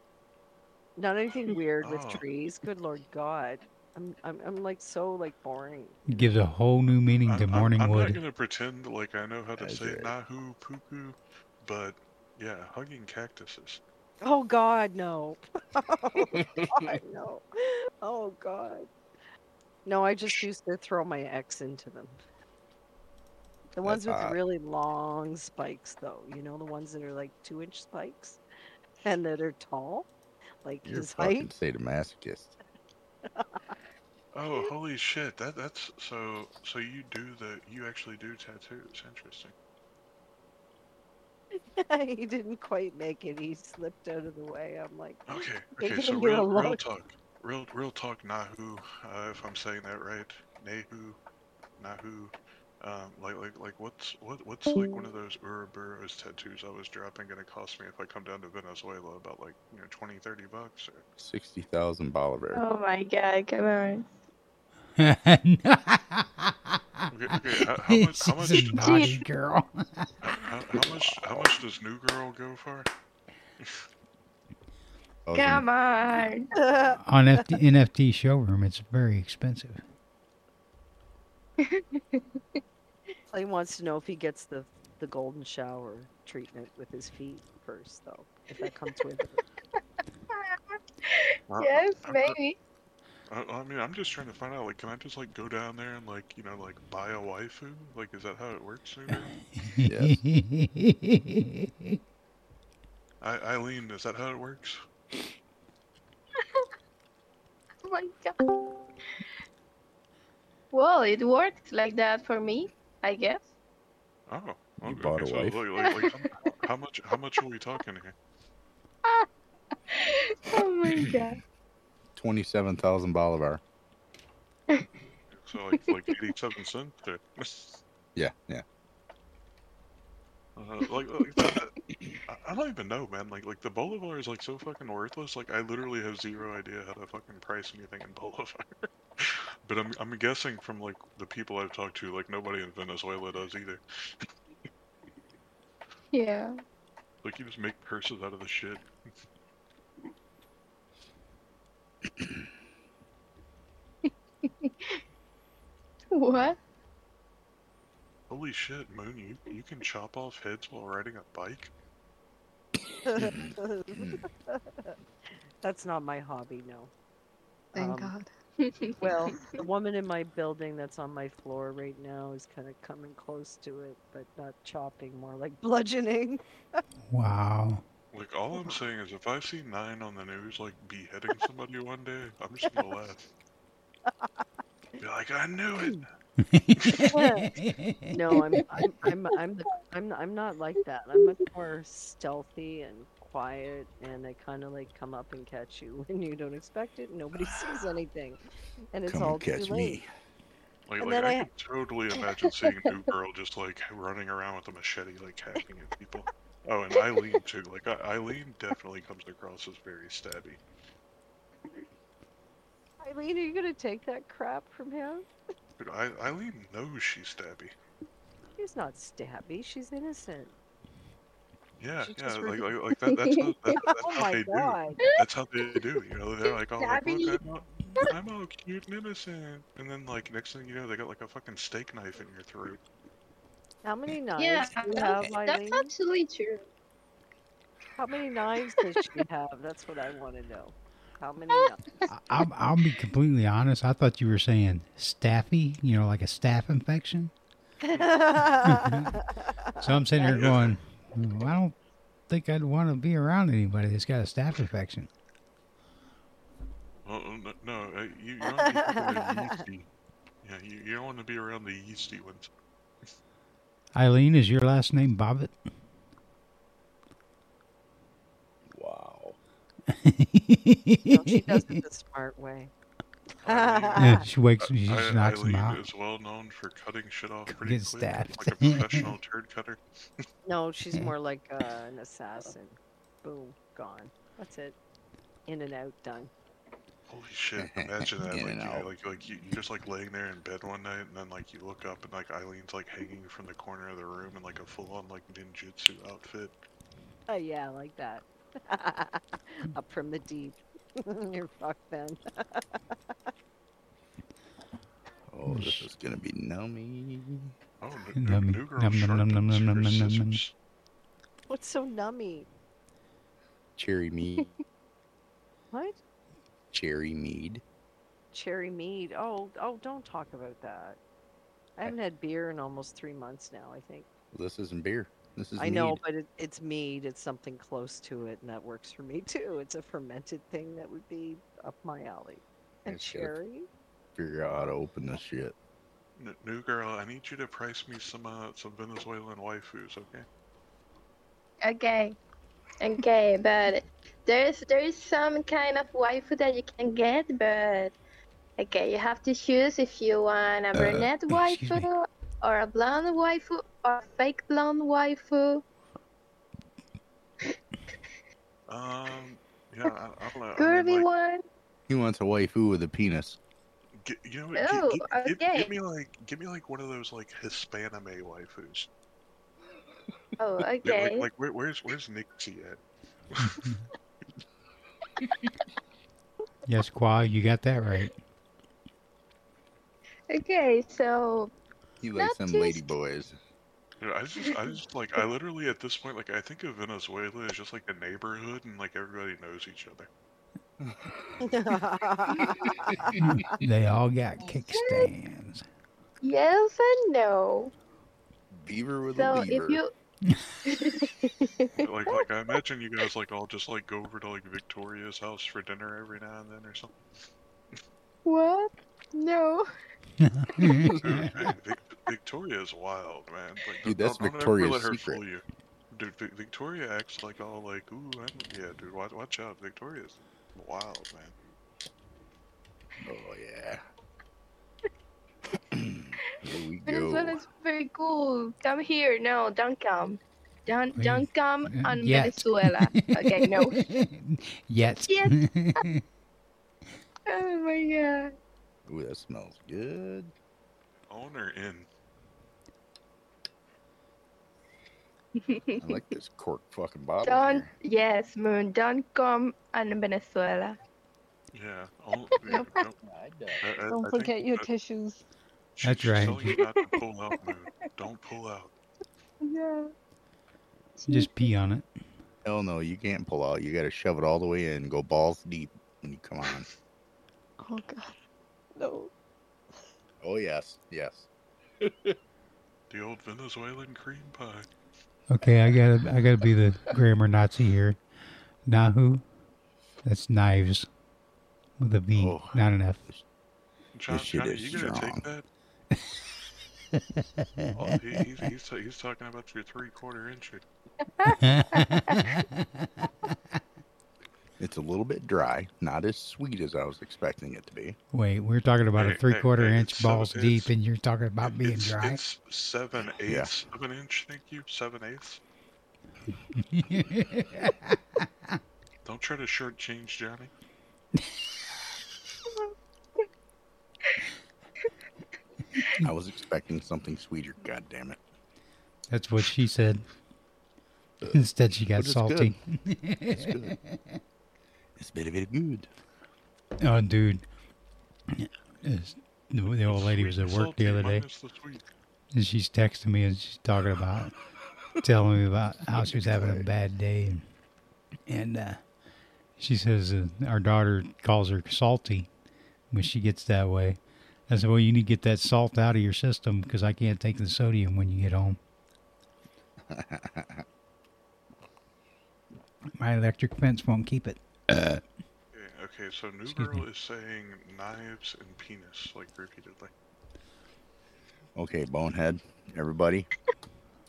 Speaker 2: Not anything weird with
Speaker 4: Oh.
Speaker 2: trees. Good lord God, I'm I'm I'm like so like boring.
Speaker 3: Gives a whole new meaning to
Speaker 4: I'm- I'm-
Speaker 3: morning
Speaker 4: I'm,
Speaker 3: wood.
Speaker 4: not gonna pretend like I know how to
Speaker 1: That's
Speaker 4: say
Speaker 1: right.
Speaker 4: nahu puku, but yeah, hugging cactuses.
Speaker 2: Oh God, no. [laughs] oh
Speaker 1: [laughs]
Speaker 2: God, no. Oh God. No, I just used to throw my ex into them. The ones with the
Speaker 1: hot.
Speaker 2: really long spikes, though. You know, the ones that are like two inch spikes and that are tall, like
Speaker 1: You're a
Speaker 2: his
Speaker 1: fucking
Speaker 2: [laughs] height.
Speaker 1: sadomasochist.
Speaker 4: Oh, holy shit! That that's so. So you do the. You actually do tattoos. Interesting.
Speaker 2: he didn't quite make it. He slipped out of the way. I'm like,
Speaker 4: Okay.
Speaker 2: They
Speaker 4: Okay. So
Speaker 2: didn't do a
Speaker 4: real, real
Speaker 2: lot.
Speaker 4: talk. Real real talk. Nahu, uh, if I'm saying that right. Nahu, Nahu. Um, like like like what's what what's like one of those Uruburos tattoos I was dropping gonna cost me if I come down to Venezuela about like you know 20, 30 bucks or
Speaker 1: 60,000 Bolivar.
Speaker 5: Oh my god, come on.
Speaker 4: Okay, okay, [laughs] how-
Speaker 3: [laughs]
Speaker 4: how much- how much-
Speaker 3: She's a naughty girl.
Speaker 4: How, how much? How much does New Girl go for? Oh,
Speaker 1: Thousand-
Speaker 5: Come on.
Speaker 3: On [laughs] FT, NFT showroom, it's very expensive.
Speaker 2: he wants to know if he gets the, the golden shower treatment with his feet first, though. If that comes with it.
Speaker 4: Well,
Speaker 5: yes,
Speaker 4: I'm gr-
Speaker 5: maybe.
Speaker 4: I, I mean, I'm just trying to find out. Like, can I just like go down there and like you know like buy a waifu? Like, is that how it works? New Girl? I, Eileen, is that how it works?
Speaker 5: Oh my god. Well, it worked like that for me, I guess.
Speaker 4: Oh, okay,
Speaker 1: bought a
Speaker 4: so,
Speaker 1: wife?
Speaker 4: Like, like, like, how, how much? How much are we talking here?
Speaker 5: Oh my god.
Speaker 1: 27,000 Bolivar.
Speaker 4: So like like eighty-seven cents. Or,
Speaker 1: Yeah, yeah.
Speaker 4: [laughs] uh, like, like that, I, I don't even know, man. Like like the Bolivar is like so fucking worthless. Like I literally have zero idea how to fucking price anything in Bolivar. [laughs] but I'm I'm guessing from like the people I've talked to, like nobody in Venezuela does either.
Speaker 5: Yeah.
Speaker 4: Like you just make purses out of the shit.
Speaker 5: What?
Speaker 4: Holy shit, Moon! You you can chop off heads while riding a bike.
Speaker 1: Mm.
Speaker 2: [laughs] That's not my hobby, no.
Speaker 9: Thank
Speaker 2: Um,
Speaker 9: God.
Speaker 2: [laughs] Well, the woman in my building that's on my floor right now is kind of coming close to it, but not chopping, more like [laughs] bludgeoning.
Speaker 3: [laughs] wow.
Speaker 4: Like all I'm saying is, if I see nine on the news like beheading somebody one day, I'm
Speaker 2: [laughs]
Speaker 4: just gonna laugh. Be like, I knew it.
Speaker 3: [laughs]
Speaker 2: No, I'm, I'm, I'm, I'm, the, I'm, I'm not like that. I'm much more stealthy and quiet, and I kind of like come up and catch you [laughs] when you don't expect it. and Nobody sees anything, and it's
Speaker 1: Come
Speaker 2: all
Speaker 1: and catch
Speaker 2: too late.
Speaker 1: me.
Speaker 4: Like,
Speaker 2: And
Speaker 4: like
Speaker 2: then I-
Speaker 4: I, could totally imagine seeing
Speaker 2: [laughs]
Speaker 4: New Girl just like running around with a machete, like hacking at people. Oh, and Eileen too. Like I- Eileen definitely comes across as very stabby.
Speaker 2: Eileen, are you gonna take that crap from him?
Speaker 4: Dude, I, Eileen knows she's stabby.
Speaker 2: She's not stabby. She's innocent.
Speaker 4: Yeah,
Speaker 2: She's
Speaker 4: yeah.
Speaker 2: just
Speaker 4: Like,
Speaker 2: really-
Speaker 4: like, like that, that's
Speaker 2: [laughs]
Speaker 4: how, that, that's
Speaker 2: Oh
Speaker 4: how
Speaker 2: my
Speaker 4: they do.
Speaker 2: god.
Speaker 4: That's how they do. You know, they're like, all like,
Speaker 5: Stabby.
Speaker 4: look, I'm all, I'm all cute and innocent, and then like next thing you know, they got like a fucking steak knife in your throat.
Speaker 2: How many knives
Speaker 5: Yeah,
Speaker 2: do you
Speaker 5: that's,
Speaker 2: have, Eileen?
Speaker 5: that's actually true.
Speaker 2: How many knives does
Speaker 5: [laughs]
Speaker 2: she have? That's what I want to know. How many
Speaker 5: Uh,
Speaker 2: knives?
Speaker 3: I'll, I'll be completely honest. I thought you were saying staffy, you know, like a staph infection.
Speaker 5: [laughs]
Speaker 3: So I'm sitting here
Speaker 4: Yeah.
Speaker 3: going, "Well, I don't think I'd want to be around anybody that's got a staph infection.
Speaker 4: Well, n- no, uh, you, you want to be fucking yeasty. Yeah, you, you don't want to be around the yeasty ones.
Speaker 3: Eileen, is your last name Bobbitt?
Speaker 1: Wow.
Speaker 2: no, she does it the smart way.
Speaker 3: [laughs] Yeah, she wakes.
Speaker 4: I-
Speaker 3: She just
Speaker 4: I-
Speaker 3: knocks him
Speaker 4: Eileen
Speaker 3: out.
Speaker 4: is well known for cutting shit off pretty
Speaker 3: Get
Speaker 4: quick,
Speaker 3: stabbed.
Speaker 4: like a professional turd cutter.
Speaker 2: No, she's more like uh, an assassin. Boom, gone. That's it. In and out, done.
Speaker 4: Holy shit! Imagine that,
Speaker 1: In
Speaker 4: like,
Speaker 1: and
Speaker 4: you
Speaker 1: out.
Speaker 4: like, like you you're just like laying there in bed one night, and then like you look up and like Eileen's like hanging from the corner of the room in like a full-on like ninjutsu outfit.
Speaker 2: Oh yeah, like that. [laughs] Up from the deep. [laughs] You're fucked then.
Speaker 1: Oh, this is gonna be nummy.
Speaker 4: Oh, n-
Speaker 3: Num-
Speaker 4: n- new girl
Speaker 3: num- num- num- num-
Speaker 4: sharpens
Speaker 3: num-
Speaker 4: her
Speaker 3: num- num- num.
Speaker 4: scissors.
Speaker 2: What's so nummy?
Speaker 1: Cherry
Speaker 2: [laughs]
Speaker 1: mead.
Speaker 2: What?
Speaker 1: Cherry mead.
Speaker 2: Cherry mead. Oh, oh, don't talk about that. I haven't had beer in almost three months now. I think.
Speaker 1: This isn't beer. This is
Speaker 2: I know,
Speaker 1: mead.
Speaker 2: but it, it's mead. It's something close to it, and that works for me [laughs] too. It's a fermented thing that would be up my alley.
Speaker 1: It's-
Speaker 2: And
Speaker 1: it's-
Speaker 2: cherry. [laughs]
Speaker 1: Figure out how to open this shit.
Speaker 4: N- new girl, I need you to price me some uh, some Venezuelan waifus, okay?
Speaker 5: Okay. Okay, but there's there is some kind of waifu that you can get, but okay, you have to choose if you want
Speaker 4: Uh,
Speaker 5: a
Speaker 4: [laughs]
Speaker 5: brunette
Speaker 3: excuse me.
Speaker 5: waifu or a blonde waifu or a fake blonde waifu.
Speaker 4: Um, yeah, I, I don't know. [laughs] I
Speaker 5: Curvy
Speaker 4: mean, like,
Speaker 5: one.
Speaker 1: He wants a waifu with a penis.
Speaker 4: g- you know, what, gi-
Speaker 5: Oh,
Speaker 4: gi- gi- give,
Speaker 5: okay.
Speaker 4: me like, give me like one of those like Hispanime waifus.
Speaker 5: Oh,
Speaker 4: Like, like-
Speaker 5: okay.
Speaker 4: like, where, where's where's Nixie at?
Speaker 3: Yes, Qua, you got that right.
Speaker 5: Okay, so
Speaker 1: He likes
Speaker 5: Not
Speaker 1: them
Speaker 5: too
Speaker 1: lady
Speaker 5: st-
Speaker 1: boys.
Speaker 4: Dude, I just, I just like, I literally at this point, like, I think of Venezuela as just like a neighborhood, and like everybody knows each other.
Speaker 3: They all got kickstands.
Speaker 5: yes and no.
Speaker 1: Beaver with a
Speaker 5: So
Speaker 1: beaver.
Speaker 5: if you
Speaker 4: Like, like I imagine you guys like all just like go over to like Victoria's house for dinner every now and then or something.
Speaker 5: what? No.
Speaker 4: Dude, Vic- Vic- Victoria's wild, man. Like,
Speaker 1: Dude,
Speaker 4: don't-
Speaker 1: that's
Speaker 4: don't ever
Speaker 1: Victoria's
Speaker 4: let her
Speaker 1: Secret.
Speaker 4: fool you. Dude, Vic- Victoria acts like all like, ooh, I'm, yeah, dude, watch, watch out, Victoria's wild, man.
Speaker 1: Oh
Speaker 5: [laughs]
Speaker 1: yeah. Here we go.
Speaker 5: Venezuela's very cool. Come here. No, don't come. Don't
Speaker 3: Wait,
Speaker 5: don't come
Speaker 3: uh,
Speaker 5: on
Speaker 3: yet. [laughs]
Speaker 5: Venezuela. Okay, no.
Speaker 3: Yet.
Speaker 5: Yes. Oh my god.
Speaker 1: Ooh, that smells good.
Speaker 4: Own her in.
Speaker 1: I
Speaker 5: [laughs]
Speaker 1: like this cork fucking bottle.
Speaker 5: Don't
Speaker 1: here.
Speaker 5: yes, Moon, don't come on Venezuela.
Speaker 4: Yeah. own- yeah, don't I- I-
Speaker 9: Don't
Speaker 4: I think
Speaker 9: forget your
Speaker 4: that
Speaker 9: tissues.
Speaker 4: she-
Speaker 3: That's
Speaker 4: she's
Speaker 3: right.
Speaker 4: telling you not to pull out, Moon. Don't pull out.
Speaker 5: No.
Speaker 3: [laughs] Just pee on it.
Speaker 1: Hell no, you can't pull out. You got to shove it all the way in. Go balls deep when you come
Speaker 5: [laughs]
Speaker 1: on.
Speaker 9: Oh god. No.
Speaker 1: Oh yes, yes.
Speaker 4: The old Venezuelan cream pie.
Speaker 3: Okay, I gotta I gotta be the grammar Nazi here. Nahu, that's knives with a V,
Speaker 1: Oh.
Speaker 3: not an F.
Speaker 4: John,
Speaker 1: shit
Speaker 4: Johnny,
Speaker 1: is
Speaker 4: you gotta
Speaker 1: strong.
Speaker 4: take that. Oh, he, he's, he's, he's talking about your three-quarter incher. [laughs]
Speaker 1: It's a little bit dry, not as sweet as I was expecting it to be.
Speaker 3: Wait, we're talking about
Speaker 4: Hey,
Speaker 3: a
Speaker 4: hey,
Speaker 3: three quarter
Speaker 4: hey,
Speaker 3: inch
Speaker 4: it's so-
Speaker 3: balls deep,
Speaker 4: it's-
Speaker 3: and you're talking about being
Speaker 4: it's,
Speaker 3: dry.
Speaker 4: It's seven eighths of an inch. Thank you. Seven eighths. Don't try to shortchange Johnny.
Speaker 1: I was expecting something sweeter. God damn it!
Speaker 3: that's what she said. Instead, she got
Speaker 1: But it's
Speaker 3: salty.
Speaker 1: It's good. it's very very good.
Speaker 3: Oh, dude. It's- The the old lady was at work the other day. And she's texting me and she's talking about telling me about how she was having a bad day and, and uh, she says uh, our daughter calls her salty when she gets that way. I said, "Well, you need to get that salt out of your system because I can't take the sodium when you get home." [laughs] My electric fence won't keep it.
Speaker 1: Uh,
Speaker 4: Okay, okay, so New
Speaker 3: Excuse
Speaker 4: Girl
Speaker 3: me.
Speaker 4: is saying knives and penis, like, repeatedly.
Speaker 1: Okay, Bonehead, everybody,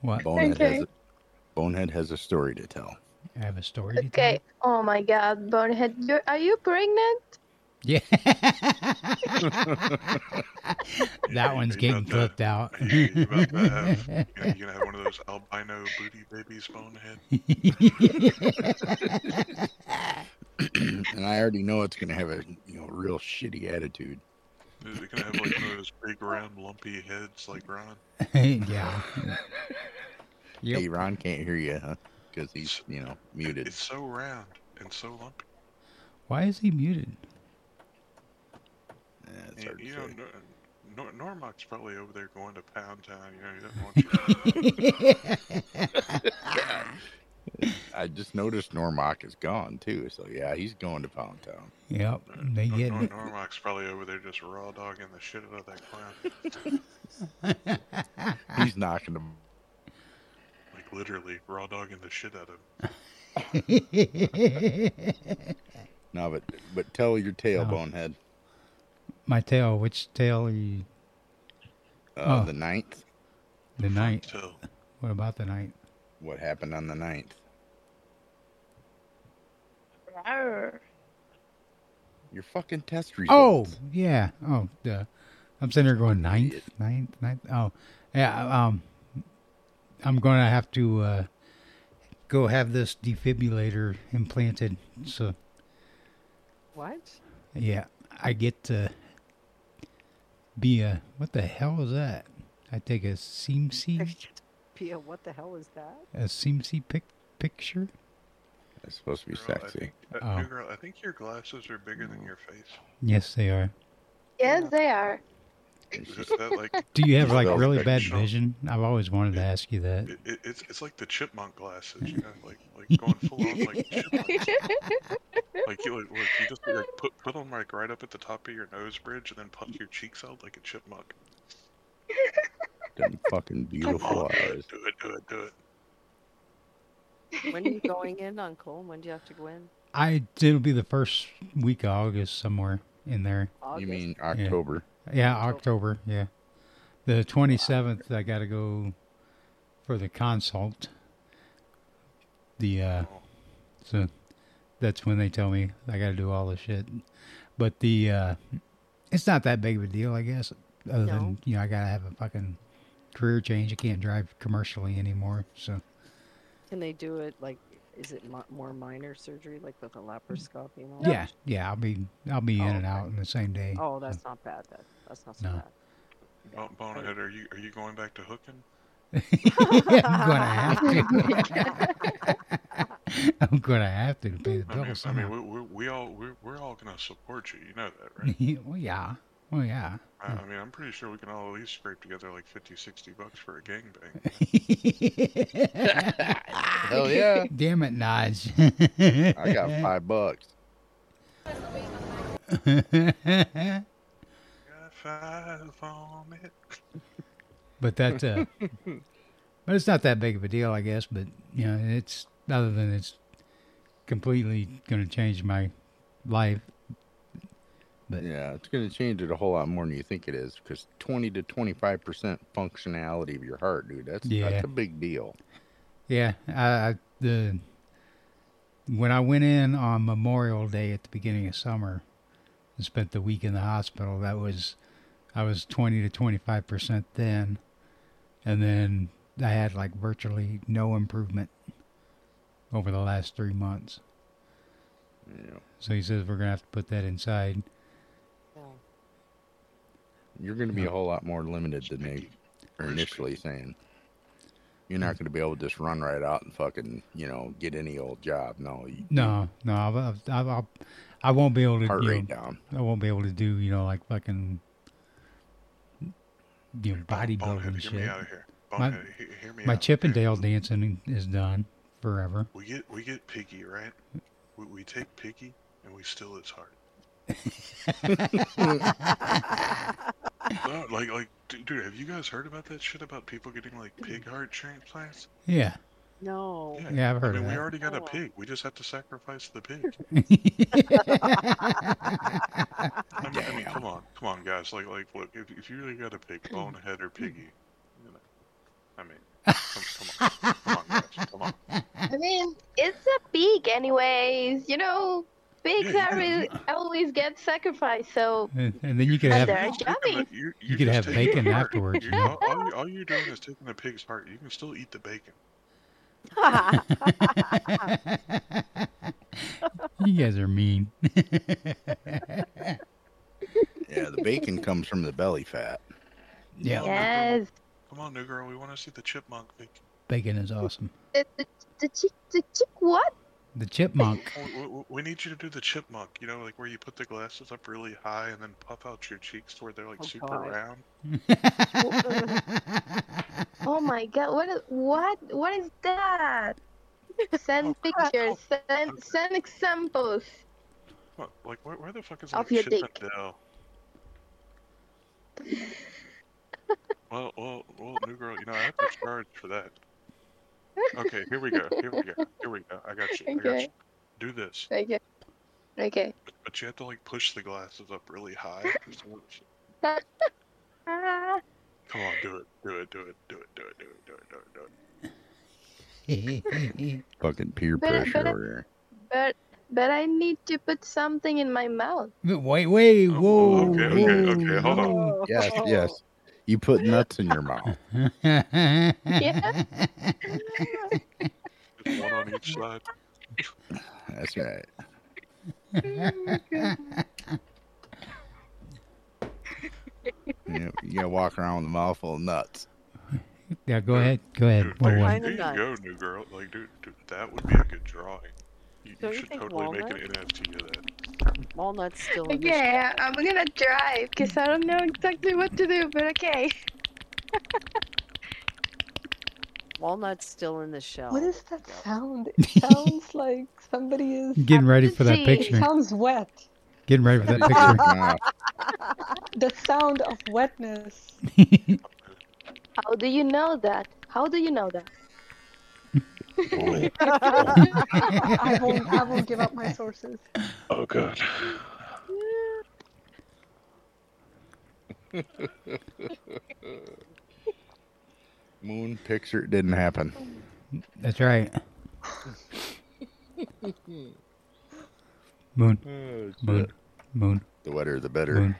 Speaker 3: What?
Speaker 1: Bonehead has
Speaker 5: Okay.
Speaker 1: a, Bonehead has a story to tell. [clears throat]
Speaker 3: I have a story. to tell.
Speaker 5: Okay. Oh my god, Bonehead, you're, are you pregnant?
Speaker 3: Yeah. that one's
Speaker 4: You're
Speaker 3: getting
Speaker 4: about to-
Speaker 3: clipped out.
Speaker 4: You're about to have, you know, you're gonna have one of those albino booty babies bonehead.
Speaker 1: and I already know it's gonna have a you know real shitty attitude.
Speaker 4: You're gonna have like one of those big round lumpy heads like Ron.
Speaker 3: [laughs] yeah. Yep.
Speaker 1: Hey, Ron can't hear you, huh? Because he's you know muted.
Speaker 4: It's so round and so lumpy.
Speaker 3: Why is he muted? [laughs]
Speaker 1: Eh, it's
Speaker 4: And,
Speaker 1: hard to
Speaker 4: you
Speaker 1: say.
Speaker 4: know, Nor- Nor- Normac's probably over there going to Pound Town. You know, he doesn't want you.
Speaker 1: I just noticed Normock is gone too. So yeah, he's going to Pound Town.
Speaker 3: Yep. They
Speaker 4: Nor-
Speaker 3: get
Speaker 4: Nor-
Speaker 3: it.
Speaker 4: Normac's probably over there just raw dogging the shit out of that clown.
Speaker 1: He's knocking him.
Speaker 4: Like literally raw dogging the shit out of him.
Speaker 1: No, but but tell your tale,
Speaker 3: No.
Speaker 1: Bonehead.
Speaker 3: [laughs] My tail. Which tail are you?
Speaker 1: Uh,
Speaker 3: Oh.
Speaker 1: The ninth.
Speaker 3: The night.
Speaker 4: So
Speaker 3: What about the night?
Speaker 1: What happened on the ninth?
Speaker 5: Rawr.
Speaker 1: Your fucking test
Speaker 3: Oh,
Speaker 1: results.
Speaker 3: yeah. Oh, duh. I'm sitting there going ninth,
Speaker 1: Idiot.
Speaker 3: ninth, ninth. Oh, yeah. Um, I'm going to have to uh, go have this defibrillator implanted. So,
Speaker 2: What?
Speaker 3: yeah, I get to be a. What the hell is that? I take a CMC,
Speaker 2: Pia, what the hell is that?
Speaker 3: a CMC pic, picture.
Speaker 1: It's supposed to be
Speaker 4: Girl, I
Speaker 1: sexy.
Speaker 4: Uh,
Speaker 3: Oh.
Speaker 4: new girl, I think your glasses are bigger than your face.
Speaker 3: Yes, they are.
Speaker 5: Yes, they are.
Speaker 4: Is it that like it,
Speaker 3: Do you have like
Speaker 1: Well,
Speaker 3: really bad
Speaker 4: picture.
Speaker 3: vision? I've always wanted to ask you that.
Speaker 4: it, it's it's like the chipmunk glasses, you know, like
Speaker 3: [laughs]
Speaker 4: like going full on like chipmunk. Like you like, look, you just like put put them like right up at the top of your nose bridge, and then puff your cheeks out like a chipmunk.
Speaker 1: [laughs] Them fucking
Speaker 4: Oh,
Speaker 1: beautiful
Speaker 4: do
Speaker 1: eyes.
Speaker 4: it, do it, do it, do it.
Speaker 2: When are you going in, Uncle? When do you have to go in?
Speaker 3: I it'll be the first week of August somewhere in there.
Speaker 1: You
Speaker 2: August.
Speaker 1: mean October?
Speaker 3: Yeah, October. Yeah, the twenty seventh. I got to go for the consult. The uh,
Speaker 4: Oh.
Speaker 3: so that's when they tell me I got to do all the shit. But the uh, it's not that big of a deal, I guess. Other
Speaker 2: No.
Speaker 3: than you know, I got to have a fucking career change. I can't drive commercially anymore. So
Speaker 2: Can they do it like? Is it mo- more minor surgery, like with a laparoscopy? And all
Speaker 3: yeah, yeah, I'll be I'll be
Speaker 2: Oh,
Speaker 3: in and
Speaker 2: okay.
Speaker 3: out in the same day. [laughs]
Speaker 2: That? Oh, that's not bad. That that's not so
Speaker 3: No.
Speaker 2: bad.
Speaker 4: Bon- Bonehead, are you are you going back to hooking?
Speaker 3: I'm gonna
Speaker 2: [laughs]
Speaker 3: have to. [laughs] I'm gonna have to to pay the
Speaker 4: I mean,
Speaker 3: bills.
Speaker 4: I
Speaker 3: somehow.
Speaker 4: mean, we, we, we all we're, we're all gonna support you. You know that, right?
Speaker 3: [laughs] well, yeah.
Speaker 1: [laughs]
Speaker 3: Well, yeah.
Speaker 4: I, I mean, I'm pretty sure we can all at least scrape together like 50, 60 bucks for a
Speaker 3: [laughs]
Speaker 4: gangbang.
Speaker 1: Hell yeah!
Speaker 3: Damn it, Nodge.
Speaker 1: I got five bucks.
Speaker 4: Got five on it.
Speaker 3: [laughs] but that, uh, but it's not that big of a deal, I guess. But you know, it's other than it's completely going to change my life.
Speaker 1: Yeah, it's going to change it a whole lot more than you think it is because 20 to 25% functionality of your heart, dude. That's
Speaker 3: Yeah.
Speaker 1: that's a big deal.
Speaker 3: Yeah, I, I the when I went in on Memorial Day at the beginning of summer and spent the week in the hospital, that was I was twenty to twenty five percent then, and then I had like virtually no improvement over the last three months.
Speaker 1: You know,
Speaker 3: So he says we're gonna have to put that inside.
Speaker 2: Yeah.
Speaker 1: you're going to be a whole lot more limited than they are initially saying. You're not going to be able to just run right out and fucking, you know, get any old job. No, you,
Speaker 3: No, no, I, I, I, I won't be able to.
Speaker 1: heart
Speaker 3: you know,
Speaker 1: rate down.
Speaker 3: I won't be able to do you know like fucking you know
Speaker 4: Bonehead,
Speaker 3: bodybuilding
Speaker 4: hear me
Speaker 3: shit.
Speaker 4: out here. Bonehead, he- hear me
Speaker 3: My
Speaker 4: out.
Speaker 3: Chippendale dancing is done forever.
Speaker 4: We get we get Piggy, right? We, we take Piggy and we steal its heart.
Speaker 2: [laughs]
Speaker 4: No, like like d- dude, have you guys heard about that shit about people getting like pig heart transplants?
Speaker 3: Yeah,
Speaker 2: No.
Speaker 3: yeah, I've
Speaker 4: I
Speaker 3: heard
Speaker 4: mean,
Speaker 3: of
Speaker 4: we
Speaker 3: that.
Speaker 4: already got a
Speaker 2: Oh.
Speaker 4: pig. We just have to sacrifice the pig. I mean, I mean, come on, come on, guys. Like, like, look, if, if you really got to pick bonehead or piggy, you know, I mean, come, come on, come on, guys, come on.
Speaker 5: I mean, it's a pig, anyways. You know, Pigs are really- always get sacrificed, so
Speaker 3: [laughs] and, and then you could
Speaker 5: And
Speaker 3: have
Speaker 5: there are
Speaker 4: Just taking
Speaker 5: guppies.
Speaker 4: the- you're-
Speaker 3: you
Speaker 4: you're
Speaker 3: could
Speaker 4: just
Speaker 3: have
Speaker 4: taking the
Speaker 3: bacon
Speaker 4: heart.
Speaker 3: afterwards. you
Speaker 4: You
Speaker 3: know?
Speaker 4: know, all, you, all you're doing is taking the pig's heart. You can still eat the bacon.
Speaker 3: [laughs] you guys are mean. [laughs]
Speaker 1: Yeah, the bacon comes from the belly fat.
Speaker 3: yeah,
Speaker 5: yes.
Speaker 4: Come on, new girl. We want to see the chipmunk bacon.
Speaker 3: bacon is awesome.
Speaker 5: The, the, the chick, the chick, what?
Speaker 3: The chipmunk. [laughs]
Speaker 4: We, we, we need you to do the chipmunk. You know, like where you put the glasses up really high and then puff out your cheeks to where they're like
Speaker 2: Oh,
Speaker 4: super
Speaker 2: God.
Speaker 4: round.
Speaker 5: Oh my god! What? is- What? What is that? Send
Speaker 4: Oh, crap.
Speaker 5: pictures. Send
Speaker 4: Okay.
Speaker 5: send examples.
Speaker 4: What, like where, where the fuck is like
Speaker 5: Off your
Speaker 4: Chip and
Speaker 5: dick. [laughs]
Speaker 4: Dale? well, well, well, new girl. You know I have to charge for that. Okay, here we go. Here we go. Here we go. I got you. I got
Speaker 5: Okay.
Speaker 4: you. Do this.
Speaker 5: Okay. Okay. [laughs]
Speaker 4: But you have to like push the glasses up really high. So it's-
Speaker 5: Ah,
Speaker 4: Come on, do it, do it, do it, do it, do it, do it, do it, do it, do it.
Speaker 1: Fucking peer
Speaker 5: But-
Speaker 1: pressure
Speaker 5: but-
Speaker 1: over here.
Speaker 5: but but I need to put something in my mouth.
Speaker 3: wait, wait,
Speaker 4: Oh,
Speaker 3: whoa.
Speaker 4: okay, okay, okay, hold on.
Speaker 3: whoa.
Speaker 5: [laughs]
Speaker 1: Yes, yes. You put nuts in your mouth.
Speaker 4: Just one on each side.
Speaker 1: That's right. Yep, you gotta walk around with a mouthful of nuts.
Speaker 3: [laughs] yeah, go ahead. Go ahead.
Speaker 4: Dude,
Speaker 3: Well,
Speaker 4: there,
Speaker 3: well.
Speaker 2: Find
Speaker 4: there
Speaker 2: a
Speaker 4: you
Speaker 2: nut.
Speaker 4: go, new girl. Like, dude, dude, that would be a good drawing. You,
Speaker 2: Don't
Speaker 4: you
Speaker 2: you
Speaker 4: should
Speaker 2: think
Speaker 4: totally make an
Speaker 2: walnut?
Speaker 4: NFT of
Speaker 2: [laughs]
Speaker 4: that.
Speaker 2: Walnuts still in the
Speaker 5: Okay, I- I'm gonna drive because I don't know exactly what to do. But okay.
Speaker 2: Walnuts still in the shell.
Speaker 9: What is that sound? It sounds like somebody is.
Speaker 3: Getting ready for that
Speaker 5: Oopsie.
Speaker 9: It
Speaker 3: picture.
Speaker 9: sounds wet.
Speaker 3: Getting ready for
Speaker 5: [laughs]
Speaker 3: that
Speaker 1: Nah,
Speaker 9: The sound of wetness.
Speaker 3: picture. [laughs]
Speaker 5: How do you know that? How do you know that?
Speaker 4: Oh,
Speaker 9: I won't. I won't give up my sources.
Speaker 4: oh god.
Speaker 1: Moon picture it didn't happen.
Speaker 3: That's right. [laughs] Moon, moon, moon,
Speaker 1: The wetter the better.
Speaker 3: moon,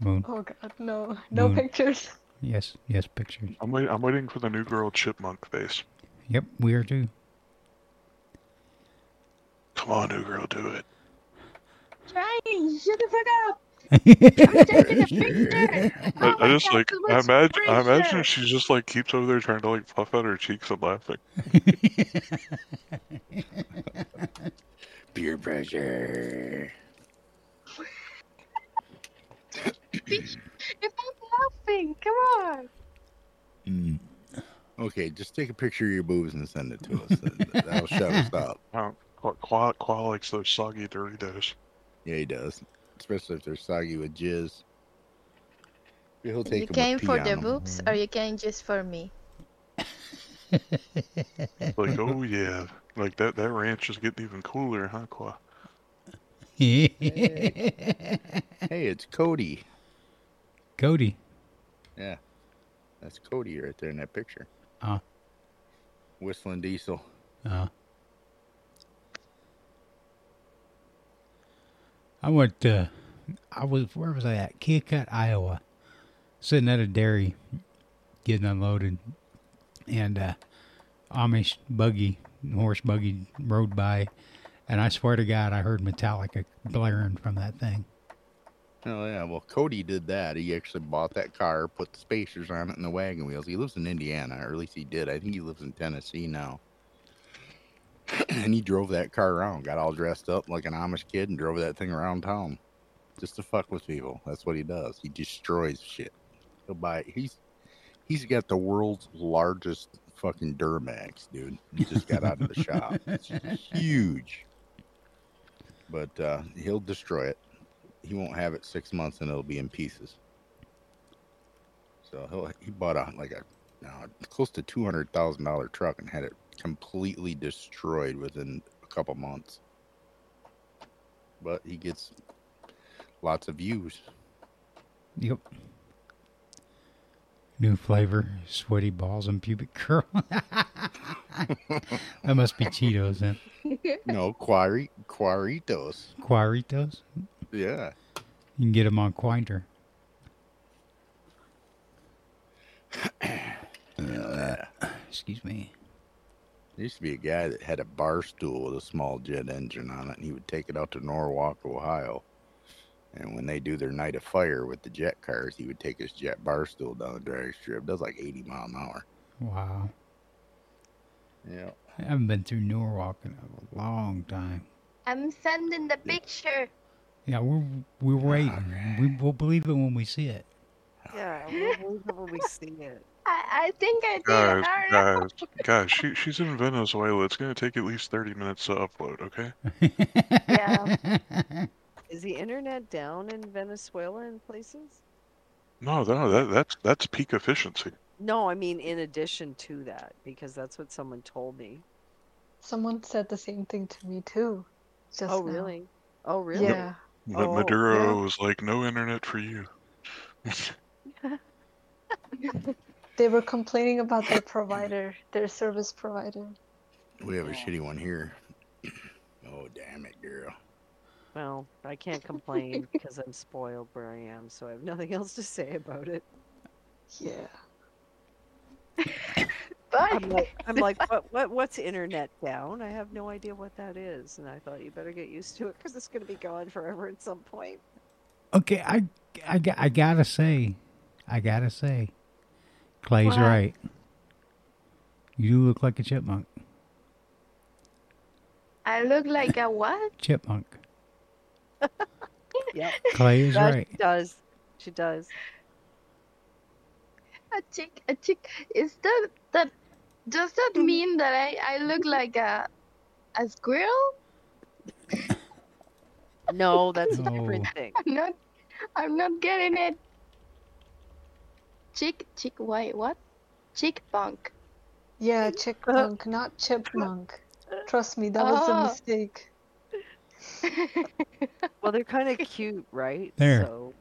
Speaker 3: moon.
Speaker 9: Oh god, no, no
Speaker 3: Moon.
Speaker 9: pictures.
Speaker 3: Yes, yes, pictures.
Speaker 4: I'm waiting. I'm waiting for the new girl chipmunk face.
Speaker 3: Yep, we are too. [laughs]
Speaker 4: Come on, new girl, do
Speaker 2: [laughs]
Speaker 4: it.
Speaker 5: [sighs] Trying. Shut the fuck up. Taking a
Speaker 3: yeah,
Speaker 5: picture.
Speaker 4: I,
Speaker 5: Oh
Speaker 4: I
Speaker 5: my
Speaker 4: just
Speaker 5: God,
Speaker 4: like
Speaker 5: too
Speaker 4: I
Speaker 5: much
Speaker 4: imagine. I imagine
Speaker 5: pressure.
Speaker 4: she just like keeps over there trying to like puff out her cheeks and laughing.
Speaker 1: Peer pressure.
Speaker 5: If I'm laughing, come on.
Speaker 1: Mm. Okay, just take a picture of your boobs and send it to us. and That'll shut
Speaker 5: [laughs]
Speaker 1: us up.
Speaker 4: Um, Qua, Qua, Qua likes those soggy Doritos.
Speaker 1: Yeah, he does. Especially if they're soggy with jizz. He'll take
Speaker 5: you
Speaker 1: 'em with
Speaker 5: came
Speaker 1: pee
Speaker 5: for
Speaker 1: on
Speaker 5: the
Speaker 1: 'em.
Speaker 5: boobs, or you came just for me.
Speaker 2: [laughs]
Speaker 4: Like, oh yeah, like that. That ranch is getting even cooler, huh, Qua?
Speaker 1: Hey, it's Cody.
Speaker 3: Cody.
Speaker 1: That's Cody right there in that picture.
Speaker 5: Uh.
Speaker 3: Ah.
Speaker 1: Whistling Diesel.
Speaker 3: Uh, I went. Uh, I was where was I at? Kidcut, Iowa. Sitting at a dairy, getting unloaded, and uh, Amish buggy, horse buggy, rode by, and I swear to God, I heard Metallica blaring from that thing.
Speaker 1: Oh yeah, well Cody did that. He actually bought that car, put the spacers on it and the wagon wheels. He lives in Indiana, or at least he did. I think he lives in Tennessee now. [clears throat] and he drove that car around, got all dressed up like an Amish kid and drove that thing around town. Just to fuck with people. That's what he does. He destroys shit. He'll buy he's he's got the world's largest fucking Duramax, dude. He just got out of the shop. It's huge. But uh he'll destroy it he won't have it six months and it'll be in pieces. So he'll, he bought a like a now close to two hundred thousand dollar truck and had it completely destroyed within a couple months. But he gets lots of views.
Speaker 3: Yep. New flavor, [laughs] sweaty balls and pubic curl. that must be Cheetos then.
Speaker 1: No, Quari Quaritos.
Speaker 3: Quaritos.
Speaker 1: Yeah.
Speaker 3: You can get them on Quinter.
Speaker 1: yeah.
Speaker 3: Excuse me.
Speaker 1: There used to be a guy that had a bar stool with a small jet engine on it, and he would take it out to Norwalk, Ohio. And when they do their night of fire with the jet cars, he would take his jet bar stool down the drag strip. That's like 80 mile an hour.
Speaker 3: Wow.
Speaker 1: Yeah.
Speaker 3: I haven't been through Norwalk in a long time.
Speaker 5: I'm sending the picture.
Speaker 3: Yeah, we're we're
Speaker 1: Ah,
Speaker 3: waiting. We, we'll believe it when we see it.
Speaker 2: [laughs] Yeah, we'll believe it when we see it.
Speaker 5: I, I think I did.
Speaker 4: Guys,
Speaker 5: alright.
Speaker 4: guys, guys, she, she's in Venezuela. It's going to take at least 30 minutes to upload, okay?
Speaker 5: Yeah.
Speaker 2: Is the internet down in Venezuela in places?
Speaker 4: No, no, that, that's that's peak efficiency.
Speaker 2: No, I mean in addition to that, because that's what someone told me.
Speaker 9: Someone said the same thing to me too. Just
Speaker 2: oh
Speaker 9: now.
Speaker 2: really? Oh really?
Speaker 9: Yeah.
Speaker 4: But
Speaker 2: Oh,
Speaker 4: Maduro was like, no internet for you.
Speaker 9: They were complaining about their provider, their service provider.
Speaker 1: We have a shitty one here. [clears throat] oh, damn it, girl.
Speaker 2: Well, I can't complain because I'm spoiled where I am, so I have nothing [laughs] else to say about it.
Speaker 9: Yeah.
Speaker 5: But
Speaker 2: I'm like, I'm [laughs] like, what, what, what's internet down? I have no idea what that is, and I thought you better get used to it because it's going to be gone forever at some point.
Speaker 3: [laughs] Okay, I, I, ga- I gotta say, I gotta say, Clay's
Speaker 5: What?
Speaker 3: right. You do look like a chipmunk.
Speaker 5: I look like a what?
Speaker 3: Chipmunk.
Speaker 2: Yep,
Speaker 3: Clay
Speaker 5: [laughs]
Speaker 3: is
Speaker 2: that
Speaker 3: right.
Speaker 2: she does. She does.
Speaker 5: A chick, a chick. Is that that? Does that mean that I I look like a a squirrel?
Speaker 2: No, that's a
Speaker 3: No.
Speaker 2: different thing.
Speaker 5: I'm not. I'm not getting it. Chick, chick. Wait, what? Chick punk. [laughs]
Speaker 9: Yeah, chipmunk, not chipmunk. Trust me, that was
Speaker 5: Oh.
Speaker 9: a mistake.
Speaker 2: Well, they're kind of cute, right?
Speaker 3: There.
Speaker 2: So,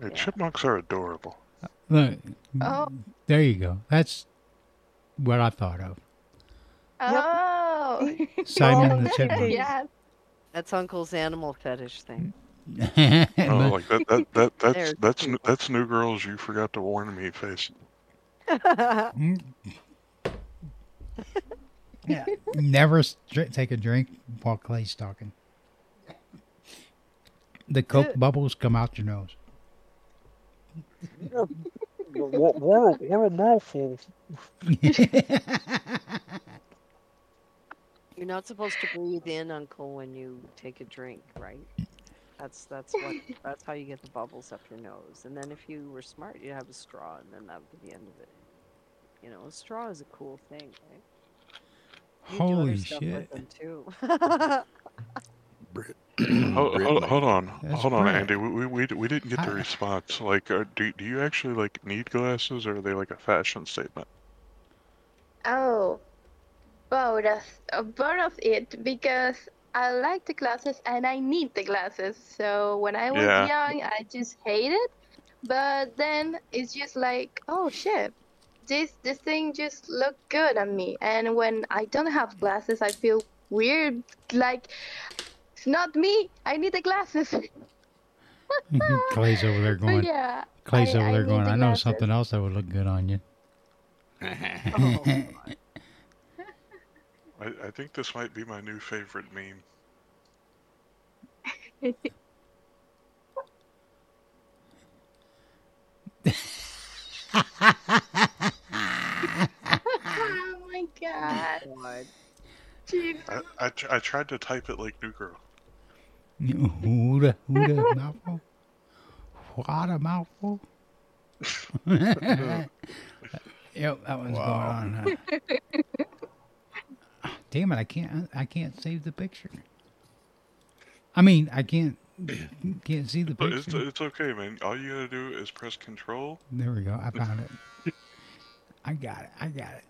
Speaker 4: Hey,
Speaker 2: Yeah.
Speaker 4: Chipmunks are adorable.
Speaker 3: Look,
Speaker 5: Oh.
Speaker 3: there you go. That's what I thought
Speaker 5: [laughs]
Speaker 3: of.
Speaker 5: Oh.
Speaker 9: [laughs]
Speaker 3: Simon the
Speaker 9: Oh,
Speaker 5: [laughs]
Speaker 3: chipmunk.
Speaker 5: yes.
Speaker 2: that's Uncle's animal fetish thing.
Speaker 3: [laughs]
Speaker 4: Oh, like that,
Speaker 2: [laughs]
Speaker 4: that, that that's
Speaker 2: They're
Speaker 4: that's
Speaker 2: cute.
Speaker 4: new, that's new girls. You forgot to warn me, face.
Speaker 3: Mm. yeah. [laughs] Never s- dr- take a drink while Clay's talking. The Coke bubbles come out your
Speaker 5: [laughs]
Speaker 3: nose.
Speaker 8: What, what, a, what a mouthful.
Speaker 2: [laughs] You're not supposed to breathe in, Uncle, when you take a drink, right? That's that's
Speaker 3: [laughs]
Speaker 2: what that's how you get the bubbles up your nose. And then if you were smart, you'd have a straw, and then that would be the end of it. You know, a straw is a cool thing, right? You do other
Speaker 3: Holy
Speaker 2: stuff
Speaker 3: shit.
Speaker 2: With them too. [laughs]
Speaker 1: Brit.
Speaker 4: [clears throat]
Speaker 1: [clears throat]
Speaker 4: Hold,
Speaker 1: Brit
Speaker 4: hold,
Speaker 1: like-
Speaker 4: hold on,
Speaker 3: That's
Speaker 4: hold on,
Speaker 3: Brett.
Speaker 4: Andy. We, we, we, d- we didn't get the
Speaker 3: I-
Speaker 4: response. Like, uh, do do you actually like need glasses, or are they like a fashion statement?
Speaker 5: Oh, both of, uh, both of it because I like the glasses and I need the glasses. So when I was
Speaker 4: Yeah.
Speaker 5: young, I just hate it. But then it's just like, oh shit, this this thing just look good on me. And when I don't have glasses, I feel weird. Like it's not me. I need the glasses. [laughs]
Speaker 3: [laughs] Clay's over there
Speaker 5: But
Speaker 3: going.
Speaker 5: Oh, yeah,
Speaker 3: Clay's
Speaker 5: I-
Speaker 3: over
Speaker 5: I
Speaker 3: there
Speaker 5: need
Speaker 3: going.
Speaker 5: the
Speaker 3: I know
Speaker 5: glasses."
Speaker 3: something else that would look good on you.
Speaker 2: Oh, God.
Speaker 4: I, I think this might be my new favorite meme.
Speaker 3: [laughs]
Speaker 5: oh my god,
Speaker 2: God.
Speaker 5: Jesus.
Speaker 4: I, I, tr- I tried to type it like new girl.
Speaker 3: Who the who the mouthful? What a [laughs] mouthful! yep, that one's
Speaker 1: Wow.
Speaker 3: going on. huh? Damn it! I can't. I can't save the picture. I mean, I can't. Can't see the
Speaker 4: But it's,
Speaker 3: picture.
Speaker 4: it's okay, man. All you gotta do is press control.
Speaker 3: There we go. I found it. I got it. I got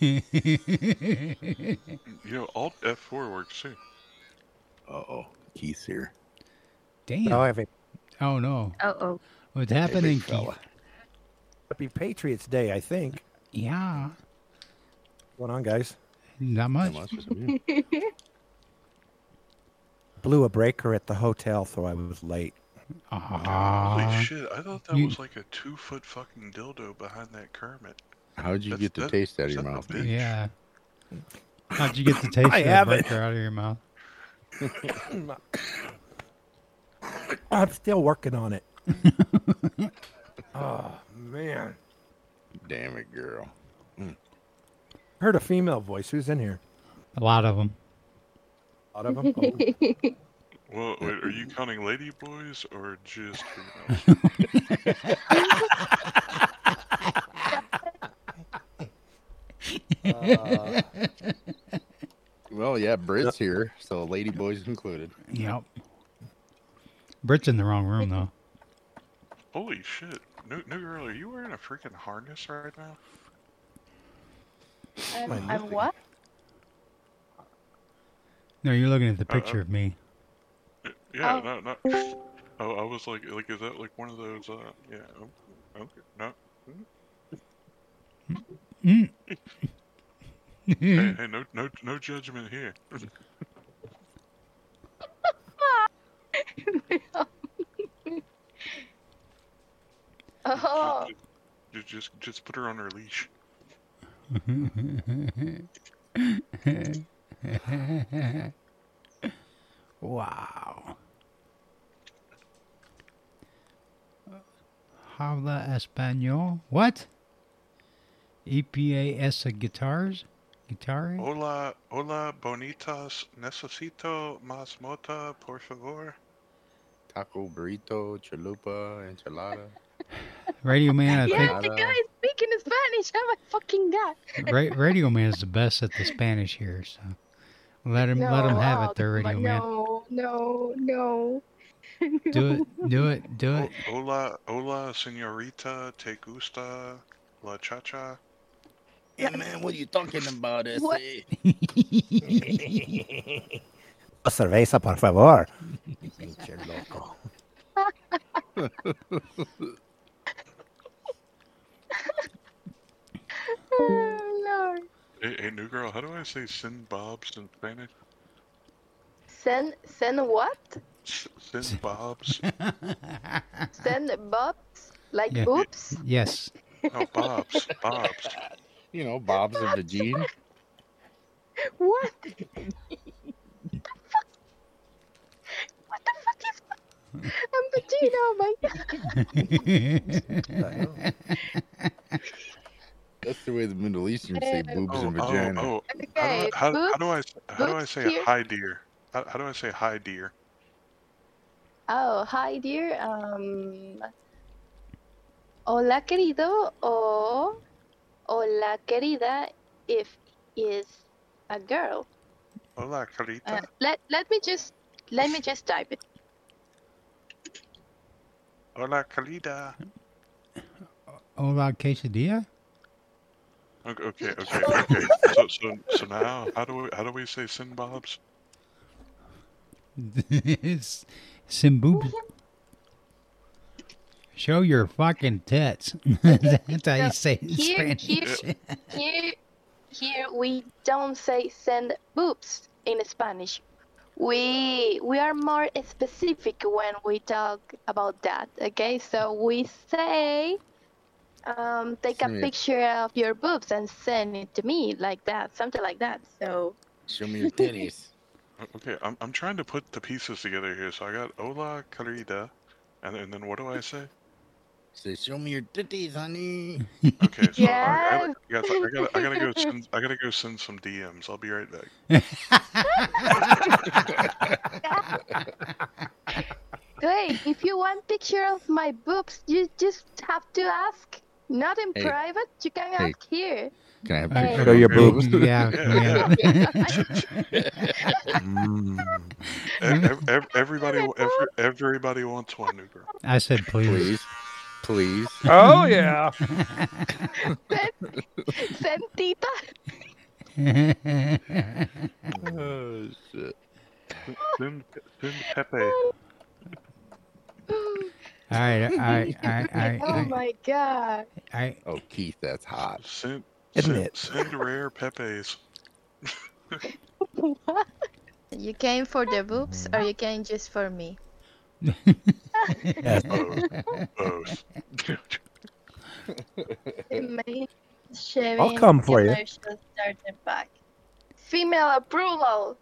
Speaker 3: it. [laughs]
Speaker 4: You know, Alt F4 works too.
Speaker 1: Uh-oh. Keith's here.
Speaker 3: Damn.
Speaker 10: Oh,
Speaker 8: Now I have a
Speaker 3: Oh no!
Speaker 5: Uh oh.
Speaker 3: What's
Speaker 1: Hey, big
Speaker 3: happening, Keith?
Speaker 1: fella.
Speaker 8: happy Patriots Day, I think.
Speaker 3: Yeah.
Speaker 10: Going on, guys?
Speaker 3: Not much.
Speaker 10: Blew a breaker at the hotel, so I was late. [coughs]
Speaker 3: Ah,
Speaker 4: Holy shit, I thought that
Speaker 3: you-
Speaker 4: was like a two foot fucking dildo behind that Kermit.
Speaker 1: [laughs] How'd you
Speaker 4: That's-
Speaker 1: get the
Speaker 4: that-
Speaker 1: taste out of your
Speaker 4: son
Speaker 1: mouth,
Speaker 4: a
Speaker 1: man?
Speaker 4: bitch.
Speaker 3: yeah. How'd you get the taste
Speaker 10: I
Speaker 3: of that
Speaker 10: have it.
Speaker 3: breaker out of your mouth?
Speaker 10: I'm still working on it. [laughs] oh man,
Speaker 1: Damn it, girl.
Speaker 10: heard a female voice. Who's in here?
Speaker 3: A lot of them.
Speaker 10: A lot of [laughs] them. Oh,
Speaker 4: Well, wait, are you counting lady boys or just females?
Speaker 10: Uh, [laughs]
Speaker 1: Well, yeah, Brit's here, so lady boys included.
Speaker 3: Yep. Britt's in the wrong room though.
Speaker 4: Holy shit. New, new girl, are you wearing a freaking harness right now?
Speaker 5: I'm,
Speaker 10: My
Speaker 5: I'm
Speaker 10: nothing.
Speaker 5: what?
Speaker 3: No, you're looking at the
Speaker 4: Uh-uh.
Speaker 3: picture of me. [laughs]
Speaker 4: Yeah, no,
Speaker 5: Oh.
Speaker 4: no. Oh, I was like, like, is that like one of those? Uh, yeah. um, Okay. No.
Speaker 3: Mm.
Speaker 4: Hey, hey, no, no, no judgment here.
Speaker 5: [laughs] Oh,
Speaker 4: Just, just, just put her on her leash.
Speaker 3: wow. Habla Espanol? What? E EPAS guitars? Guitar?
Speaker 4: Hola, hola, bonitas. Necesito más mota, por favor.
Speaker 1: Taco, burrito, chalupa, enchilada.
Speaker 3: Radio Man, I
Speaker 5: [laughs] yeah,
Speaker 3: think.
Speaker 5: the guy is speaking Spanish. Oh my fucking god.
Speaker 3: Ra- Radio Man is the best at the Spanish here, so let him let him have it. There,
Speaker 5: oh,
Speaker 3: Radio
Speaker 5: but
Speaker 3: Man.
Speaker 5: No, no, no.
Speaker 3: Do it, do it, do
Speaker 4: Ho-
Speaker 3: it.
Speaker 4: Hola, hola, señorita. Te gusta la cha-cha?
Speaker 1: [laughs] Yeah, man, what are you talking about?
Speaker 5: What?
Speaker 1: ese?
Speaker 10: [laughs] a cerveza, por favor. Pinche [laughs] loco.
Speaker 5: Oh, Lord.
Speaker 4: Hey, hey, new girl, how do I say sin bobs in Spanish?
Speaker 5: Send, send
Speaker 3: [laughs]
Speaker 5: what?
Speaker 4: S- Sin bobs?
Speaker 5: Send bobs? Like
Speaker 3: Yeah.
Speaker 5: oops?
Speaker 3: Yes.
Speaker 4: No, Oh, bobs, bobs.
Speaker 1: You know, Bob's of the Gene.
Speaker 5: What? [laughs] what the fuck is that? I'm the Gino, oh my god.
Speaker 1: That's the way the Middle Eastern say boobs
Speaker 4: Oh,
Speaker 1: and vagina.
Speaker 4: oh, oh. How do
Speaker 5: Okay,
Speaker 4: I, how, how do
Speaker 5: boobs?
Speaker 4: I s- how do I
Speaker 5: boobs
Speaker 4: say
Speaker 5: here?
Speaker 4: hi dear? How, how do I say hi dear?
Speaker 5: Oh, hi dear. Um, hola querido or hola querida if is a girl.
Speaker 4: Hola,
Speaker 5: Uh,
Speaker 4: carita.
Speaker 5: let let me just let me just type it.
Speaker 4: Hola, carita.
Speaker 3: Hola, quesadilla. [laughs]
Speaker 4: Okay, okay, okay. okay.
Speaker 5: [laughs]
Speaker 4: so, so, so now, how do we how do we say sin bobs?
Speaker 3: it's Simboob. Show your fucking tits. [laughs] That's how you say it in
Speaker 5: Here-
Speaker 3: [laughs] Spanish.
Speaker 5: Here here we don't say send boobs in Spanish. We we are more specific when we talk about that. Okay, so we say. Um, take a
Speaker 1: Send me a-
Speaker 5: picture of your boobs and send it to me like that, something like that.
Speaker 1: [laughs]
Speaker 5: So
Speaker 1: Show me your titties.
Speaker 4: O- Okay, I'm I'm trying to put the pieces together here. So I got hola, carita, and, and then what do I say?
Speaker 1: Say, show me your titties, honey.
Speaker 4: Okay, so I, I,
Speaker 5: Yes.
Speaker 4: guys, I gotta I gotta
Speaker 5: [laughs]
Speaker 4: go send I gotta go send some DMs. I'll be right back.
Speaker 5: Great. If you want picture of my boobs, you just have to ask. Not in
Speaker 1: Hey.
Speaker 5: private. You can
Speaker 1: Hey.
Speaker 5: ask here. [laughs]
Speaker 1: Can I have a
Speaker 3: Hey.
Speaker 1: picture of
Speaker 10: Show your
Speaker 1: my
Speaker 10: boobs.
Speaker 3: [laughs] yeah, yeah.
Speaker 5: [laughs]
Speaker 4: Ev- ev- ev- everybody every, everybody wants one new girl.
Speaker 3: I said please.
Speaker 1: [laughs] Please.
Speaker 4: [laughs]
Speaker 1: Please.
Speaker 8: Oh yeah.
Speaker 5: Sentita.
Speaker 1: Oh, shit.
Speaker 4: Sin, sin Pepe.
Speaker 3: [laughs] All
Speaker 5: [laughs]
Speaker 3: right, all right, all right, all right,
Speaker 5: Oh
Speaker 3: all right,
Speaker 5: my god.
Speaker 3: all right.
Speaker 1: Oh, Keith, that's hot.
Speaker 4: Sin
Speaker 10: Isn't
Speaker 4: Send-
Speaker 10: it?
Speaker 4: Send rare Pepe's.
Speaker 5: You came for the boobs or you came just for me?
Speaker 4: Both.
Speaker 5: Main shaving
Speaker 10: I'll come for you.
Speaker 5: commercial started back. Female
Speaker 10: [laughs]
Speaker 5: approval.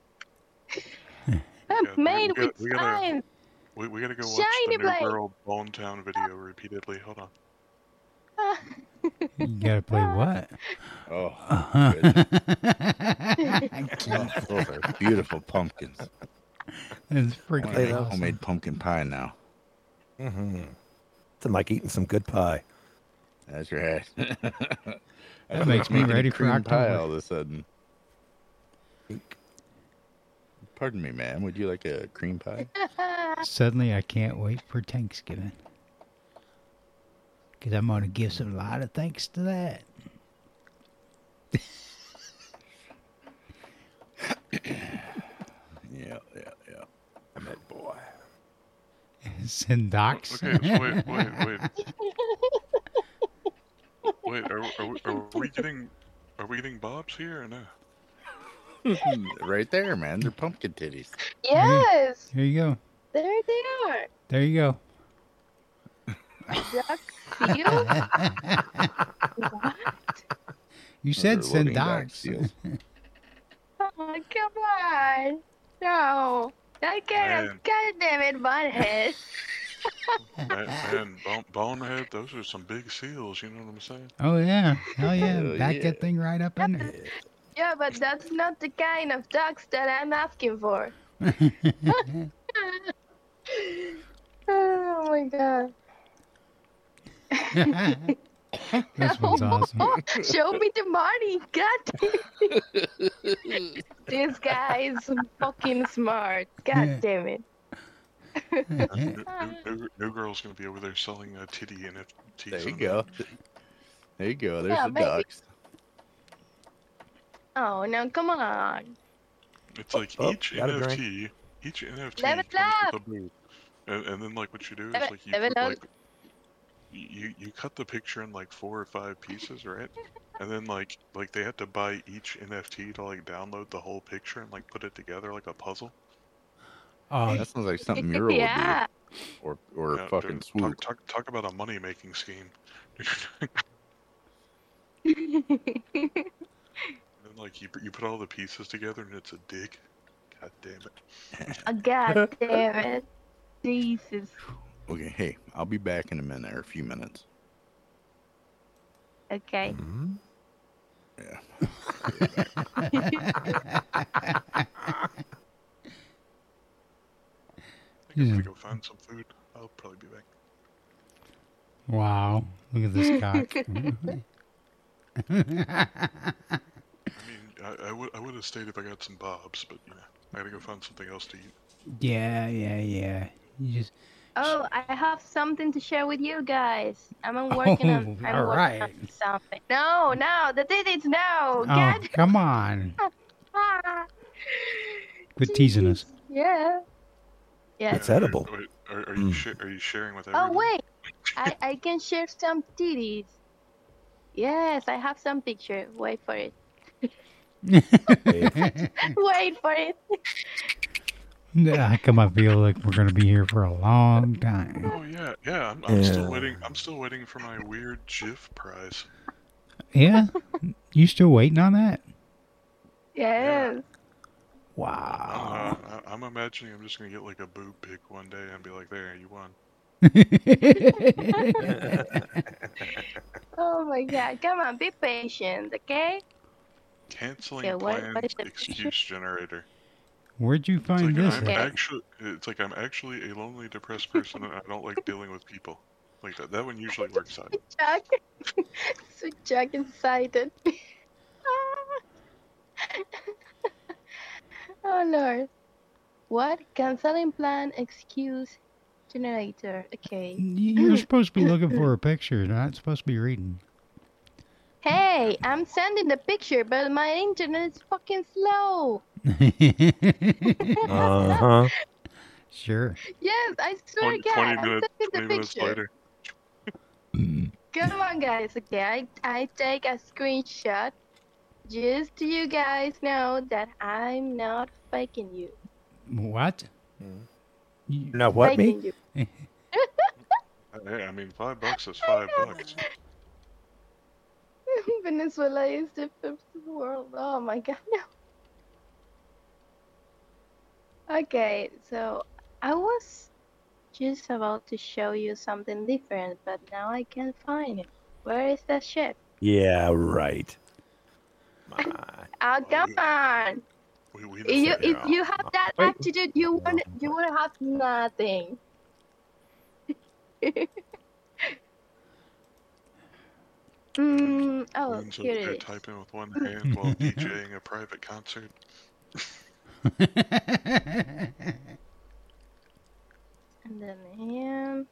Speaker 5: I'm made
Speaker 4: we
Speaker 5: with
Speaker 4: gotta- we gotta-
Speaker 10: [laughs]
Speaker 5: science.
Speaker 4: We, we gotta go watch
Speaker 5: Shiny
Speaker 4: the New
Speaker 5: blade.
Speaker 4: Girl Bone Town video repeatedly. Hold on.
Speaker 3: [laughs] You gotta
Speaker 5: [laughs]
Speaker 3: play what? [laughs]
Speaker 1: Oh,
Speaker 4: [laughs]
Speaker 3: Uh-huh.
Speaker 1: Oh, those are beautiful pumpkins.
Speaker 3: It's
Speaker 1: I wanna make
Speaker 3: freaking awesome.
Speaker 1: homemade pumpkin pie now.
Speaker 10: Mm-hmm. Nothing like eating some good pie.
Speaker 1: That's right.
Speaker 3: That makes
Speaker 1: [laughs]
Speaker 3: me ready for
Speaker 1: cream pie
Speaker 3: October.
Speaker 1: all of a sudden. Pardon me, ma'am. Would you like a cream pie?
Speaker 3: Suddenly, I can't wait for Thanksgiving. Because I'm going to give some, a lot of thanks to that.
Speaker 1: Yeah, yeah, yeah. I'm that boy. [laughs]
Speaker 3: Send docs.
Speaker 4: Oh, Okay, so
Speaker 3: [laughs]
Speaker 4: wait, wait, wait. Wait, are, are, we- are we getting are we getting bobs here or no?
Speaker 1: right there, man. They're pumpkin titties.
Speaker 5: Yes,
Speaker 3: Here you go.
Speaker 5: there they are.
Speaker 3: There you [laughs] go.
Speaker 5: Duck
Speaker 10: [laughs]
Speaker 5: you? Oh
Speaker 3: You said send docs.
Speaker 5: Oh, come on. No. I
Speaker 4: Man.
Speaker 5: can't. God damn it, Butthead.
Speaker 4: Man, man bone, bonehead, those are some big seals. You know what I'm saying?
Speaker 3: [laughs] Oh, yeah. Hell yeah.
Speaker 1: Hell
Speaker 3: Back
Speaker 1: yeah.
Speaker 3: that thing right up in there.
Speaker 5: Yeah, but that's not the kind of ducks that I'm asking for. oh my god.
Speaker 3: [laughs] this one's [laughs] awesome.
Speaker 5: Oh, Show me the money. God damn it. This guy is fucking smart. God damn it.
Speaker 4: New, new, new girl's gonna be over there selling uh, a titty NFT.
Speaker 1: There you go. There you go. There's
Speaker 5: Yeah,
Speaker 1: the
Speaker 5: maybe.
Speaker 1: ducks.
Speaker 5: Oh, now come on.
Speaker 4: It's like
Speaker 10: Oh,
Speaker 4: each
Speaker 10: got a drink.
Speaker 4: NFT, each NFT
Speaker 5: Level
Speaker 4: comes
Speaker 5: up!
Speaker 4: with a boob, and, and then like what you do is
Speaker 5: Level-
Speaker 4: like you
Speaker 5: level
Speaker 4: put,
Speaker 5: up.
Speaker 4: like you you cut the picture in like four or five pieces, right? And then like like they have to buy each NFT to like download the whole picture and like put it together like a puzzle.
Speaker 3: Oh,
Speaker 1: That sounds like something Mural
Speaker 5: yeah. [laughs]
Speaker 1: would do. Or, or
Speaker 4: Yeah,
Speaker 1: fucking
Speaker 4: dude,
Speaker 1: swoop.
Speaker 4: Talk, talk talk about a money making scheme. [laughs] and then like you put- you put all the pieces together and it's a dick. God damn it.
Speaker 5: Oh, God damn it. Jesus.
Speaker 1: Okay, hey, I'll be back in a minute or a few minutes.
Speaker 5: Okay.
Speaker 10: Mhm.
Speaker 1: Yeah.
Speaker 4: I think I'm
Speaker 3: Yeah.
Speaker 4: gonna go find some food. I'll probably be back.
Speaker 3: wow. Look at this cock.
Speaker 4: I mean, I, I would I would have stayed if I got some bobs, but you know, I gotta go find something else to eat.
Speaker 3: [laughs] yeah, yeah, yeah. You just,
Speaker 5: Oh, I have something to share with you guys. I'm on working on.
Speaker 3: Oh,
Speaker 5: I'm
Speaker 3: all
Speaker 5: working on
Speaker 3: right.
Speaker 5: something. No, no, the date is no.
Speaker 3: oh,
Speaker 5: God.
Speaker 3: come on.
Speaker 5: ah,
Speaker 3: Quit teasing us.
Speaker 5: Yeah. Yes.
Speaker 10: It's edible. Hmm.
Speaker 4: Wait, are, are you sha- are you sharing with
Speaker 5: Oh
Speaker 4: everyone?
Speaker 5: wait, I I can share some titties. Yes, I have some picture. Wait for it.
Speaker 3: [laughs]
Speaker 5: Wait for it.
Speaker 3: I come up feel like we're gonna be here for a long time.
Speaker 4: Oh yeah, yeah. I'm, I'm
Speaker 10: Yeah.
Speaker 4: still waiting. I'm still waiting for my weird GIF prize.
Speaker 3: Yeah, you still waiting on that?
Speaker 4: I
Speaker 5: Yes.
Speaker 4: don't
Speaker 10: Oh.
Speaker 4: [laughs]
Speaker 3: Wow.
Speaker 4: know, I, I'm imagining I'm just gonna get like a boob pic one day and be like, "There, you won."
Speaker 5: Oh my God. Come on, be patient, okay?
Speaker 4: Canceling
Speaker 5: Yeah, what-
Speaker 4: plans
Speaker 5: what is the picture?
Speaker 4: excuse generator.
Speaker 3: Where'd you
Speaker 4: It's
Speaker 3: find
Speaker 4: like,
Speaker 3: this?
Speaker 4: I'm
Speaker 3: at?
Speaker 4: actually, it's like I'm actually a lonely, depressed person, and I don't like dealing with people. Like that. That one usually works out.
Speaker 5: [laughs] Jack. so Jack excited. Ah. [laughs] oh lord. What? Canceling plan excuse generator.
Speaker 3: Mm.
Speaker 5: Okay.
Speaker 3: You're supposed to be looking for a picture, not supposed to be reading. [laughs]
Speaker 5: Hey, I'm sending the picture, but my internet is fucking slow.
Speaker 10: Uh huh.
Speaker 3: sure.
Speaker 5: Yes, I swear
Speaker 4: Twenty,
Speaker 5: to God,
Speaker 4: 20
Speaker 5: I'm
Speaker 4: minutes.
Speaker 5: sending
Speaker 4: Twenty
Speaker 5: the
Speaker 4: minutes
Speaker 5: picture.
Speaker 3: Mm.
Speaker 4: later.
Speaker 5: Come on, guys. Okay, I, I take a screenshot just to you guys know that I'm not faking you.
Speaker 3: What? [laughs] You
Speaker 10: know what
Speaker 5: faking
Speaker 10: me?
Speaker 5: you. [laughs]
Speaker 4: I mean, five bucks is five bucks.
Speaker 5: Venezuela is the fifth world. Oh my god, no. Okay, so I was just about to show you something different, but now I can't find it. Where is that ship?
Speaker 10: Yeah, right.
Speaker 5: Oh, come on! If you, if you have that attitude, you won't, you won't have nothing. [laughs] mm, oh,
Speaker 4: Means
Speaker 5: here
Speaker 4: that
Speaker 5: it
Speaker 4: they're
Speaker 5: is.
Speaker 4: typing with
Speaker 5: [laughs]
Speaker 4: one hand while DJing a private concert.
Speaker 5: And then him.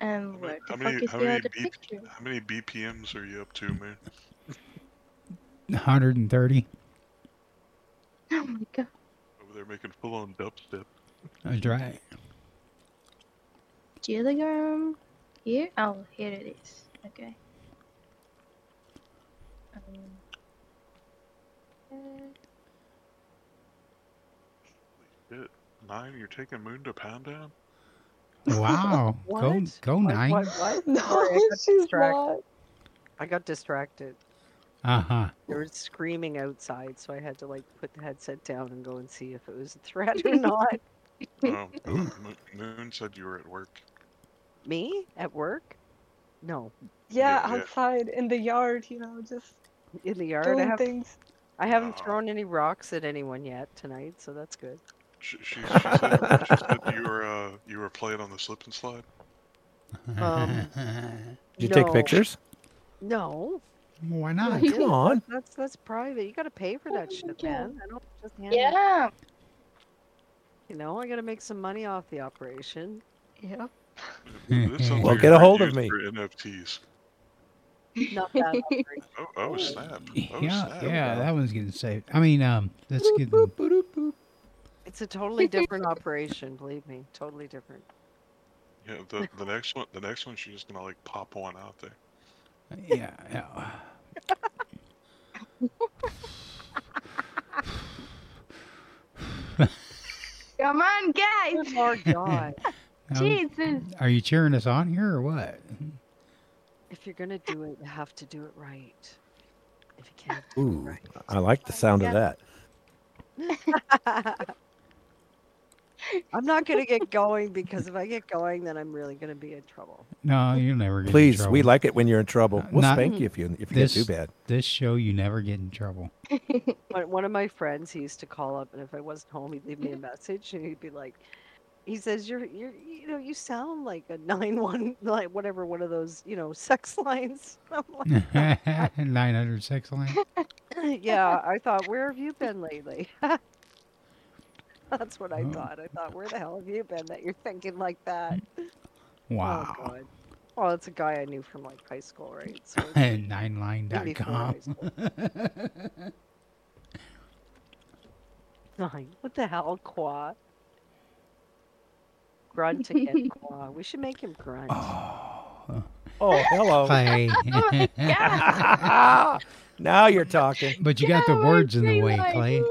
Speaker 5: And where the
Speaker 4: How
Speaker 5: fuck
Speaker 4: many,
Speaker 5: is
Speaker 4: how,
Speaker 5: the
Speaker 4: many
Speaker 5: other
Speaker 4: B-
Speaker 5: picture?
Speaker 4: how many BPMs are you up to, man?
Speaker 3: 130.
Speaker 5: Oh my god.
Speaker 4: Over there making full on dubstep.
Speaker 3: That's right.
Speaker 5: Telegram. Here? Oh, here it is. Okay. Um, uh,
Speaker 4: Shit. Nine, you're taking Moon to Pound
Speaker 5: [laughs]
Speaker 4: Down?
Speaker 3: Wow. go
Speaker 2: What?
Speaker 3: go
Speaker 2: What-
Speaker 3: nine.
Speaker 2: What, what?
Speaker 9: [laughs] No,
Speaker 2: Sorry, I got
Speaker 9: she's
Speaker 2: distracted.
Speaker 9: not.
Speaker 2: I got distracted.
Speaker 3: Uh huh.
Speaker 2: There was screaming outside, so I had to like put the headset down and go and see if it was a threat [laughs] or not.
Speaker 4: Oh, Mo- Moon said you were at work.
Speaker 2: Me at work? No,
Speaker 9: Yeah,
Speaker 4: Yeah, yeah.
Speaker 9: outside in the yard, you know, just
Speaker 2: in the yard. I,
Speaker 9: doing
Speaker 2: have,
Speaker 9: things.
Speaker 2: I haven't
Speaker 4: Ah.
Speaker 2: thrown any rocks at anyone yet tonight, so that's good.
Speaker 4: She, she, she, said, she said you were uh, you were playing on the slip and slide.
Speaker 2: Um,
Speaker 10: Did you take
Speaker 2: No.
Speaker 10: pictures? Ah,
Speaker 2: No, [laughs]
Speaker 3: Why not?
Speaker 2: Dude,
Speaker 10: Come on.
Speaker 2: that's that's private. You gotta pay for that shit, man. I don't just hand it-
Speaker 5: yeah.
Speaker 2: [laughs] You know, I gotta make some money off the operation.
Speaker 5: Yeah.
Speaker 4: This sounds
Speaker 10: Hmm, Well,
Speaker 4: like
Speaker 10: get a
Speaker 4: great
Speaker 10: hold of
Speaker 4: use
Speaker 10: me.
Speaker 4: For NFTs.
Speaker 2: Not that [laughs] operation.
Speaker 4: Oh, oh snap! Oh
Speaker 3: Yeah,
Speaker 4: snap!
Speaker 3: yeah, that one's getting saved. I mean, um, that's getting.
Speaker 2: It's a totally different operation, believe me. Totally different.
Speaker 4: Yeah,
Speaker 2: [laughs]
Speaker 4: the, the next one, the next one, she's just gonna like pop one out there.
Speaker 3: Yeah, yeah.
Speaker 5: Come on, guys!
Speaker 2: Good Lord God.
Speaker 3: Now,
Speaker 5: Jesus!
Speaker 3: are you cheering us on here or what?
Speaker 2: If you're gonna do it, you have to do it right. If you can't.
Speaker 10: Ooh, I like the sound of that.
Speaker 2: [laughs] I'm not gonna get going because if I get going, then I'm really gonna be in trouble.
Speaker 3: No, you'll never get in
Speaker 10: Please, we
Speaker 3: trouble.
Speaker 10: like it when you're in trouble.
Speaker 3: Uh,
Speaker 10: We'll
Speaker 3: not-
Speaker 10: spank you if you if you
Speaker 3: this
Speaker 10: get too bad.
Speaker 3: this show. You never get in
Speaker 5: [laughs]
Speaker 3: trouble. [laughs]
Speaker 2: One one of my friends, he used to call up, and if I wasn't home, he'd leave me a message, and he'd be like, "He says you're you're you know you sound like a nine one like whatever one of those you know sex [laughs] lines." I'm like,
Speaker 3: Nine hundred sex line.
Speaker 2: [laughs] "Yeah," I thought, "Where have you been lately?" [laughs] That's what I
Speaker 3: Oh.
Speaker 2: thought. I thought, "Where the hell have you been that you're thinking like that?" Oh,
Speaker 3: Wow.
Speaker 2: God. Well, it's a guy I knew from like high school,
Speaker 3: [laughs]
Speaker 2: right? So it's maybe four
Speaker 3: Nineline.com.
Speaker 2: high school.
Speaker 3: [laughs]
Speaker 2: Nine. What the hell,
Speaker 3: [laughs]
Speaker 2: Qua? Grunt again, Qua. We should make him grunt.
Speaker 3: Oh,
Speaker 10: Oh,
Speaker 3: [laughs]
Speaker 5: [laughs]
Speaker 10: hello.
Speaker 3: play.
Speaker 5: Oh,
Speaker 10: now you're talking.
Speaker 3: but you got the
Speaker 5: Yeah,
Speaker 3: words in the
Speaker 5: say
Speaker 3: way,
Speaker 5: like- [laughs]
Speaker 3: Clay.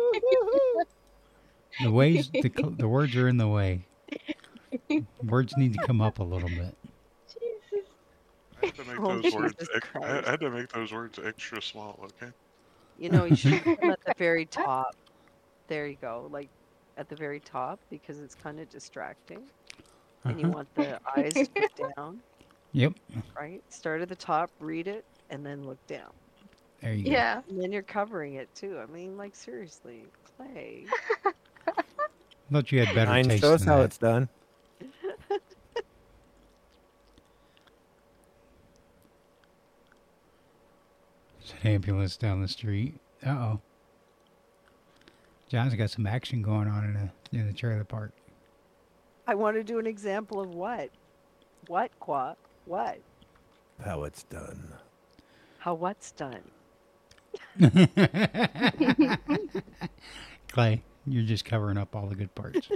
Speaker 3: The ways the cl- the words are in the
Speaker 5: [laughs]
Speaker 3: way. Words need to come up a little bit.
Speaker 5: Jesus.
Speaker 4: I
Speaker 2: [laughs]
Speaker 4: had to make
Speaker 2: Oh,
Speaker 4: those words.
Speaker 2: Jesus
Speaker 4: Ex- I
Speaker 2: Christ.
Speaker 4: I had to make those words extra small. Okay.
Speaker 2: You know, you
Speaker 3: [laughs]
Speaker 2: should put him at the very top. There you go. Like at the very top because it's kind of distracting. And you
Speaker 3: Uh-huh.
Speaker 2: want the eyes to look down,
Speaker 3: Yep.
Speaker 2: right? Start at the top, read it, and then look down.
Speaker 3: There you go.
Speaker 5: Yeah.
Speaker 2: And then you're covering it too. I mean, like seriously, Clay.
Speaker 3: Thought you had better
Speaker 10: Nine,
Speaker 3: taste
Speaker 10: show us
Speaker 3: than
Speaker 10: how
Speaker 3: that.
Speaker 10: it's done.
Speaker 3: It's an ambulance down the street. Uh oh. John's got some action going on in the in the trailer park. [laughs]
Speaker 2: I want to do an example of what? What, Qua? What?
Speaker 10: How it's done.
Speaker 2: How what's done?
Speaker 3: Clay, you're just covering up all the good parts.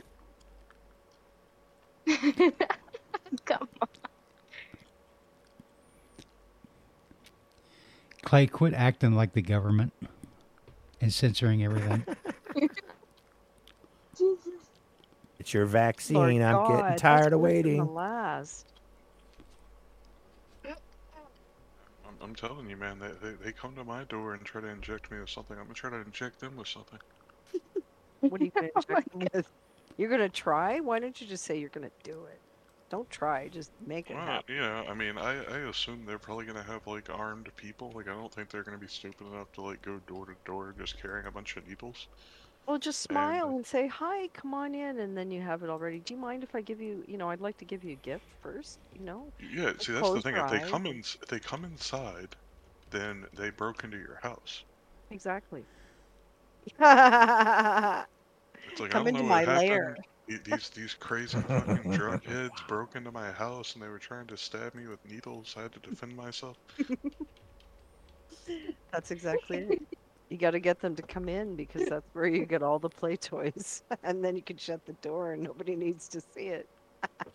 Speaker 5: Come on.
Speaker 3: Clay, quit acting like the government and censoring everything. [laughs]
Speaker 10: It's your vaccine.
Speaker 2: Lord
Speaker 10: I'm
Speaker 2: God,
Speaker 10: getting
Speaker 2: that's
Speaker 10: tired of
Speaker 2: worse than The [laughs]
Speaker 10: waiting.
Speaker 2: last.
Speaker 4: I'm, I'm telling you, man, they, they, they come to my door and try to inject me with something. I'm going to try to inject them with something.
Speaker 2: What are you going to You're going to try? Why don't you just say you're going to do it? Don't try. Just make it
Speaker 4: Well,
Speaker 2: happen.
Speaker 4: yeah, I mean, I, I assume they're probably going to have, like, armed people. Like, I don't think they're going to be stupid enough to, like, go door to door just carrying a bunch of needles.
Speaker 2: Well, just smile and say, hi, come on in, and then you have it already. Do you mind if I give you, you know, I'd like to give you a gift first, you know?
Speaker 4: Yeah,
Speaker 2: Like,
Speaker 4: see, that's the
Speaker 2: close
Speaker 4: thing.
Speaker 2: your
Speaker 4: If they
Speaker 2: eyes.
Speaker 4: come in, if they come inside, then they broke into your house.
Speaker 2: [laughs] Exactly.
Speaker 4: It's like,
Speaker 2: Come
Speaker 4: I don't
Speaker 2: into
Speaker 4: know what
Speaker 2: my
Speaker 4: happened.
Speaker 2: lair.
Speaker 4: The- These these crazy fucking drug heads broke into my house and they were trying to stab me with needles. I had to defend myself.
Speaker 2: That's exactly it. [laughs] You got to get them to come in because that's where you get all the play toys. [laughs] And then you can shut the door and nobody needs to see it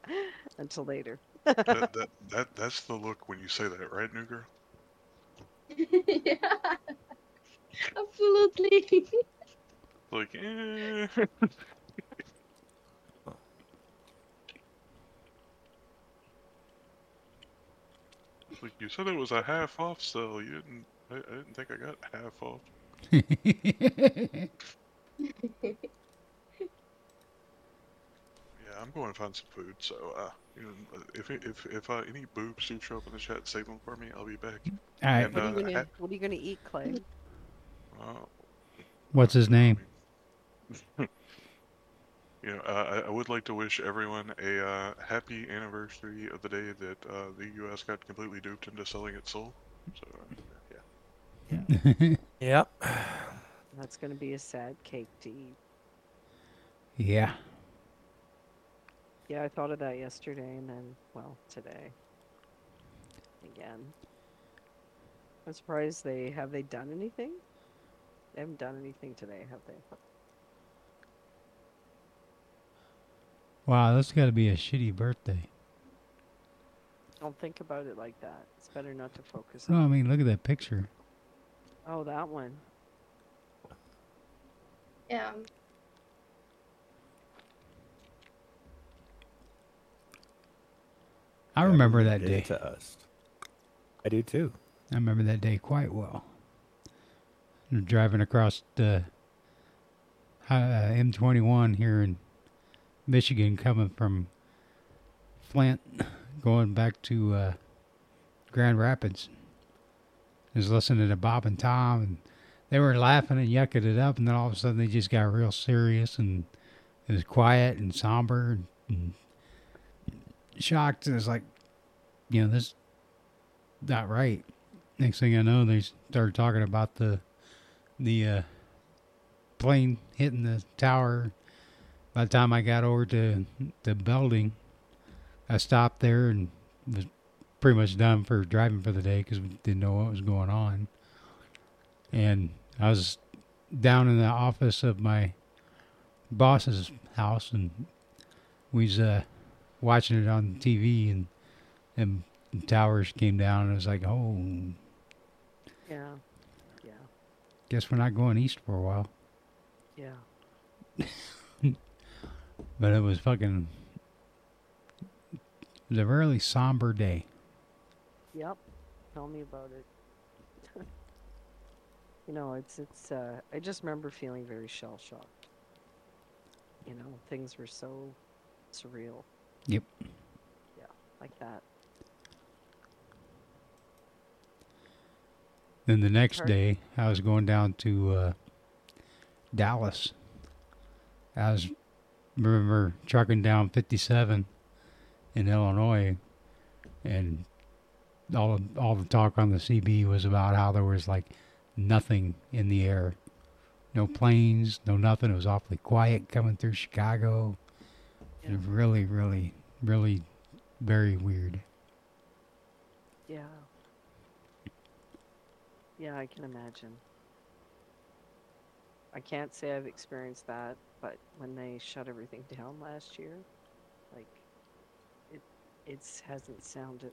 Speaker 2: [laughs] until later.
Speaker 4: that,
Speaker 2: [laughs]
Speaker 4: that, that that's the look when you say that, right, new girl?
Speaker 5: yeah. [laughs] Absolutely.
Speaker 4: Like, eh. like you said, it was a half off sale. You didn't. I, I didn't think I got half off. Yeah, I'm going to find some food. So, uh, you know, if if if uh, any boobs do show up in the chat, save them for me. I'll be back.
Speaker 3: All right.
Speaker 4: And,
Speaker 2: What are you
Speaker 4: uh,
Speaker 2: gonna What are you gonna eat, Clay?
Speaker 4: ha- uh,
Speaker 3: What's his name?
Speaker 4: You know, uh, I, I would like to wish everyone a uh, happy anniversary of the day that uh, the U.S. got completely duped into selling its soul. So, uh, yeah.
Speaker 10: Yep.
Speaker 2: That's gonna be a sad cake to eat.
Speaker 3: Yeah.
Speaker 2: Yeah, I thought of that yesterday, and then well, today. Again. I'm surprised they have they done anything. They haven't done anything today, have they?
Speaker 3: Wow, that's got to be a shitty birthday.
Speaker 2: Don't think about it like that. It's better not to focus
Speaker 3: No,
Speaker 2: on.
Speaker 3: I mean, look at that picture.
Speaker 2: Oh, that one.
Speaker 5: Yeah.
Speaker 3: I remember that
Speaker 10: Did it
Speaker 3: day.
Speaker 10: to us. I do too.
Speaker 3: I remember that day quite well. I'm driving across the hi- uh, M21 here in Michigan, coming from Flint, going back to uh, Grand Rapids. I was listening to Bob and Tom, and they were laughing and yucking it up, and then all of a sudden they just got real serious, and it was quiet and somber and, and shocked, and it's like, you know, this not right. Next thing I know, they started talking about the the uh, plane hitting the tower. By the time I got over to the building, I stopped there and was pretty much done for driving for the day because we didn't know what was going on. And I was down in the office of my boss's house, and we was uh, watching it on TV, and and the towers came down, and it was like, oh,
Speaker 2: Yeah. Yeah.
Speaker 3: guess we're not going east for a while.
Speaker 2: Yeah.
Speaker 3: But it was fucking. It was a really somber day.
Speaker 2: Yep. Tell me about it. [laughs] you know, it's it's uh I just remember feeling very shell shocked. You know, things were so surreal.
Speaker 3: Yep.
Speaker 2: Yeah, like that.
Speaker 3: Then the next
Speaker 2: Hard.
Speaker 3: day, I was going down to uh, Dallas. I was remember trucking down 57 in Illinois, and all all the talk on the CB was about how there was like nothing in the air, no planes, no nothing. It was awfully quiet coming through Chicago. It was really, really, really, very weird.
Speaker 2: Yeah. Yeah, I can imagine. I can't say I've experienced that, but when they shut everything [laughs] down last year, like it it's hasn't sounded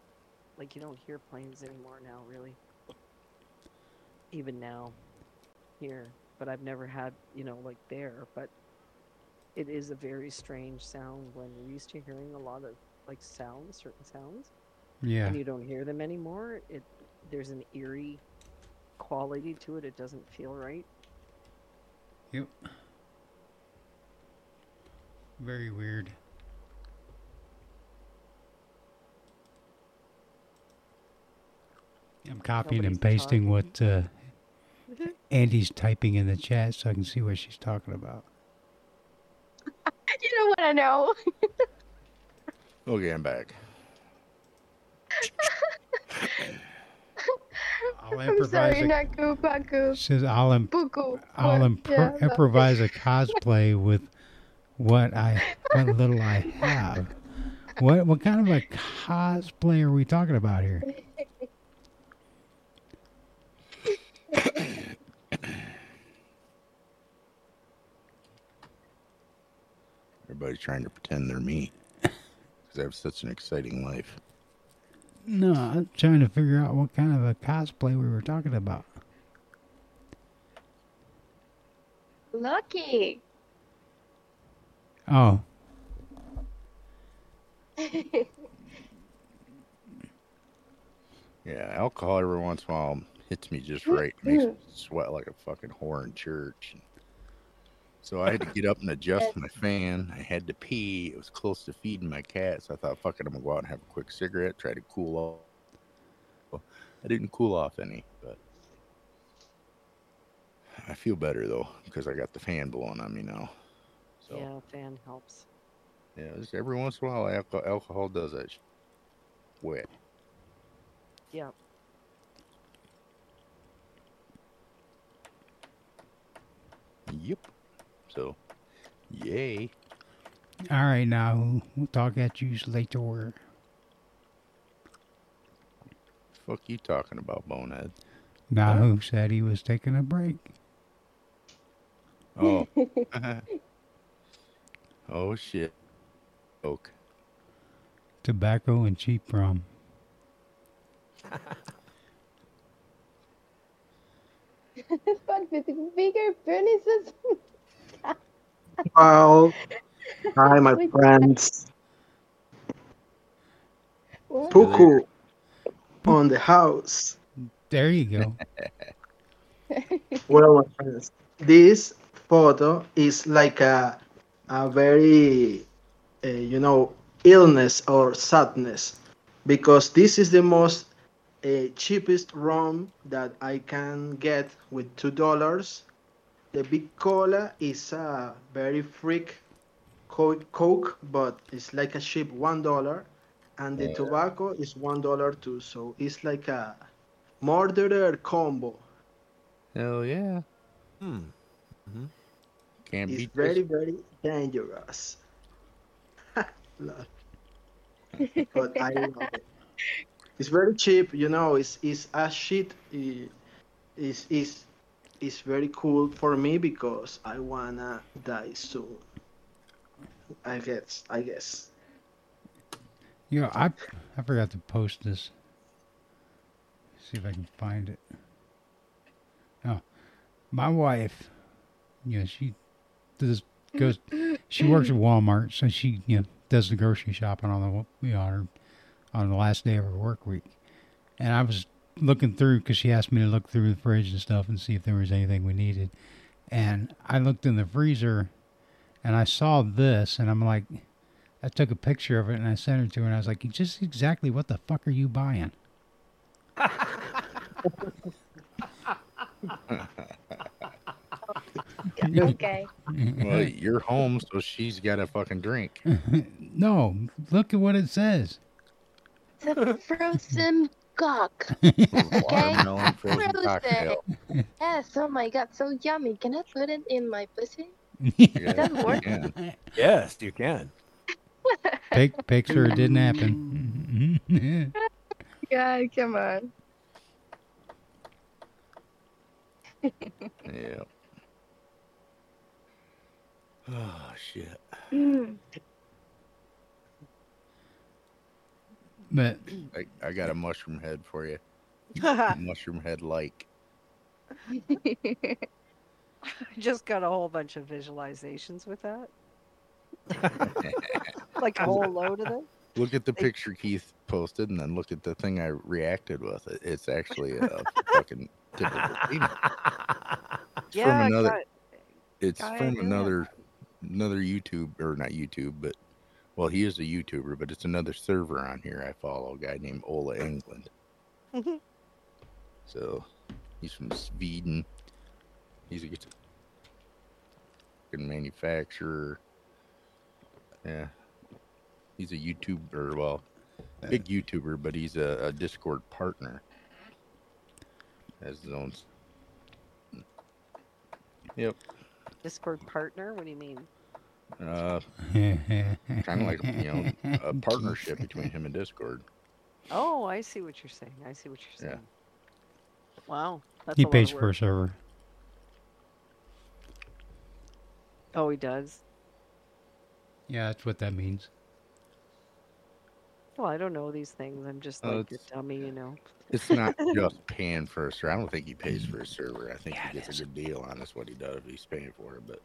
Speaker 2: like you don't hear planes anymore now really. even now here, but I've never had, you know, like there. But it is a very strange sound when you're used to hearing a lot of like sounds, certain sounds.
Speaker 3: Yeah.
Speaker 2: And you don't hear them anymore. It there's an eerie quality to it. It doesn't feel right.
Speaker 3: Yep. Very weird. I'm copying and
Speaker 2: Nobody's
Speaker 3: pasting
Speaker 2: talking.
Speaker 3: what uh, Andy's typing in the chat so I can see what she's talking about.
Speaker 5: You don't want to know.
Speaker 1: Okay, I'm back.
Speaker 3: I'll
Speaker 5: [laughs] I'm
Speaker 3: improvise.
Speaker 5: sorry,
Speaker 3: A,
Speaker 5: not Kupaku.
Speaker 3: says I'll, imp-
Speaker 5: Puku.
Speaker 3: I'll
Speaker 5: Or-
Speaker 3: impro-
Speaker 5: yeah, but-
Speaker 3: improvise
Speaker 5: [laughs]
Speaker 3: a cosplay with what I what little I have. What what kind of a cosplay are we talking about here?
Speaker 1: Everybody's trying to pretend they're me [laughs] because I have such an exciting life.
Speaker 3: No, I'm trying to figure out what kind of a cosplay we were talking about.
Speaker 5: [laughs] Lucky.
Speaker 3: Oh,
Speaker 1: Yeah, alcohol every once in a while hits me just right. Makes me sweat like a fucking whore in church. So I had to get up and adjust my fan. I had to pee. It was close to feeding my cat, so I thought, fuck it, I'm gonna go out and have a quick cigarette, try to cool off. Well, I didn't cool off any, but I feel better though because I got the fan blowing on me now. So
Speaker 2: Yeah, fan helps.
Speaker 1: yeah, just every once in a while, alcohol, alcohol does that. sh- Wet.
Speaker 2: Yeah.
Speaker 1: Yep. So, yay.
Speaker 3: all right. Now we'll talk at you later.
Speaker 1: Fuck you talking about bonehead.
Speaker 3: Now who said he was taking a break?
Speaker 1: Oh. [laughs] oh shit. Oak.
Speaker 3: Tobacco and cheap rum.
Speaker 5: Fuck with the bigger
Speaker 11: [laughs]
Speaker 5: penises.
Speaker 11: Wow.
Speaker 5: [laughs]
Speaker 11: Hi, my
Speaker 5: Wait.
Speaker 11: friends.
Speaker 3: [laughs]
Speaker 5: What?
Speaker 11: Puku on the house.
Speaker 3: There you go.
Speaker 11: Well, my friends, this photo is like a, a very, uh, you know, illness or sadness because this is the most uh, cheapest rum that I can get with two dollars. The big cola is a very freak co- coke, but it's like a cheap one dollar, and the
Speaker 1: Yeah.
Speaker 11: tobacco is one dollar too. So it's like a murderer combo.
Speaker 1: Hell yeah. Hmm. Can't
Speaker 11: It's
Speaker 1: beat
Speaker 11: very,
Speaker 1: this.
Speaker 11: very dangerous. Love. but I love it. It's very cheap, you know. It's it's a shit. i- It's it's it's very cool for me because I wanna die soon. I guess. I guess.
Speaker 3: You know, I I forgot to post this. See if I can find it. Oh, my wife, you know, she does goes. She works at Walmart, so she you know does the grocery shopping on the wa- you know, on, her, on the last day of her work week. And I was looking through because she asked me to look through the fridge and stuff and see if there was anything we needed. And I looked in the freezer, and I saw this, and I'm like, I took a picture of it and I sent it to her, and I was like, "Just exactly what the fuck are you buying?"
Speaker 5: okay.
Speaker 3: [laughs]
Speaker 1: Well, you're home, so she's got a fucking drink.
Speaker 3: no, look at what it says. [laughs]
Speaker 5: It's a frozen cock. Okay?
Speaker 1: Watermelon frozen cocktail.
Speaker 5: Frozen. Yes, oh my god, so yummy. Can I put it in my pussy?
Speaker 1: Yeah,
Speaker 5: That
Speaker 1: you
Speaker 5: work?
Speaker 1: can.
Speaker 10: Yes, you can.
Speaker 3: Pic- picture it didn't happen. [laughs]
Speaker 5: God, come on.
Speaker 1: Yeah. Oh shit.
Speaker 3: but
Speaker 5: Mm.
Speaker 2: Ah.
Speaker 1: I, I got a mushroom head for you. mushroom head like.
Speaker 2: I [laughs] just got a whole bunch of visualizations with that. like a whole load of them.
Speaker 1: Look at the picture Keith posted, and then look at the thing I reacted with. It- It's actually a fucking typical female. It's
Speaker 2: Yeah, I
Speaker 1: from another.
Speaker 2: got-
Speaker 1: it's
Speaker 2: got
Speaker 1: from
Speaker 2: idea.
Speaker 1: another, another YouTube or not YouTube, but well, he is a YouTuber, but it's another server on here I follow, a guy named Ola England. So he's from Sweden. He's a guitar- fucking manufacturer. Yeah. He's a YouTuber, well, big YouTuber, but he's a, a Discord partner. Has his own. s- Yep.
Speaker 2: Discord partner? What do you mean?
Speaker 1: Uh, kind of like you know a [laughs] partnership between him and Discord.
Speaker 2: Oh, I see what you're saying. I see what you're
Speaker 1: Yeah.
Speaker 2: saying. Wow. That's
Speaker 3: he
Speaker 2: a lot
Speaker 3: pays
Speaker 2: of
Speaker 3: for a
Speaker 2: work.
Speaker 3: server.
Speaker 2: Oh, he does?
Speaker 3: Yeah, that's what that means.
Speaker 2: Well, I don't know these things. I'm just
Speaker 1: Uh,
Speaker 2: like a dummy, you know.
Speaker 1: It's [laughs] not just paying for a server. I don't think he pays for a server. I think he gets a good deal on us what he does. if He's paying for it, but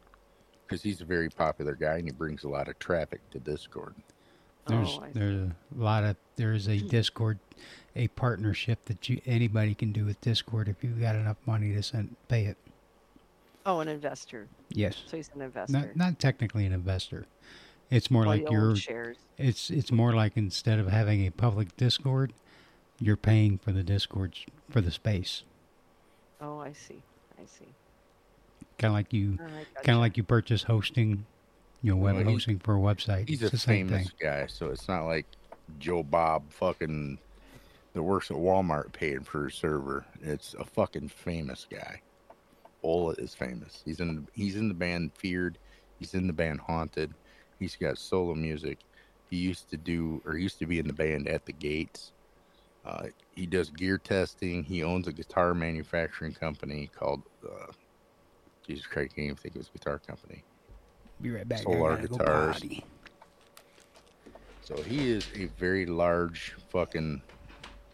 Speaker 1: because he's a very popular guy and he brings a lot of traffic to Discord.
Speaker 2: Oh,
Speaker 3: There's there's a lot of there's a Discord, a partnership that you anybody can do with Discord if you've got enough money to send pay it.
Speaker 2: Oh, an investor.
Speaker 3: Yes.
Speaker 2: So he's an
Speaker 3: Not
Speaker 2: investor.
Speaker 3: not technically an investor. It's more
Speaker 2: Or
Speaker 3: like
Speaker 2: you own
Speaker 3: you're
Speaker 2: shares.
Speaker 3: it's it's more like instead of having a public Discord, you're paying for the Discord s- for the space.
Speaker 2: Oh, I see. I see.
Speaker 3: Kind of like you
Speaker 2: Oh, I
Speaker 3: kind
Speaker 2: gotcha.
Speaker 3: of like you purchase hosting, you know, web
Speaker 1: Well, he's-
Speaker 3: hosting for a website.
Speaker 1: He's
Speaker 3: it's
Speaker 1: a
Speaker 3: the same
Speaker 1: famous
Speaker 3: thing.
Speaker 1: guy, so it's not like Joe Bob fucking that works at Walmart paying for a server. It's a fucking famous guy. Ola is famous. He's in he's in the band Feared. He's in the band Haunted. He's got solo music. He used to do or used to be in the band At the Gates. Uh, he does gear testing. He owns a guitar manufacturing company called uh, Jesus Christ, I can't even think of his guitar company.
Speaker 3: Be right back. I
Speaker 1: Solar
Speaker 3: gotta go
Speaker 1: guitars.
Speaker 3: [laughs] potty.
Speaker 1: So he is a very large fucking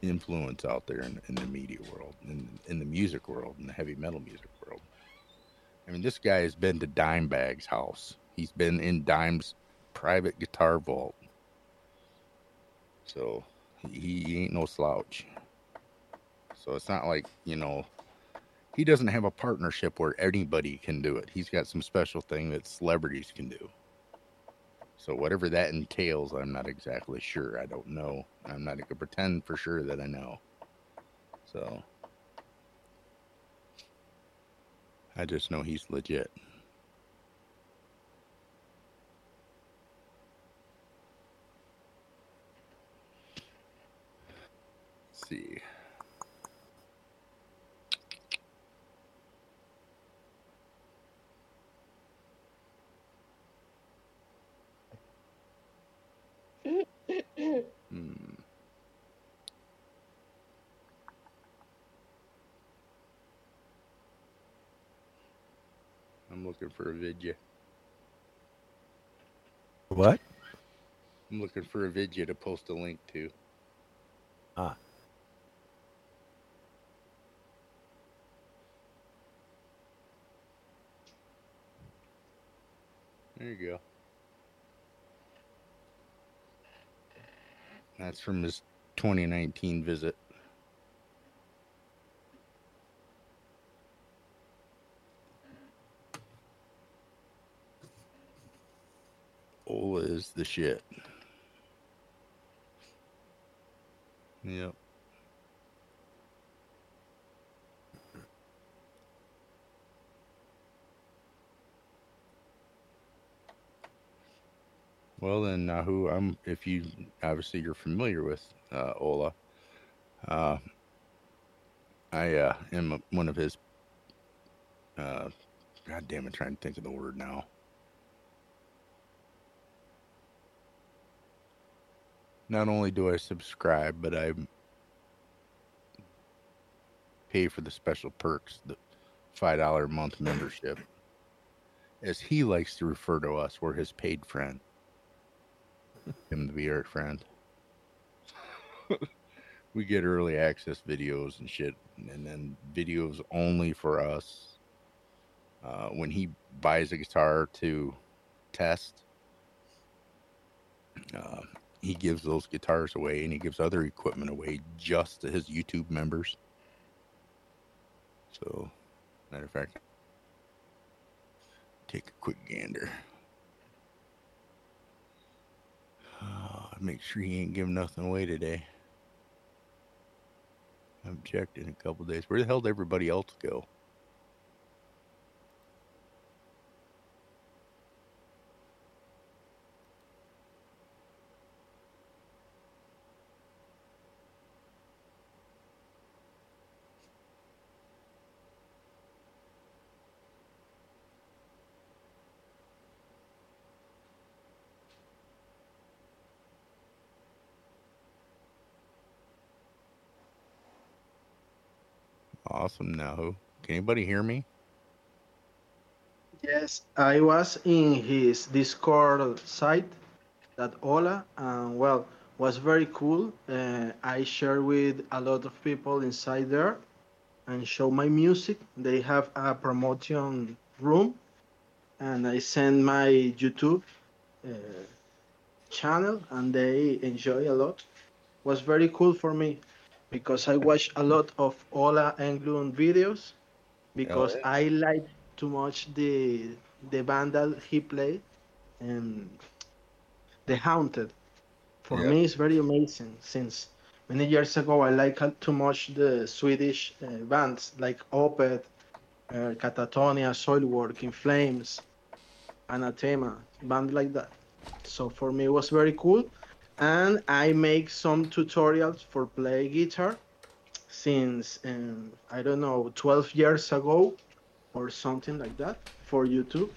Speaker 1: influence out there in, in the media world, in, in the music world, in the heavy metal music world. I mean, this guy has been to Dimebag's house. He's been in Dime's private guitar vault. So he, he ain't no slouch. So it's not like, you know, he doesn't have a partnership where anybody can do it. He's got some special thing that celebrities can do. So whatever that entails, I'm not exactly sure. I don't know. I'm not gonna pretend for sure that I know. So I just know he's legit. Let's see. Hmm. I'm looking for a vidya.
Speaker 10: What?
Speaker 1: I'm looking for a vidya to post a link to.
Speaker 10: Ah.
Speaker 1: There you go. That's from his 2019 visit. Ola is the shit. Yep. Well then, Nahu, I'm if you obviously you're familiar with uh, Ola. Uh, I uh, am one of his. Uh, God damn it! Trying to think of the word now. Not only do I subscribe, but I pay for the special perks, the five dollar a month membership, as he likes to refer to us. We're his paid friend him to be our friend. [laughs] we get early access videos and shit, and then videos only for us. Uh, when he buys a guitar to test, uh, he gives those guitars away and he gives other equipment away just to his YouTube members. So, matter of fact, take a quick gander. Uh, make sure he ain't giving nothing away today. I haven't checked in a couple days. Where the hell did everybody else go? Awesome. Now, can anybody hear me?
Speaker 11: Yes, I was in his Discord site, that Ola, and well, was very cool. Uh, I share with a lot of people inside there and show my music. They have a promotion room, and I send my YouTube uh, channel, and they enjoy a lot. Was very cool for me because I watch a lot of Ola Englund videos because
Speaker 1: yeah.
Speaker 11: I like too much the the band that he played and the Haunted. For
Speaker 1: Yeah.
Speaker 11: me, it's very amazing since many years ago I like too much the Swedish uh, bands like Opeth, uh, Catatonia, Soilwork, In Flames, Anathema, band like that. So for me, it was very cool and I make some tutorials for play guitar since um, I don't know 12 years ago or something like that for YouTube.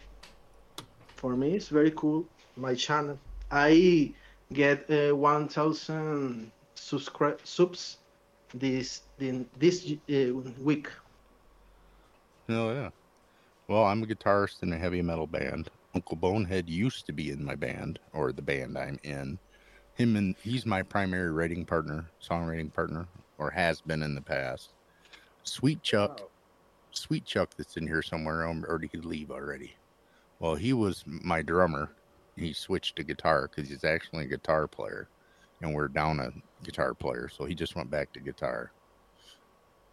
Speaker 11: For me, it's very cool. My channel, I get uh, 1,000 subscri- subs this in, this uh, week.
Speaker 1: Oh yeah. Well, I'm a guitarist in a heavy metal band. Uncle Bonehead used to be in my band or the band I'm in. Him and he's my primary writing partner, songwriting partner, or has been in the past. Sweet Chuck, Sweet Chuck, that's in here somewhere, um, or he could leave already. Well, he was my drummer. He switched to guitar because he's actually a guitar player, and we're down a guitar player, so he just went back to guitar.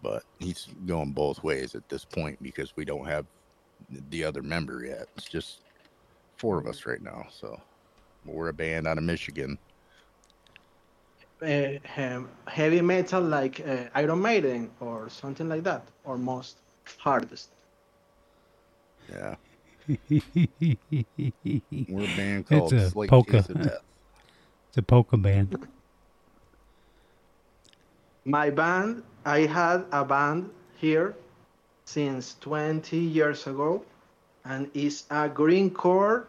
Speaker 1: But he's going both ways at this point because we don't have the other member yet. It's just four of us right now. So we're a band out of Michigan.
Speaker 11: Uh, um, heavy metal like uh, Iron Maiden or something like that, or most hardest.
Speaker 1: Yeah.
Speaker 3: We're
Speaker 1: a band
Speaker 3: it's
Speaker 1: called
Speaker 3: a
Speaker 1: Slate
Speaker 3: polka.
Speaker 1: Kiss of Death.
Speaker 3: It's a polka band.
Speaker 11: My band, I had a band here since 20 years ago, and it's a greencore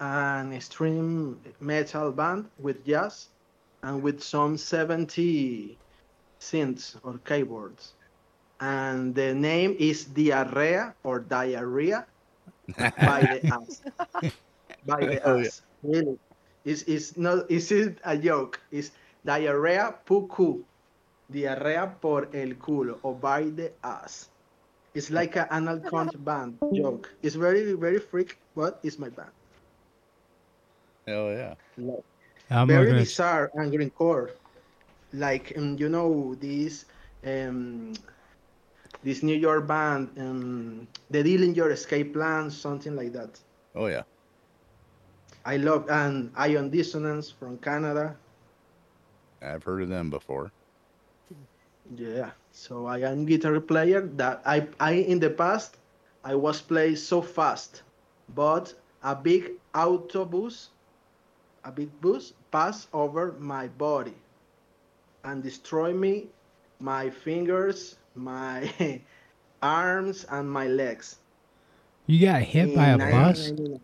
Speaker 11: and extreme metal band with jazz and with some 70 synths or keyboards. And the name is Diarrhea or Diarrhea by the
Speaker 1: [laughs]
Speaker 11: ass. by the
Speaker 1: Oh, yeah.
Speaker 11: ass. Really. It's, it's not it's it a joke. It's diarrhea puku. Diarrhea por el culo or by the ass. It's like an anal cunt band joke. It's very very freak, but it's my band.
Speaker 1: Hell yeah.
Speaker 3: I'm not
Speaker 11: very
Speaker 3: gonna-
Speaker 11: bizarre and greencore. Like um, you know this um, this New York band, um, the Dillinger Escape Plan, something like that.
Speaker 1: Oh yeah.
Speaker 11: I love and Ion Dissonance from Canada.
Speaker 1: I've heard of them before.
Speaker 11: Yeah, so I am guitar player. That I I in the past I was playing so fast, but a big autobus, a big bus passed over my body, and destroy me, my fingers, my arms, and my legs.
Speaker 3: You got hit by a
Speaker 11: In
Speaker 3: bus?
Speaker 11: 1999.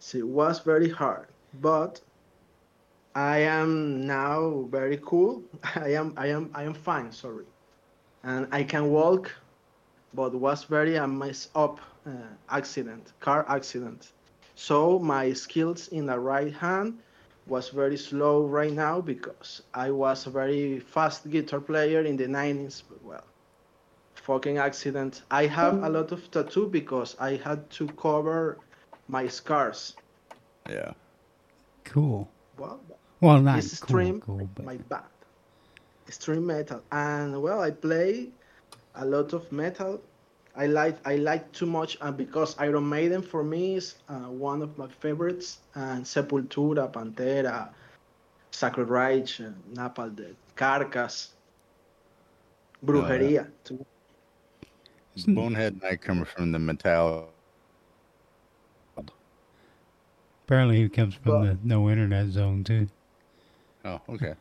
Speaker 11: So it was very hard, but I am now very cool. [laughs] I am, I am, I am fine. Sorry, and I can walk, but was very a mess up uh, accident, car accident. So my skills in the right hand was very slow right now because I was a very fast guitar player in the 90s. But well, fucking accident. I have a lot of tattoo because I had to cover my scars.
Speaker 1: Yeah.
Speaker 3: Cool.
Speaker 11: Well,
Speaker 3: Well, not
Speaker 11: it's
Speaker 3: cool,
Speaker 11: stream
Speaker 3: cool, but
Speaker 11: my band, stream metal, and well, I play a lot of metal. I like I like too much, and because Iron Maiden for me is uh, one of my favorites, and Sepultura, Pantera, Sacred Reich, and Napalm Death, Carcass, Brujeria. too.
Speaker 1: Bonehead and I come from the metal.
Speaker 3: apparently he comes from the no internet zone too.
Speaker 1: Oh,
Speaker 3: [laughs]
Speaker 1: okay.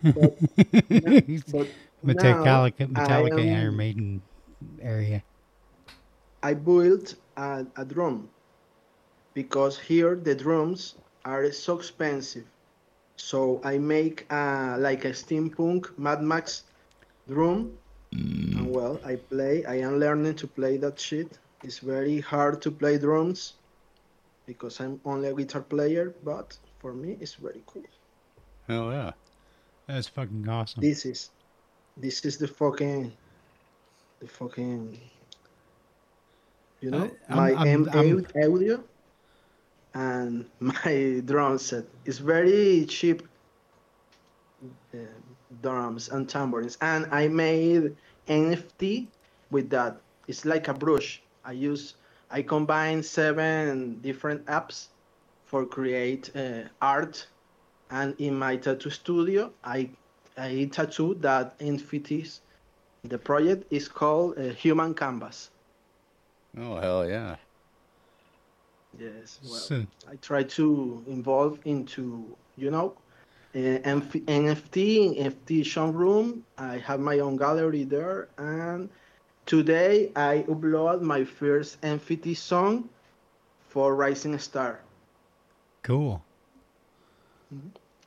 Speaker 3: He's
Speaker 11: but
Speaker 3: Metallica,
Speaker 11: now I
Speaker 3: Metallica,
Speaker 11: am-
Speaker 3: Iron Maiden area.
Speaker 11: I built a, a drum because here the drums are so expensive. So I make a, like a steampunk Mad Max drum, and well, I play. I am learning to play that shit. It's very hard to play drums because I'm only a guitar player, but for me, it's very cool.
Speaker 1: Hell yeah.
Speaker 3: That's fucking awesome.
Speaker 11: This is, this is the fucking, the fucking, you know,
Speaker 3: I-
Speaker 11: my
Speaker 3: I'm-
Speaker 11: M
Speaker 3: I'm- I'm-
Speaker 11: audio, and [laughs] my drum set is very cheap. Uh, drums and tambourines, and I made NFT with that. It's like a brush. I use, I combine seven different apps for create uh, art and in my tattoo studio i i tattoo that entities the project is called uh, human canvas
Speaker 1: Oh, hell yeah.
Speaker 11: yes well,
Speaker 1: So-
Speaker 11: i try to involve into you know uh, NF- nft nft showroom i have my own gallery there and today i upload my first nft song for rising star
Speaker 3: Cool.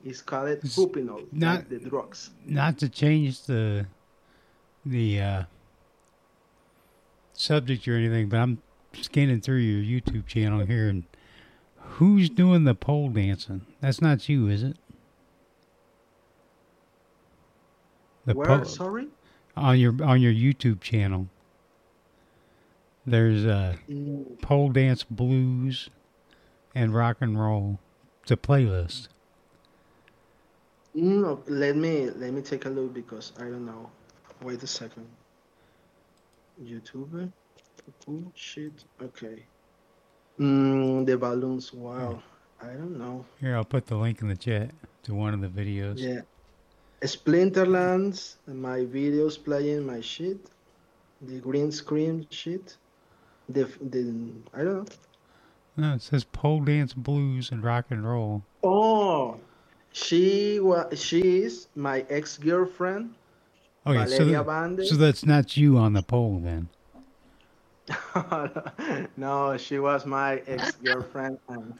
Speaker 11: it's called Pupino,
Speaker 3: not-
Speaker 11: not the drugs
Speaker 3: Not to change the the uh, subject or anything, but I'm scanning through your YouTube channel here, and who's doing the pole dancing? That's not you, is it? The
Speaker 11: where
Speaker 3: pole-
Speaker 11: sorry
Speaker 3: on your on your YouTube channel. There's uh,
Speaker 11: Mm.
Speaker 3: pole dance blues and rock and roll. It's a playlist.
Speaker 11: No, let me let me take a look because I don't know. Wait a second. YouTuber, Oh, shit. Okay. Mm, the balloons. Wow. I don't know.
Speaker 3: Here, I'll put the link in the chat to one of the videos.
Speaker 11: Yeah. Splinterlands. My videos playing my shit. The green screen shit. The the I don't know.
Speaker 3: No, it says pole dance blues and rock and roll.
Speaker 11: Oh, she was she is my ex girlfriend.
Speaker 3: Okay, so,
Speaker 11: Valeria
Speaker 3: th-
Speaker 11: Bande.
Speaker 3: so that's not you on the pole then.
Speaker 11: no, she was my ex-girlfriend and,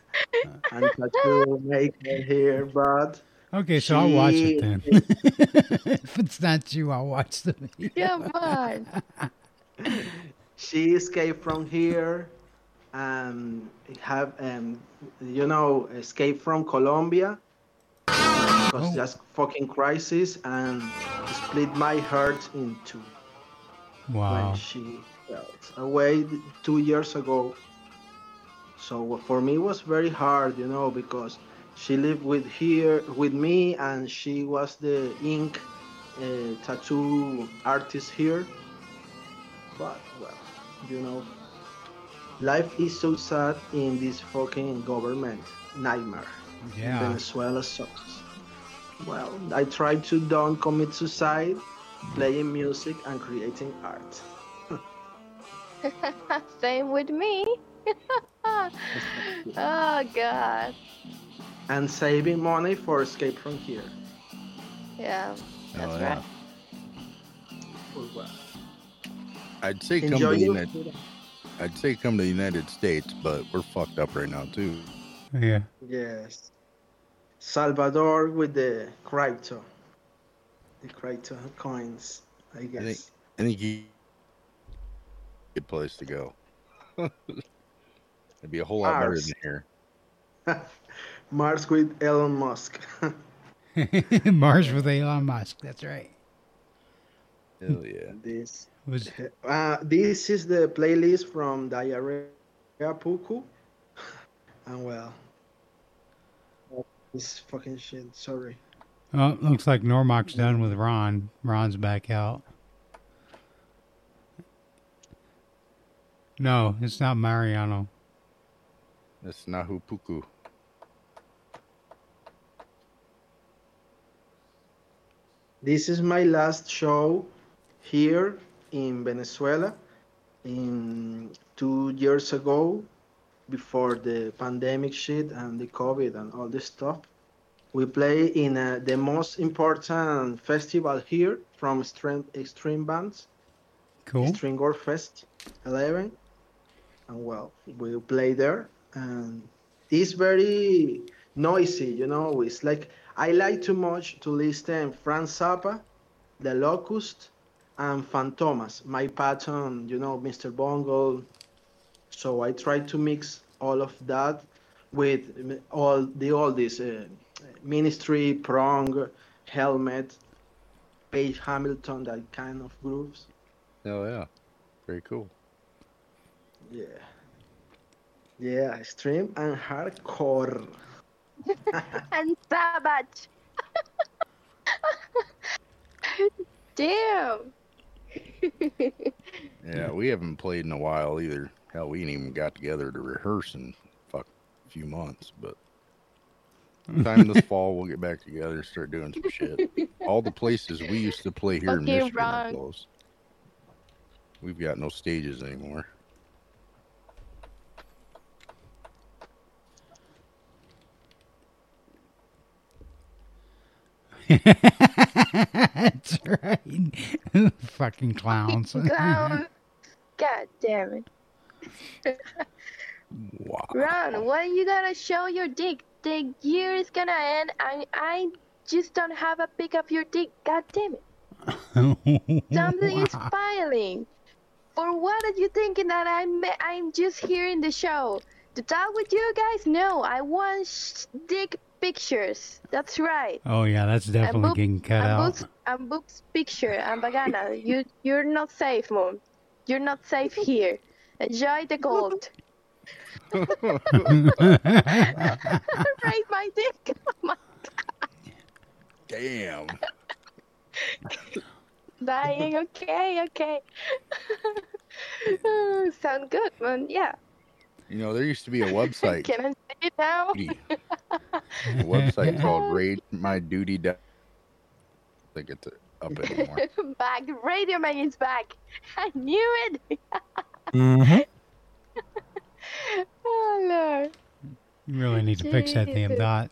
Speaker 11: and tattoo maker here, but
Speaker 3: Okay, so I'll watch
Speaker 11: she-
Speaker 3: it then. [laughs] if it's not you, I'll watch the video.
Speaker 11: Come on. she escaped from here and have um you know escaped from Colombia
Speaker 3: Oh,
Speaker 11: because that's fucking crisis and split my heart in two
Speaker 3: Wow.
Speaker 11: when she felt away th- two years ago. So for me it was very hard, you know, because she lived with here with me, and she was the ink uh, tattoo artist here. But well, you know, life is so sad in this fucking government nightmare.
Speaker 3: Yeah.
Speaker 11: Venezuela sucks. Well, I try to don't commit suicide, playing music and creating art.
Speaker 5: [laughs] Same with me. [laughs] oh god.
Speaker 11: and saving money for escape from here.
Speaker 5: Yeah.
Speaker 1: That's right.
Speaker 11: For what?
Speaker 1: I'd say come to
Speaker 11: Enjoy
Speaker 1: the
Speaker 11: your
Speaker 1: United. I'd say come to the United States, but we're fucked up right now too.
Speaker 3: Yeah.
Speaker 11: Yes. Salvador with the crypto, the crypto coins, I
Speaker 1: I think
Speaker 11: guess. [laughs]
Speaker 1: I think you good place to go. [laughs] It'd be a whole lot better
Speaker 11: Ours.
Speaker 1: than here.
Speaker 11: Mars with Elon Musk. [laughs]
Speaker 3: [laughs] Mars with Elon Musk. That's right.
Speaker 1: Hell yeah.
Speaker 11: This
Speaker 3: Was
Speaker 11: uh, this is the playlist from Diarrhea Puku. [sighs] And well, this fucking shit. Sorry.
Speaker 3: oh, looks like Normac's done with Ron. Ron's back out. No, it's not Mariano.
Speaker 1: That's Nahu Puku.
Speaker 11: This is my last show here in Venezuela. In two years ago, before the pandemic shit and the COVID and all this stuff, we play in uh, the most important festival here from Extreme, extreme Bands,
Speaker 3: Cool.
Speaker 11: String Gore Fest 11. And well, we play there. And it's very noisy, you know. It's like I like too much to listen Franz Zappa, The Locust, and Fantomas, my pattern, you know, Mr. Bungle. So I try to mix all of that with m- all the all this uh, ministry, prong, helmet, Page Hamilton, that kind of grooves.
Speaker 1: Hell yeah. Very cool.
Speaker 11: Yeah. Yeah, extreme and hardcore.
Speaker 5: and savage. [laughs] Damn. [laughs]
Speaker 1: Yeah, we haven't played in a while either. Hell, we ain't even got together to rehearse in fuck a few months, but time [laughs] this fall we'll get back together and start doing some shit. All the places we used to play here in
Speaker 5: Okay,
Speaker 1: Michigan are
Speaker 5: Ron.
Speaker 1: closed. We've got no stages anymore.
Speaker 3: [laughs] That's right. [laughs] Fucking clowns. [laughs]
Speaker 5: Clown. God damn it. Ron, when you gonna show your dick? The year is gonna end and I just don't have a pic of your dick. God damn it. Something is
Speaker 3: Wow.
Speaker 5: filing. For what are you thinking that I'm I'm just here in the show? To talk with you guys? No, I want sh- dick pictures. That's right.
Speaker 3: Oh yeah, that's definitely
Speaker 5: boop-
Speaker 3: getting cut
Speaker 5: and
Speaker 3: out.
Speaker 5: boobs, and boobs picture and vagina. You you're not safe, mom. You're not safe here. Enjoy the gold. [laughs] Raise my [laughs] dick. Oh my
Speaker 1: Damn.
Speaker 5: dying. Okay, okay. [laughs] Oh, Sound good, man. Yeah.
Speaker 1: You know, there used to be a website [laughs]
Speaker 5: Can I say it now?
Speaker 1: Beauty. a
Speaker 5: [laughs]
Speaker 1: website called RaidMyDuty. I think it's up anymore.
Speaker 5: [laughs] back. The radio man is back. [laughs] I knew it. [laughs]
Speaker 10: Mm-hmm.
Speaker 5: oh, Lord.
Speaker 3: [laughs] You really need to fix that damn
Speaker 5: Jesus.
Speaker 3: dot.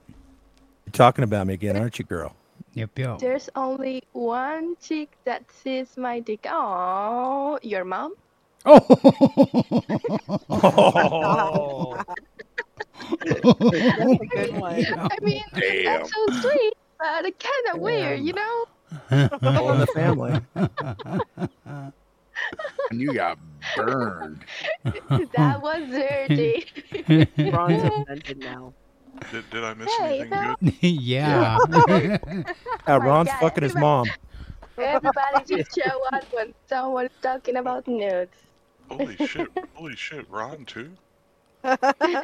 Speaker 10: You're talking about me again, aren't you, [laughs] girl?
Speaker 3: Yep, yep.
Speaker 5: There's only one chick that sees my dick. Oh, your mom?
Speaker 3: [laughs]
Speaker 10: [laughs]
Speaker 3: Oh.
Speaker 7: That's a good one.
Speaker 5: I mean, that's so sweet, but kind of weird, you know?
Speaker 1: All in the
Speaker 2: [laughs]
Speaker 10: family.
Speaker 3: [laughs]
Speaker 1: and you got burned.
Speaker 5: that was dirty.
Speaker 2: Ron's offended now. [laughs]
Speaker 4: Did, did I miss
Speaker 5: Hey,
Speaker 4: anything
Speaker 5: no.
Speaker 4: good?
Speaker 3: [laughs]
Speaker 5: [laughs]
Speaker 3: yeah.
Speaker 2: Oh
Speaker 10: Uh, Ron's fucking
Speaker 2: [laughs]
Speaker 10: his mom.
Speaker 5: Everybody just show up when someone's talking about nudes.
Speaker 4: Holy shit! Holy shit! Ron too.
Speaker 12: [laughs]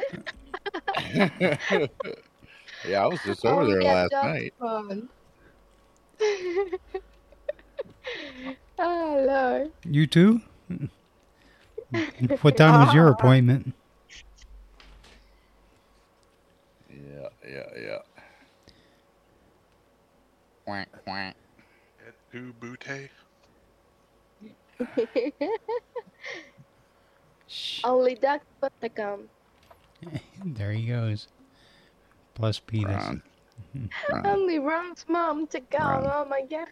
Speaker 1: Yeah, I was just over there
Speaker 5: yeah,
Speaker 1: last
Speaker 5: dog
Speaker 1: night.
Speaker 5: bone. [laughs] oh, Lord. [laughs]
Speaker 3: you too? What time was your
Speaker 5: Uh-huh.
Speaker 3: appointment?
Speaker 1: Yeah, yeah, yeah. Quack, quack.
Speaker 4: Who Butte?
Speaker 5: Only ducks but the gum.
Speaker 3: There he goes. Plus penis. Ron.
Speaker 5: Only Ron's mom to go. Oh my god.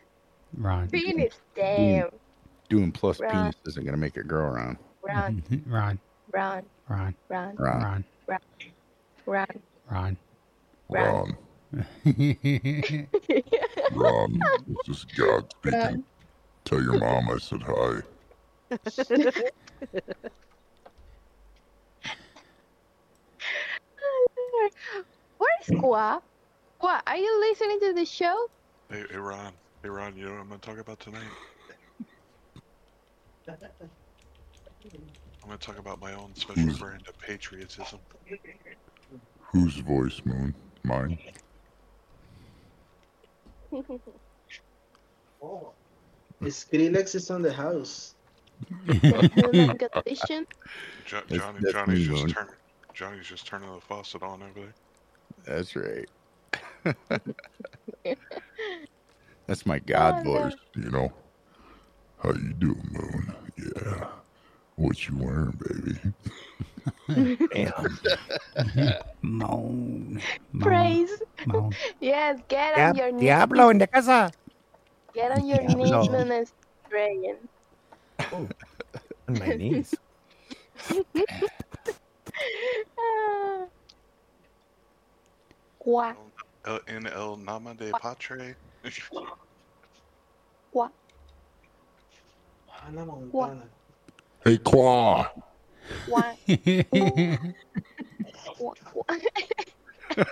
Speaker 5: Venus,
Speaker 1: Doing,
Speaker 5: damn.
Speaker 1: doing plus
Speaker 5: Ron.
Speaker 1: penis isn't going to make it grow around.
Speaker 5: Ron,
Speaker 3: [laughs] Ron.
Speaker 5: Ron,
Speaker 3: Ron.
Speaker 5: Ron,
Speaker 1: Ron.
Speaker 3: Ron.
Speaker 5: Ron, Ron. [laughs]
Speaker 3: Ron.
Speaker 12: Ron,
Speaker 3: [laughs]
Speaker 12: Ron, this is God speaking. Tell your mom I said hi.
Speaker 5: Oh, Lord. Where is Qua? Qua, are you listening to the show? [laughs]
Speaker 4: Hey, hey Ron. Hey, Ron, you know what I'm going to talk about tonight? I'm going to talk about my own special brand of patriotism.
Speaker 12: Whose voice, Moon? Mine?
Speaker 11: Oh. Skrillex is on the house.
Speaker 5: Congratulations.
Speaker 4: Jo-
Speaker 1: That's-
Speaker 4: Johnny,
Speaker 1: that's
Speaker 4: Johnny's,
Speaker 1: me,
Speaker 4: just
Speaker 1: Moon.
Speaker 4: turn, Johnny's just turning the faucet on over there.
Speaker 1: That's
Speaker 5: [laughs]
Speaker 1: right. That's
Speaker 5: Oh,
Speaker 1: my God voice.
Speaker 12: You know? How you doing, Moon? Yeah. What you wearing, baby?
Speaker 3: Moan.
Speaker 5: Praise.
Speaker 3: Moan.
Speaker 5: Yes, get on your knees.
Speaker 10: Diablo in the casa.
Speaker 5: Get on your
Speaker 10: Diablo.
Speaker 5: knees, man, and praying.
Speaker 10: On
Speaker 2: [laughs]
Speaker 10: my knees.
Speaker 5: Ah. Qua,
Speaker 4: El, in el nama de patre. [laughs]
Speaker 5: qua.
Speaker 11: Hannah
Speaker 4: Oh,
Speaker 5: Qua,
Speaker 11: Montana.
Speaker 12: hey,
Speaker 5: [clears throat]
Speaker 12: Claw!
Speaker 5: qua, qua,
Speaker 4: [laughs]
Speaker 5: qua.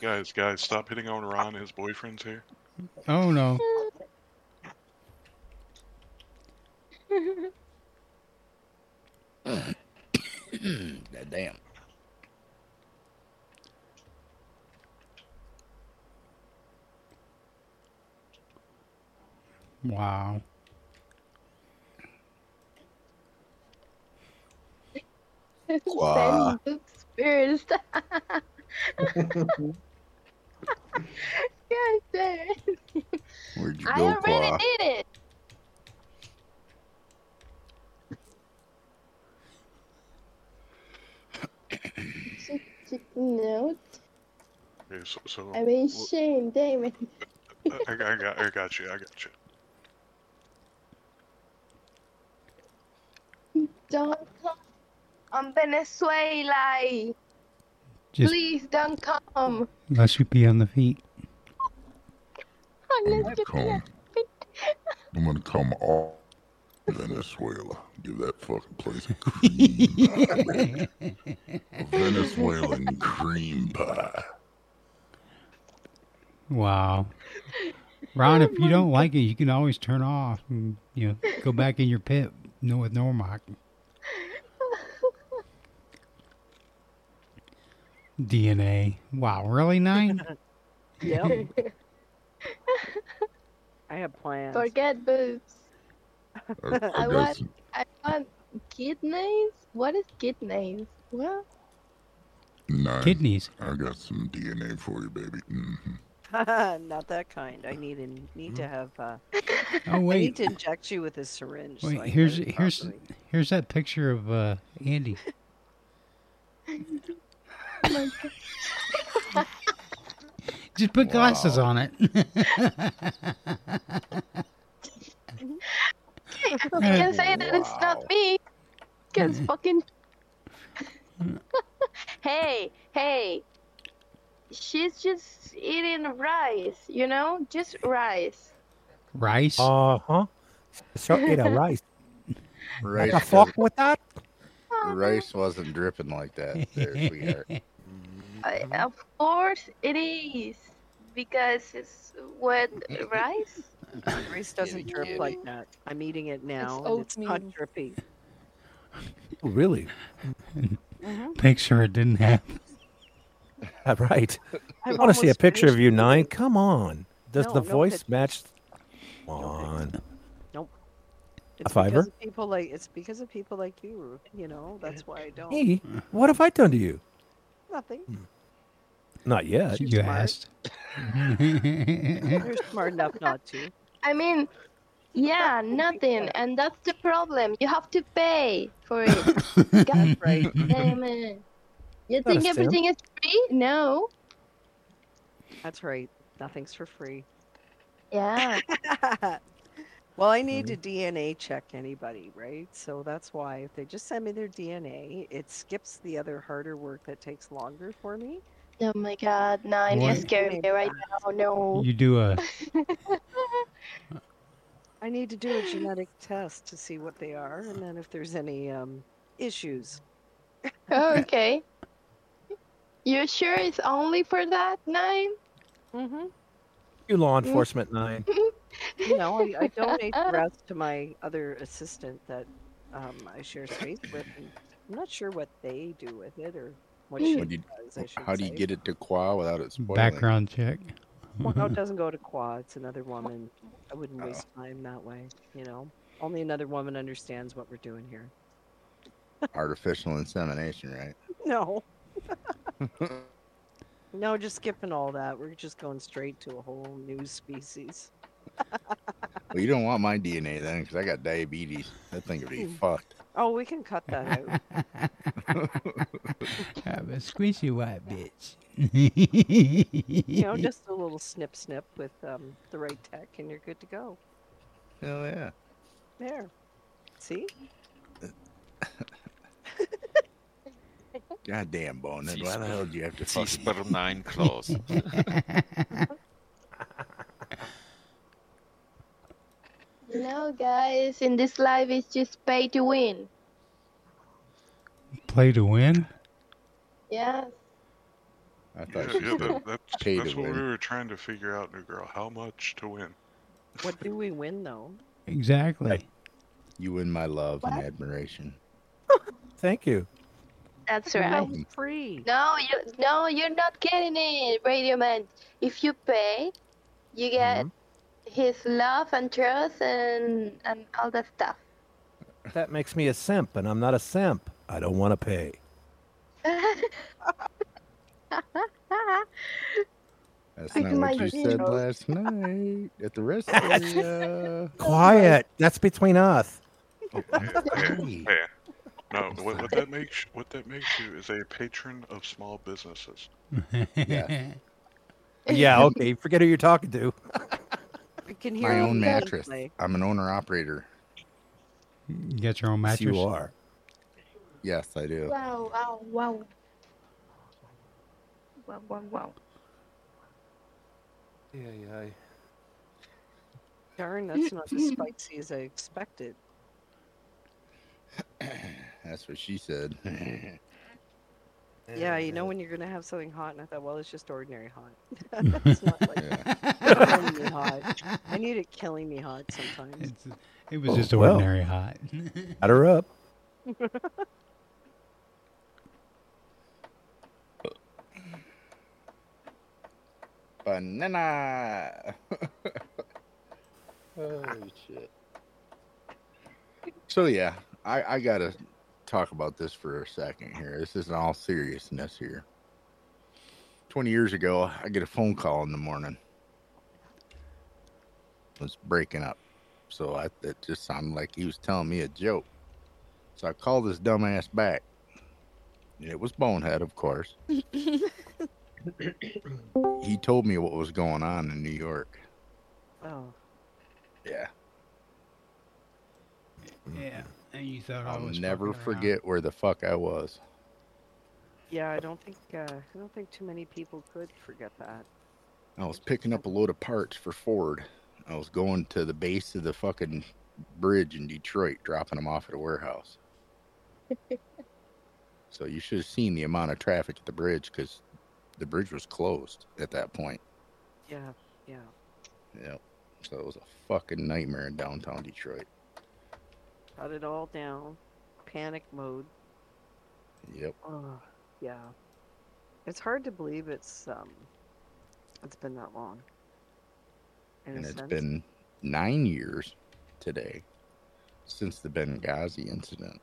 Speaker 4: guys, guys, stop hitting on Ron. His boyfriend's here.
Speaker 3: [laughs] Oh no.
Speaker 1: God damn.
Speaker 3: Wow.
Speaker 1: Qua.
Speaker 5: Send books
Speaker 4: [laughs]
Speaker 5: first. God damn.
Speaker 1: Where'd you
Speaker 5: I
Speaker 1: go,
Speaker 5: already
Speaker 1: Qua?
Speaker 4: [coughs]
Speaker 5: did it. So, so- no,
Speaker 4: Okay, so, so
Speaker 5: I mean
Speaker 4: wh-
Speaker 5: Shane, Damon.
Speaker 4: I, I, got, I got you. I got you.
Speaker 5: Don't come on Venezuela.
Speaker 3: Just
Speaker 5: Please don't come.
Speaker 3: unless you pee on the [laughs] feet.
Speaker 5: Unless you
Speaker 12: Come. I'm gonna come all Venezuela. Give that fucking place a cream pie. A
Speaker 5: [laughs]
Speaker 12: Venezuelan cream pie.
Speaker 2: [laughs]
Speaker 3: Wow. Ron, if you don't like it, you can always turn off and you know go back in your pit. No, with Normock. DNA. Wow,
Speaker 2: [laughs]
Speaker 3: really nine?
Speaker 2: Yep.
Speaker 11: [laughs]
Speaker 2: I have plans.
Speaker 5: forget boobs.
Speaker 12: I,
Speaker 5: [laughs] I
Speaker 12: I got
Speaker 5: want,
Speaker 12: some,
Speaker 5: I want kidneys. What is kidneys? What?
Speaker 12: nine.
Speaker 3: Kidneys. Oh,
Speaker 12: I got some DNA for you, baby. hmm
Speaker 2: [laughs] Not that kind. I need in,
Speaker 10: Hmm?
Speaker 2: need to have. Uh,
Speaker 3: Oh
Speaker 2: I need
Speaker 3: wait,
Speaker 2: to inject you with a syringe. so I
Speaker 3: wait.
Speaker 2: can
Speaker 3: Here's
Speaker 2: do it
Speaker 3: here's
Speaker 2: properly.
Speaker 3: here's that picture of uh, Andy.
Speaker 5: oh My God.
Speaker 3: Just put glasses on it.
Speaker 5: You can say that it's not me. Cause fucking. hey, hey. She's just eating rice, you know, just rice.
Speaker 3: [laughs] rice.
Speaker 10: Uh huh. So eat a rice.
Speaker 1: Rice,
Speaker 10: the fuck
Speaker 1: was,
Speaker 10: with that?
Speaker 5: Oh,
Speaker 1: rice wasn't dripping like that. There, sweetheart.
Speaker 3: Uh,
Speaker 5: I, of course it is, because it's
Speaker 3: [laughs]
Speaker 5: with rice.
Speaker 2: Rice doesn't drip like that. I'm eating it now, and it's not
Speaker 5: oatmeal.
Speaker 2: drippy.
Speaker 10: Really?
Speaker 3: [laughs] Picture it didn't have.
Speaker 10: All right.
Speaker 2: [laughs] I've
Speaker 10: I want to see a
Speaker 2: almost
Speaker 10: picture of
Speaker 2: finished
Speaker 10: you, Nine. Come on. Does
Speaker 2: No,
Speaker 10: the
Speaker 2: no
Speaker 10: voice
Speaker 2: pictures.
Speaker 10: match? Come on.
Speaker 2: Nope. It's
Speaker 10: fiver?
Speaker 2: because of people like it's because of people like you. Ruth, You know that's why I don't.
Speaker 10: Hey, what have I done to you?
Speaker 2: Nothing.
Speaker 10: Not yet.
Speaker 3: You asked. [laughs]
Speaker 2: You're smart enough not
Speaker 10: [laughs]
Speaker 2: to.
Speaker 5: I mean, yeah, nothing, and that's the problem. You have to pay for
Speaker 3: [laughs]
Speaker 5: it. God
Speaker 2: Right.
Speaker 5: damn it! You
Speaker 10: Not a
Speaker 5: think
Speaker 10: stamp.
Speaker 5: everything is free? No.
Speaker 2: That's right. Nothing's for free.
Speaker 5: Yeah.
Speaker 2: [laughs] well, I need to DNA check anybody, right? So that's why if they just send me their DNA, it skips the other harder work that takes longer for me.
Speaker 5: Oh my God, nine,
Speaker 3: What?
Speaker 5: you're scaring me right now. No. [laughs]
Speaker 3: you do a
Speaker 2: I need
Speaker 1: [gasps]
Speaker 2: to do a genetic test to see what they are, and then if there's any um, issues.
Speaker 5: okay. You sure it's only for that nine?
Speaker 2: Mm-hmm.
Speaker 13: You
Speaker 2: [laughs]
Speaker 13: law enforcement nine.
Speaker 2: You know, I, I
Speaker 1: [laughs]
Speaker 2: donate the rest to my other assistant that um, I share space with. and I'm not sure what they do with it or what [laughs] she
Speaker 1: Would you-
Speaker 2: does. I should
Speaker 1: Hmm. How do you
Speaker 2: say.
Speaker 1: get it to Qua without it spoiling?
Speaker 3: Background check.
Speaker 2: Well,
Speaker 1: [laughs]
Speaker 2: no, it doesn't go to Qua. It's another woman. I
Speaker 1: Oh.
Speaker 2: wouldn't waste time that way. You know, only another woman understands what we're doing
Speaker 1: [laughs]
Speaker 2: here.
Speaker 1: Artificial insemination, right?
Speaker 2: No. [laughs] no, just skipping all that. We're just going straight to a whole new species.
Speaker 1: Well, you don't want my DNA then, because I got diabetes. That thing would be
Speaker 2: Mm.
Speaker 1: fucked.
Speaker 2: Oh, we can cut
Speaker 1: [laughs]
Speaker 3: [laughs]
Speaker 2: that out.
Speaker 3: I'm a squishy white bitch.
Speaker 2: you know, just a little snip snip with um, the right tech, and you're good to go.
Speaker 1: Hell yeah.
Speaker 2: There. See?
Speaker 1: Goddamn, Bone.
Speaker 6: Sea
Speaker 1: Why the hell do you have to
Speaker 6: sperm-
Speaker 1: fucking...
Speaker 6: sea sperm
Speaker 1: [laughs]
Speaker 6: nine claws.
Speaker 5: No, guys, in this life it's just pay to win.
Speaker 3: [laughs] Play to win.
Speaker 5: Yeah.
Speaker 1: I
Speaker 4: Yeah,
Speaker 1: thought she
Speaker 4: yeah,
Speaker 1: said
Speaker 4: that, that's,
Speaker 1: pay to
Speaker 4: that's what
Speaker 1: win.
Speaker 4: we were trying to figure out, new girl. How much to win?
Speaker 2: What do we win, though?
Speaker 3: Exactly.
Speaker 1: You win my love and admiration.
Speaker 13: Thank you.
Speaker 5: That's right.
Speaker 1: No,
Speaker 2: free.
Speaker 5: No, you no, you're not getting it, Radio Man. If you pay, you get his love and trust and and all that stuff. [laughs]
Speaker 13: That makes me a simp, and I'm not a simp. I don't want to pay.
Speaker 1: That's
Speaker 5: Like
Speaker 1: not what
Speaker 5: my
Speaker 1: you said
Speaker 5: heroes.
Speaker 1: last night at the
Speaker 2: [laughs]
Speaker 1: rest area.
Speaker 13: Quiet. That's between us.
Speaker 4: Yeah, yeah. No, what, what that makes what that makes you is a patron of small businesses.
Speaker 13: yeah. yeah. Okay. Forget who you're talking to.
Speaker 2: I can hear
Speaker 1: My
Speaker 2: you
Speaker 1: own
Speaker 2: play.
Speaker 1: mattress. I'm an owner operator.
Speaker 3: [laughs] You got your own
Speaker 1: Yes,
Speaker 3: mattress.
Speaker 1: you are. Yes, I do.
Speaker 5: Wow, wow, wow. Wow, wow, wow.
Speaker 13: Yeah, yeah.
Speaker 2: Darn, that's not as spicy as I expected.
Speaker 1: [clears throat] That's what she said. [laughs]
Speaker 2: Yeah, you know when you're gonna have something hot, and I thought, well, it's just ordinary hot. [laughs] it's
Speaker 1: [laughs]
Speaker 2: not like killing me hot. I need it killing me hot
Speaker 1: [laughs]
Speaker 2: sometimes.
Speaker 3: It was
Speaker 13: Oh,
Speaker 3: just
Speaker 13: well.
Speaker 3: ordinary hot. [laughs]
Speaker 13: Add her up.
Speaker 1: Banana. oh shit. So yeah, I I gotta talk about this for a second here. This isn't all seriousness here. Twenty years ago, I get a phone call in the morning. It was breaking up, so I it just sounded like he was telling me a joke. So I called this dumbass back. And it was Bonehead, of course he told me what was going on in New York.
Speaker 2: Oh,
Speaker 1: Yeah.
Speaker 3: Yeah. And you thought I
Speaker 1: I'll
Speaker 3: was
Speaker 1: never
Speaker 3: fucking around.
Speaker 1: forget where the fuck I was.
Speaker 2: yeah. I don't think uh, I don't think too many people could forget that.
Speaker 1: I was picking up a load of parts for Ford. I was going to the base of the fucking bridge in Detroit, dropping them off at a warehouse. so you should have seen the amount of traffic at the bridge because the bridge was closed at that point.
Speaker 2: Yeah, yeah.
Speaker 1: Yep. So it was a fucking nightmare in downtown Detroit.
Speaker 2: Shut it all down. Panic mode.
Speaker 1: Yep.
Speaker 2: Oh, yeah. It's hard to believe it's um, it's been that long. In
Speaker 1: and
Speaker 2: a
Speaker 1: it's
Speaker 2: sense.
Speaker 1: been nine years today since the Benghazi incident.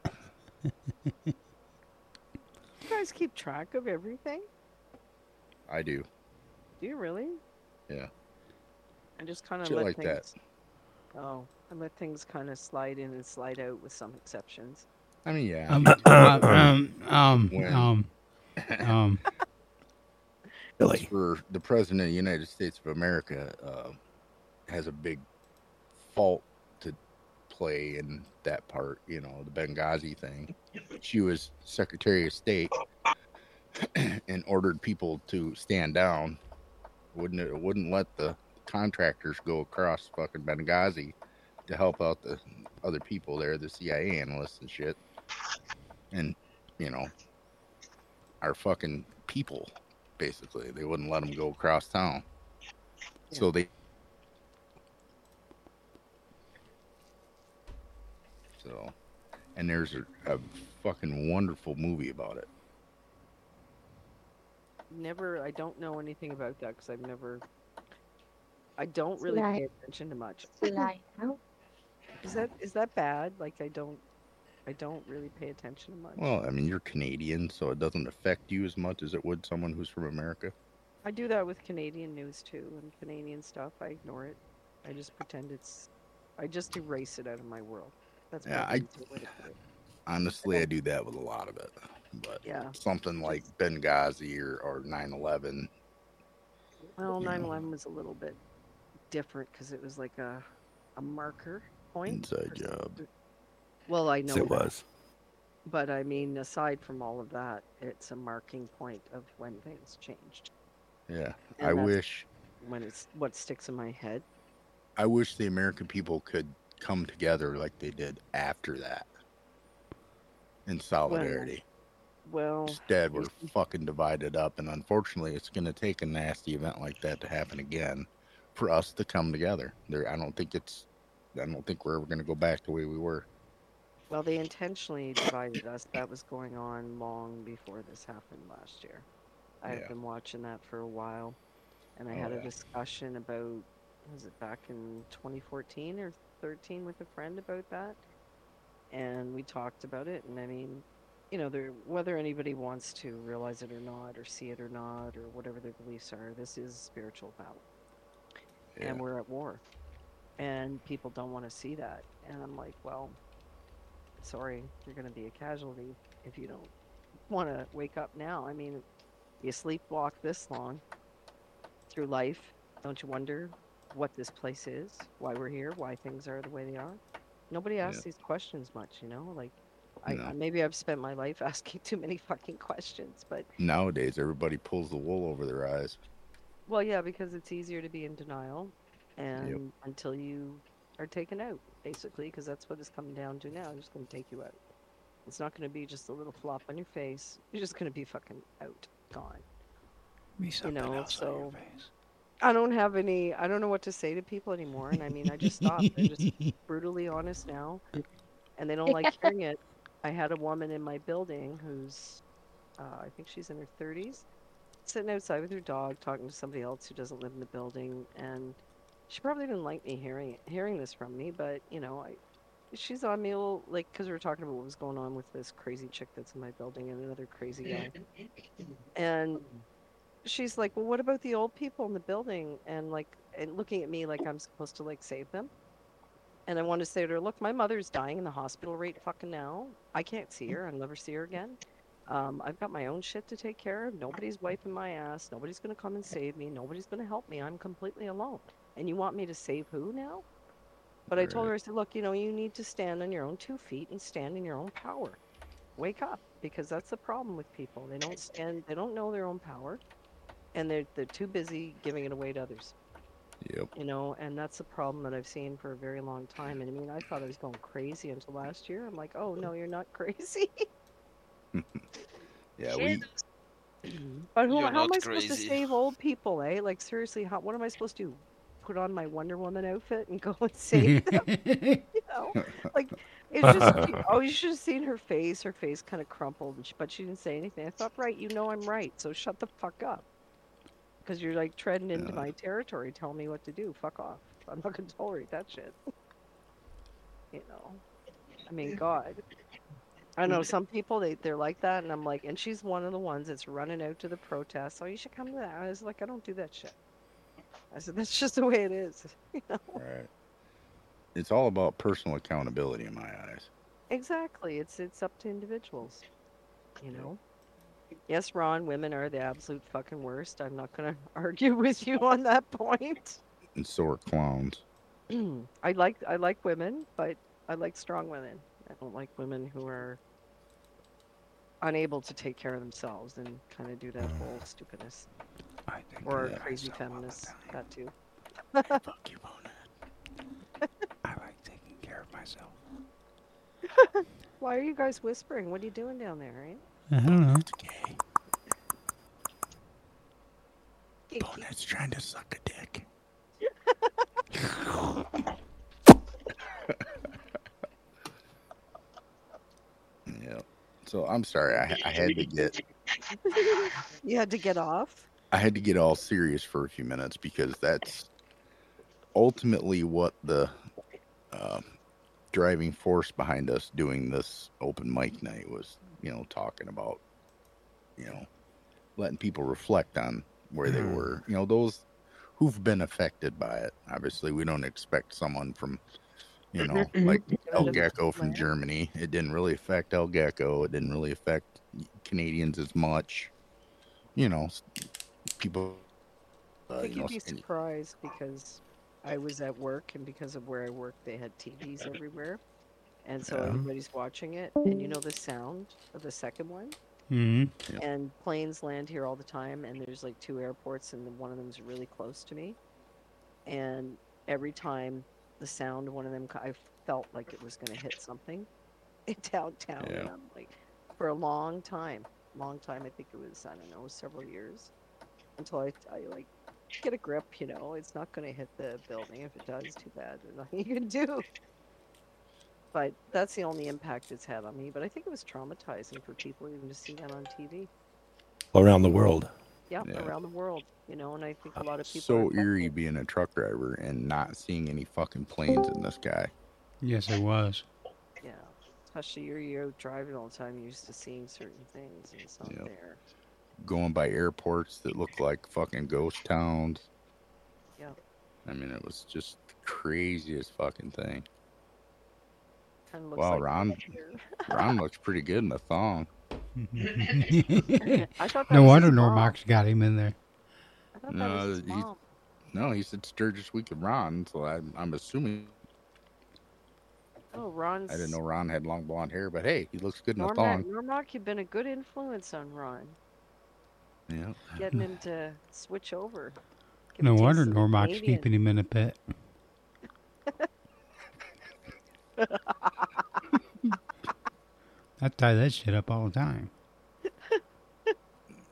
Speaker 2: You guys keep track of everything?
Speaker 1: I do,
Speaker 2: Do you really?
Speaker 1: yeah.
Speaker 2: I just kind of
Speaker 1: Shit
Speaker 2: let
Speaker 1: like that.
Speaker 2: things. Oh, I let things kind of slide in and slide out with some exceptions.
Speaker 1: I mean, yeah.
Speaker 3: Um,
Speaker 1: you do.
Speaker 3: [coughs] um, um,
Speaker 1: When-
Speaker 3: um, um,
Speaker 1: As For the president of the United States of America, uh, has a big fault to play in that part. You know, the Benghazi thing. She was Secretary of State [clears throat] and ordered people to stand down. Wouldn't it? Wouldn't let the contractors go across fucking Benghazi to help out the other people there, the CIA analysts and shit. And you know, our fucking people, basically. They wouldn't let them go across town. So they. So, and there's a, a fucking wonderful movie about it.
Speaker 2: Never, I don't know anything about that because I've never. I don't really
Speaker 5: Sly.
Speaker 2: pay attention to much.
Speaker 5: Slide out.
Speaker 2: Is that is that bad? Like I don't, I don't really pay attention to much.
Speaker 1: Well, I mean, you're Canadian, so it doesn't affect you as much as it would someone who's from America.
Speaker 2: I do that with Canadian news too and Canadian stuff. I ignore it. I just pretend it's. I just erase it out of my world. That's
Speaker 1: Yeah,
Speaker 2: probably
Speaker 1: I-
Speaker 2: the way to put it.
Speaker 1: Honestly, I do that with a lot of it. But
Speaker 2: Yeah.
Speaker 1: something like Benghazi or, or 9/11,
Speaker 2: Well,
Speaker 1: Yeah.
Speaker 2: 9/11 was a little bit different because it was like a, a marker point.
Speaker 1: Inside
Speaker 2: or
Speaker 1: job.
Speaker 2: something. Well, I know
Speaker 13: it
Speaker 2: that,
Speaker 13: was.
Speaker 2: but I mean, aside from all of that, it's a marking point of when things changed.
Speaker 1: yeah,
Speaker 2: And
Speaker 1: I
Speaker 2: that's
Speaker 1: wish
Speaker 2: When it's what sticks in my head.
Speaker 1: I wish the American people could come together like they did after that in solidarity.
Speaker 2: Well,
Speaker 1: Instead, we're fucking divided up, and unfortunately, it's going to take a nasty event like that to happen again for us to come together. There, I don't think it's, I don't think we're ever going to go back the way we were.
Speaker 2: well, they intentionally divided us. That was going on long before this happened last year. I've
Speaker 1: Yeah.
Speaker 2: been watching that for a while, and I
Speaker 1: Oh,
Speaker 2: had
Speaker 1: yeah.
Speaker 2: a discussion about what was it back in 2014 or 13 with a friend about that, and we talked about it. And I mean, you know, there whether anybody wants to realize it or not, or see it or not, or whatever their beliefs are, this is a spiritual battle, and
Speaker 1: Yeah.
Speaker 2: we're at war, and people don't want to see that. And I'm like, well, sorry, you're going to be a casualty if you don't want to wake up now. I mean, you sleepwalk this long through life. Don't you wonder what this place is, why we're here, why things are the way they are? Nobody asks these questions much, you know? Like, I,
Speaker 1: No.
Speaker 2: maybe I've spent my life [laughs] asking too many fucking questions, but
Speaker 1: Nowadays, everybody pulls the wool over their eyes.
Speaker 2: well, yeah, because it's easier to be in denial and until you are taken out, basically, because that's what it's coming down to now. It's just going to take you out. It's not going to be just a little flop on your face. You're just going to be fucking out, gone. [laughs]
Speaker 3: Me
Speaker 2: You
Speaker 3: something
Speaker 2: know,
Speaker 3: else on your
Speaker 2: so I don't have any. I don't know what to say to people anymore, and I mean, I just stopped. I'm
Speaker 3: [laughs]
Speaker 2: just brutally honest now, and they don't like hearing it. I had a woman in my building who's, uh, I think she's in her 30s, sitting outside with her dog, talking to somebody else who doesn't live in the building, and she probably didn't like me hearing it, hearing this from me, but you know, I, she's on me a little, like, because we were talking about what was going on with this crazy chick that's in my building and another crazy guy, and she's like, "Well, what about the old people in the building?" And like, and looking at me like I'm supposed to like save them. And I want to say to her, "Look, my mother's dying in the hospital right fucking now. I can't see her. I'll never see her again. Um, I've got my own shit to take care of. Nobody's wiping my ass. Nobody's gonna come and save me. Nobody's gonna help me. I'm completely alone. And you want me to save who now?" But I told her, I said, look, you know, you need to stand on your own two feet and stand in your own power. Wake up, because that's the problem with people. They don't stand, they don't know their own power, and they're they're too busy giving it away to others.
Speaker 1: Yep.
Speaker 2: You know, and that's a problem that I've seen for a very long time. And I mean, I thought I was going crazy until last year. I'm like, oh no, you're not [laughs] crazy.
Speaker 1: Yeah, we,
Speaker 2: Shit. but who,
Speaker 6: Mm-hmm. You're
Speaker 2: how am
Speaker 6: not
Speaker 2: I supposed to
Speaker 6: crazy.
Speaker 2: save old people, eh? Like seriously, how, what am I supposed to do? Put on my Wonder Woman outfit and [laughs] go
Speaker 6: [laughs]
Speaker 2: and save
Speaker 3: [laughs]
Speaker 2: them? you know, like it's just. she- oh, you should have seen her face. Her face kind of crumpled, and she- but she didn't say anything. I thought, right, you know I'm right, so shut the fuck up. Because you're like treading into my territory, telling me what to do. Fuck off. I'm not gonna tolerate that shit. [laughs] You know, I mean, God. I know some people they they're like that, and I'm like, and she's one of the ones that's running out to the protests. Oh, you should come to that. I was like, I don't do that shit. I said that's just the way it is. You know.
Speaker 1: right. It's all about personal accountability in my eyes.
Speaker 2: Exactly. It's it's up to individuals. You know. Yes, Ron, women are the absolute fucking worst. I'm not gonna [laughs] argue with you on that point. [clears throat]
Speaker 1: And so are clowns.
Speaker 2: I like I like women, but I like strong women. I don't like women who are unable to take care of themselves and kind of do that whole stupidness.
Speaker 3: I
Speaker 2: think or crazy feminists, that too.
Speaker 3: Fuck you, Mona. I like taking care of myself.
Speaker 2: Why are you guys whispering? What are you doing down there, right?
Speaker 3: I don't know.
Speaker 2: eh?
Speaker 1: trying to suck a dick. yeah. So I'm sorry. I, I had to get
Speaker 2: you had to get off.
Speaker 1: I had to get all serious for a few minutes because that's ultimately what the uh, driving force behind us doing this open mic night was. You know, talking about you know letting people reflect on where they were. You know, those who've been affected by it. Obviously, we don't expect someone from, you know, like El Gecko from Germany. It didn't really affect El Gecko. It didn't really affect Canadians as much. You know, s- people.
Speaker 2: I
Speaker 1: Uh,
Speaker 2: think
Speaker 1: you know,
Speaker 2: you'd be
Speaker 1: s- and-
Speaker 2: surprised because I was at work, and because of where I work, they had TVs everywhere, and so
Speaker 3: Yeah.
Speaker 2: everybody's watching it. And you know the sound of the second one.
Speaker 3: Mhm.
Speaker 2: And planes land here all the time, and there's like two airports, and the- one of them's really close to me. And every time the sound of one of them, co- I felt like it was going to hit something [laughs] downtown. And
Speaker 7: Yeah.
Speaker 2: I'm like, for a long time, long time, I think it was, I don't know, several years until I, I like get a grip, you know, it's not going to hit the building. If it does, too bad. There's nothing [laughs] you can do. But that's the only impact it's had on me. But I think it was traumatizing for people even to see that on TV.
Speaker 13: Around the world.
Speaker 2: Yeah,
Speaker 1: Yeah.
Speaker 2: around the world, you know, and I think a lot of people.
Speaker 1: so eerie being a truck driver and not seeing any fucking planes in the sky.
Speaker 3: Yes, it was.
Speaker 2: Yeah, especially you're you're driving all the time, you're used to seeing certain things, and it's not
Speaker 1: Yep.
Speaker 2: there.
Speaker 1: Going by airports that look like fucking ghost towns.
Speaker 2: Yeah,
Speaker 1: I mean, it was just the craziest fucking thing.
Speaker 2: kind of looks
Speaker 1: Wow,
Speaker 2: like
Speaker 1: Ron, [laughs] Ron looks pretty good in the thong.
Speaker 2: I thought that
Speaker 3: no
Speaker 2: was
Speaker 3: wonder
Speaker 2: his mom.
Speaker 3: Normox got him in there.
Speaker 1: No, he, no, he said Sturgis Week of Ron, so I'm, I'm assuming
Speaker 2: Oh, Ron's.
Speaker 1: I didn't know Ron had long blonde hair, but hey, he looks good in a
Speaker 2: Normac,
Speaker 1: thong.
Speaker 2: Normac, you've been a good influence on Ron,
Speaker 1: Yeah.
Speaker 2: getting him to switch over. Give
Speaker 3: No
Speaker 2: him a
Speaker 3: wonder
Speaker 2: taste of
Speaker 3: Normox
Speaker 2: Canadian.
Speaker 3: keeping him in a pit. I tie that shit up all the time.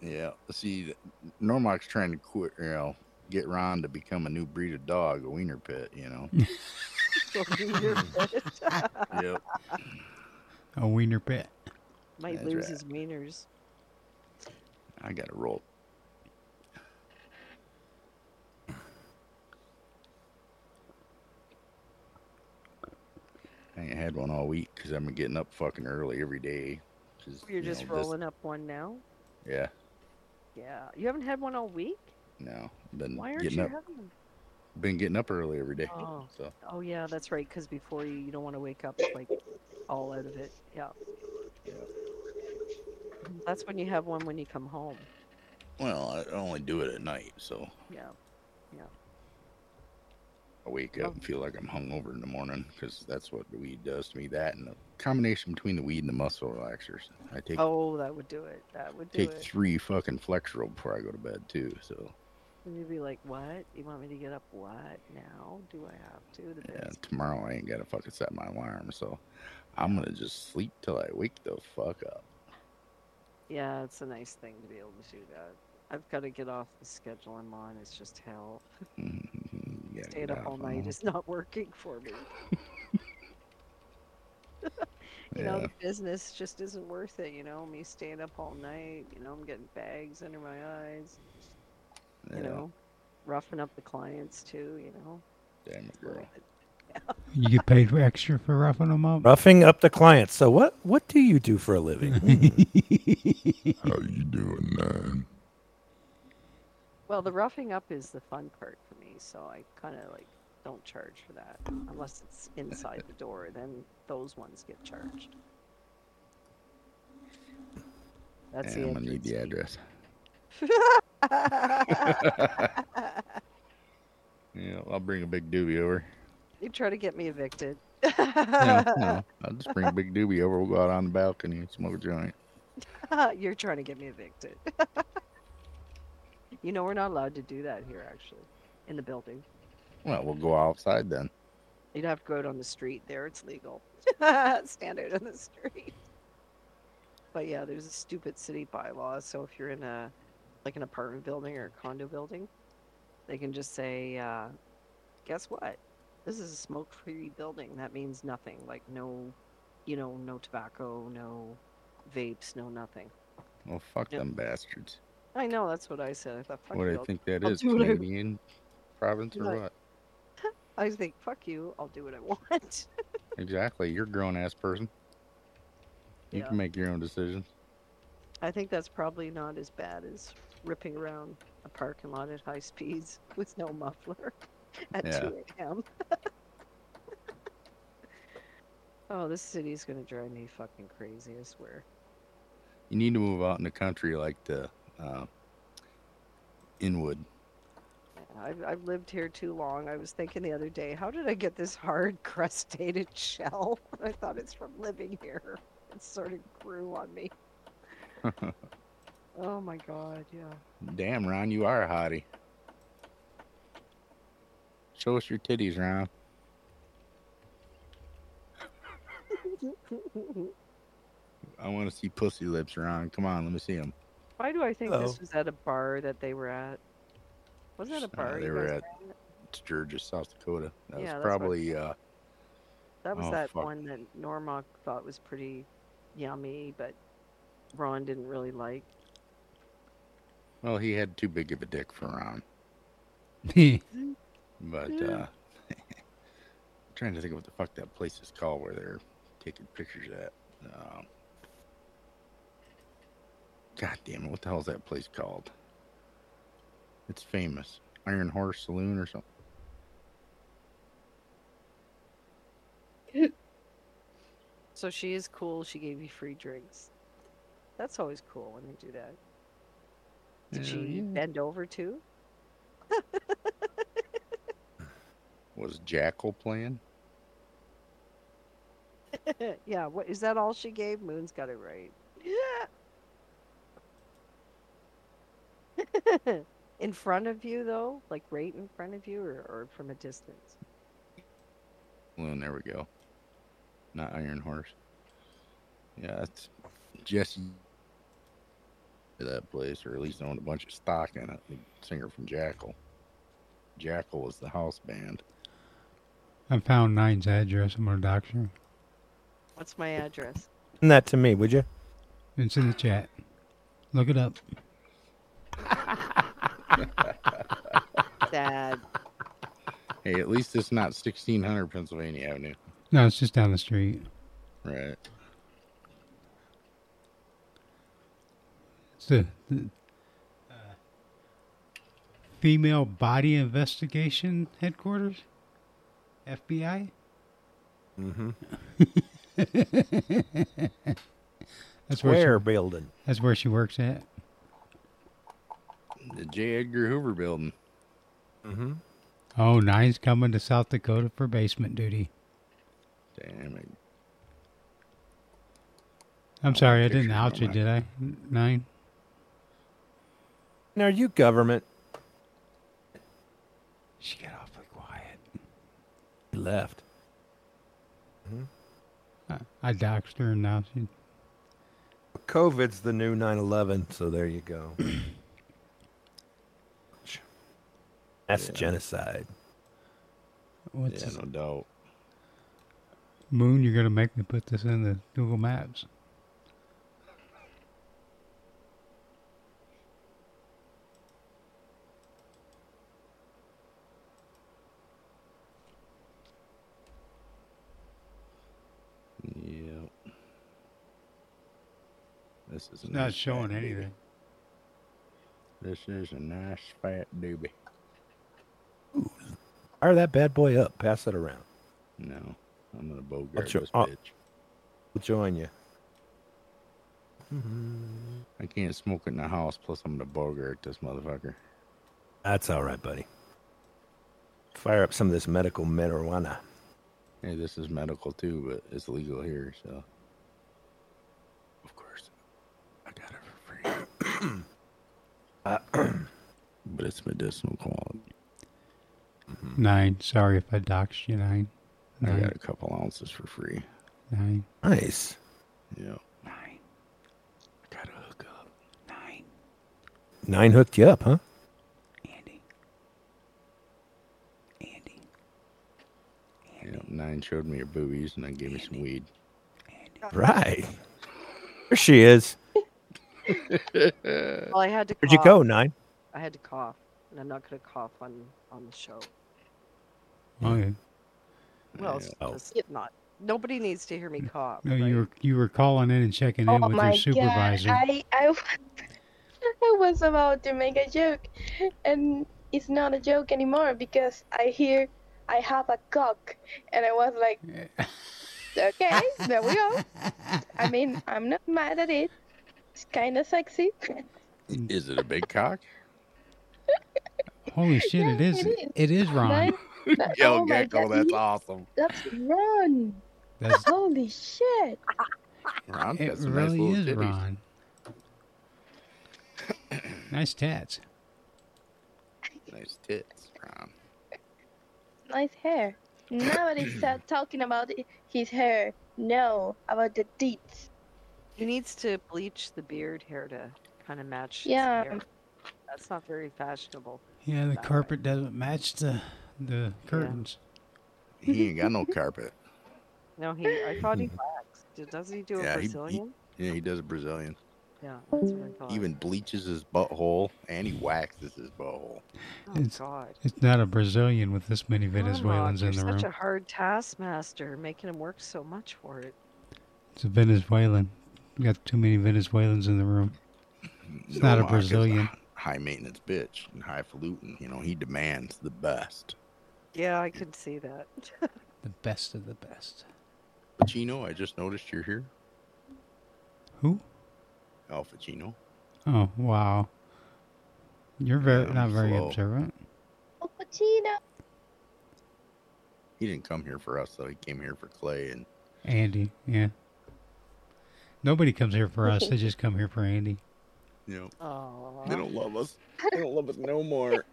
Speaker 1: Yeah. See, th- Normac's trying to quit, you know, get Ron to become a new breed of dog, a wiener pit, you [laughs] know. yep.
Speaker 3: A wiener pit.
Speaker 2: Might
Speaker 1: That's
Speaker 2: lose
Speaker 1: right.
Speaker 2: his wieners.
Speaker 1: I got to roll. I ain't had one all week because I've been getting up fucking early every day. 'cause,
Speaker 2: You're
Speaker 1: you know,
Speaker 2: just
Speaker 1: this-
Speaker 2: rolling up one now.
Speaker 1: yeah.
Speaker 2: Yeah, you haven't had one all week.
Speaker 1: No. Been
Speaker 2: Why aren't
Speaker 1: getting
Speaker 2: you
Speaker 1: up.
Speaker 2: having them?
Speaker 1: Been getting up early every day.
Speaker 2: Oh.
Speaker 1: So
Speaker 2: Oh yeah, that's right. Because before you, you don't want to wake up like all out of it. Yeah. That's when you have one when you come home.
Speaker 1: well, I only do it at night, so
Speaker 2: Yeah. Yeah.
Speaker 1: I wake up and feel like I'm hungover in the morning because that's what the weed does to me. That and the combination between the weed and the muscle relaxers. I take
Speaker 2: oh, that would do it. That would do
Speaker 1: take
Speaker 2: it.
Speaker 1: three fucking Flexeril before I go to bed too. So
Speaker 2: And you'd be like, "What? You want me to get up? What now? Do I have to?" The
Speaker 1: yeah,
Speaker 2: bed's
Speaker 1: tomorrow I ain't gotta fucking set my alarm. So I'm gonna just sleep till I wake the fuck up. [laughs]
Speaker 2: Yeah, it's a nice thing to be able to do that. I've got to get off the schedule I'm on. It's just hell.
Speaker 1: You gotta
Speaker 2: Stayed
Speaker 1: get
Speaker 2: up
Speaker 1: off
Speaker 2: all
Speaker 1: on
Speaker 2: night
Speaker 1: that.
Speaker 2: is not working for me. [laughs] you know,
Speaker 1: Yeah.
Speaker 2: the business just isn't worth it. You know, me staying up all night. You know, I'm getting bags under my eyes.
Speaker 1: Yeah.
Speaker 2: You know, roughing up the clients too. You know.
Speaker 1: Damn it, girl.
Speaker 3: You get paid for extra for roughing them
Speaker 13: [laughs]
Speaker 3: up.
Speaker 13: Roughing up the clients. So what? What do you do for a living?
Speaker 3: [laughs]
Speaker 8: Oh
Speaker 12: How you doing, nine?
Speaker 2: Well, the roughing up is the fun part for me, so I kind of like don't charge for that unless it's inside
Speaker 1: [laughs]
Speaker 2: the door. Then those ones get charged. That's
Speaker 1: Yeah,
Speaker 2: the
Speaker 1: I'm gonna need the address. [laughs]
Speaker 2: [laughs]
Speaker 1: yeah, I'll bring a big doobie
Speaker 2: [laughs]
Speaker 1: over.
Speaker 2: You try to get me evicted.
Speaker 1: No, no, I'll just bring a big doobie over. We'll go out on the balcony and smoke a joint.
Speaker 2: [laughs] You're trying to get me evicted. [laughs] you know we're not allowed to do that here, actually, in the building.
Speaker 1: Well, we'll go outside then.
Speaker 2: You'd have to go out on the street. There, it's legal. [laughs] Stand out on the street. But yeah, there's a stupid city bylaw. So if you're in a like an apartment building or a condo building, They can just say, uh, guess what? This is a smoke free building. That means nothing. Like, no, you know, no tobacco, no vapes, no nothing.
Speaker 1: Well, fuck
Speaker 2: Yep.
Speaker 1: them bastards.
Speaker 2: I know, that's what I said. I thought, fuck
Speaker 1: What do
Speaker 2: you.
Speaker 1: you
Speaker 2: I'll-
Speaker 1: think that
Speaker 2: I'll
Speaker 1: is?
Speaker 2: do what I-
Speaker 1: Canadian province or
Speaker 2: Right.
Speaker 1: what?
Speaker 2: I think, fuck you, I'll do what I [laughs] want.
Speaker 1: Exactly. You're a grown ass person. You
Speaker 2: Yeah.
Speaker 1: can make your own decisions.
Speaker 2: I think that's probably not as bad as ripping around a parking lot at high speeds [laughs] with no muffler [laughs] at
Speaker 1: Yeah.
Speaker 2: 2 a.m. [laughs] oh, this city's going to drive me fucking crazy, I swear.
Speaker 1: You need to move out in the country like the uh, Inwood.
Speaker 2: Yeah, I've, I've lived here too long. I was thinking the other day, how did I get this hard [laughs] crustated shell? [laughs] I thought it's from living here. It sort of grew on me. Oh my god, yeah.
Speaker 1: [laughs] Damn, Ron, you are a hottie. Show us your titties, Ron. I want to see pussy lips, Ron. Come on, let me see them.
Speaker 2: Why do I think
Speaker 1: Hello.
Speaker 2: this was at a bar that they were at? Was that a bar?
Speaker 1: Ah, they
Speaker 2: you
Speaker 1: were
Speaker 2: guys
Speaker 1: at Sturgis, South Dakota. That
Speaker 2: Yeah,
Speaker 1: was
Speaker 2: that's what I
Speaker 1: probably uh,
Speaker 2: That was
Speaker 1: Oh,
Speaker 2: that
Speaker 1: fuck.
Speaker 2: one that Normock thought was pretty yummy, but Ron didn't really like.
Speaker 1: well, he had too big of a dick for Ron. But
Speaker 2: Yeah.
Speaker 1: uh, [laughs] I'm trying to think of what the fuck that place is called where they're taking pictures at. Um, God damn it! What the hell is that place called? It's famous, Iron Horse Saloon or something.
Speaker 2: So she is cool. She gave you free drinks. That's always cool when they do that.
Speaker 1: Yeah,
Speaker 2: Did she
Speaker 1: yeah.
Speaker 2: bend over too? [laughs]
Speaker 1: Was Jackal playing?
Speaker 2: yeah. What is that? All she gave? Moon's got it right. [laughs] in front of you though, like right in front of you, or, or from a distance.
Speaker 1: Saloon. There we go. Not Iron Horse. Yeah, it's Jesse. That place, or at least owned a bunch of stock in it. The singer from Jackal. Jackal was the house band.
Speaker 3: I found Nine's address on my doctor.
Speaker 2: What's my address?
Speaker 13: Send that to me, would you?
Speaker 3: It's in the chat. Look it up.
Speaker 2: Sad.
Speaker 1: Hey, at least it's not 1600 Pennsylvania Avenue.
Speaker 3: No, it's just down the street.
Speaker 1: Right.
Speaker 3: It's the, the uh, female body investigation headquarters, FBI.
Speaker 13: Mm-hmm.
Speaker 3: [laughs] That's where she-
Speaker 13: Square building.
Speaker 3: That's where she works at.
Speaker 1: The J. Edgar Hoover building.
Speaker 13: Mm-hmm.
Speaker 3: Oh, Nine's coming to South Dakota for basement duty.
Speaker 1: Damn it.
Speaker 3: I'm sorry, I
Speaker 13: pictures
Speaker 3: didn't out
Speaker 13: on
Speaker 3: you,
Speaker 13: that.
Speaker 3: did I? Nine.
Speaker 13: Now, you government.
Speaker 3: She got awfully quiet.
Speaker 13: You left.
Speaker 3: I, I doxed her, and now she.
Speaker 13: COVID's the new 9/11, so there you go. [clears throat] That's genocide.
Speaker 3: What's
Speaker 1: yeah,
Speaker 3: this?
Speaker 1: no doubt.
Speaker 3: Moon, you're gonna make me put this in the Google Maps.
Speaker 1: Yep. This is a
Speaker 3: It's not
Speaker 1: nice
Speaker 3: showing
Speaker 1: fat doobie.
Speaker 3: anything.
Speaker 1: This is a nice fat doobie.
Speaker 13: Fire that bad boy up. Pass it around.
Speaker 1: No, I'm gonna
Speaker 13: I'll,
Speaker 1: bogart
Speaker 13: jo-
Speaker 1: this
Speaker 13: I'll-
Speaker 1: bitch.
Speaker 13: I'll join you.
Speaker 1: I can't smoke it in the house. Plus, I'm gonna bogart this motherfucker.
Speaker 13: That's all right, buddy. Fire up some of this medical marijuana.
Speaker 1: Hey, this is medical too, but it's legal here, so. Of course, I got it for free.
Speaker 13: Uh, [clears throat]
Speaker 1: but it's medicinal quality.
Speaker 3: Nine. Sorry if I doxed you, Nine.
Speaker 1: I got
Speaker 3: Nine.
Speaker 1: a couple ounces for free.
Speaker 3: Nine.
Speaker 13: Nice.
Speaker 1: Yeah.
Speaker 3: Nine.
Speaker 1: I gotta hook up.
Speaker 3: Nine.
Speaker 13: Nine hooked you up, huh?
Speaker 3: Andy.
Speaker 1: nine showed me her boobies and then gave me some weed.
Speaker 13: Right. There she is.
Speaker 2: well, I had to.
Speaker 13: Where'd you
Speaker 2: cough.
Speaker 13: go, Nine?
Speaker 2: I had to cough, and I'm not going to cough on on the show.
Speaker 3: Okay.
Speaker 2: Well, it's just not. Nobody needs to hear me cough.
Speaker 3: Mm. No, you were you were calling in and checking in with your supervisor.
Speaker 5: Oh God, I, I, [laughs] w- I was about to make a joke, and it's not a joke anymore because I hear I have a cock, and I was like, okay, there
Speaker 3: [laughs]
Speaker 5: we go. I mean, I'm not mad at it. It's kind of sexy.
Speaker 1: Is it a big cock?
Speaker 5: [laughs]
Speaker 3: Holy shit! It is.
Speaker 5: it is.
Speaker 3: It is Ron.
Speaker 5: Nine- nine-
Speaker 1: Yo,
Speaker 5: oh my
Speaker 1: Gecko,
Speaker 5: God,
Speaker 1: that's
Speaker 5: you-
Speaker 1: awesome.
Speaker 5: That's Ron. [laughs]
Speaker 3: That's-
Speaker 5: Holy shit.
Speaker 1: Ron
Speaker 3: It
Speaker 1: got some nice
Speaker 3: really
Speaker 1: little
Speaker 3: is
Speaker 1: titties.
Speaker 3: Ron. nice tats.
Speaker 1: Nice tits, Ron.
Speaker 5: Nice hair. Nobody's ta- talking about i- his hair. No, about the deets.
Speaker 2: He needs to bleach the beard hair to kind of match. his
Speaker 5: Yeah.
Speaker 2: hair. That's not very fashionable.
Speaker 3: Yeah, the carpet doesn't match the the curtains.
Speaker 1: He ain't got no carpet.
Speaker 2: No, he. I thought
Speaker 3: Hmm.
Speaker 2: he waxed. Do- Does he do
Speaker 1: Yeah,
Speaker 2: a
Speaker 1: he- he-
Speaker 2: Brazilian?
Speaker 1: Yeah, he does Brazilian.
Speaker 2: Yeah, that's what I thought.
Speaker 1: Even bleaches his butthole and he waxes his butthole.
Speaker 2: Oh
Speaker 3: It's-
Speaker 2: God.
Speaker 3: It's not a Brazilian with this
Speaker 5: Oh,
Speaker 3: many Venezuelans
Speaker 2: You're
Speaker 3: in the
Speaker 2: such
Speaker 3: room.
Speaker 2: a hard taskmaster, making him work so much for it.
Speaker 3: It's a Venezuelan. We got too many Venezuelans in the room. It's not a
Speaker 1: Novak is
Speaker 3: Brazilian.
Speaker 1: High maintenance bitch and highfalutin. You know, he demands the best.
Speaker 2: Yeah, I could see that.
Speaker 3: The best of the best.
Speaker 1: Pacino, I just noticed you're here.
Speaker 3: Who?
Speaker 1: Al Pacino.
Speaker 3: Oh wow. You're very
Speaker 1: Yeah,
Speaker 3: not very
Speaker 1: slow.
Speaker 3: observant.
Speaker 5: Oh, Pacino.
Speaker 1: He didn't come here for us, though. He came here for Clay and
Speaker 3: Andy, yeah. Nobody comes here for us. They just come here for Andy.
Speaker 1: you know
Speaker 2: Oh.
Speaker 1: they don't love us. They don't love us no more.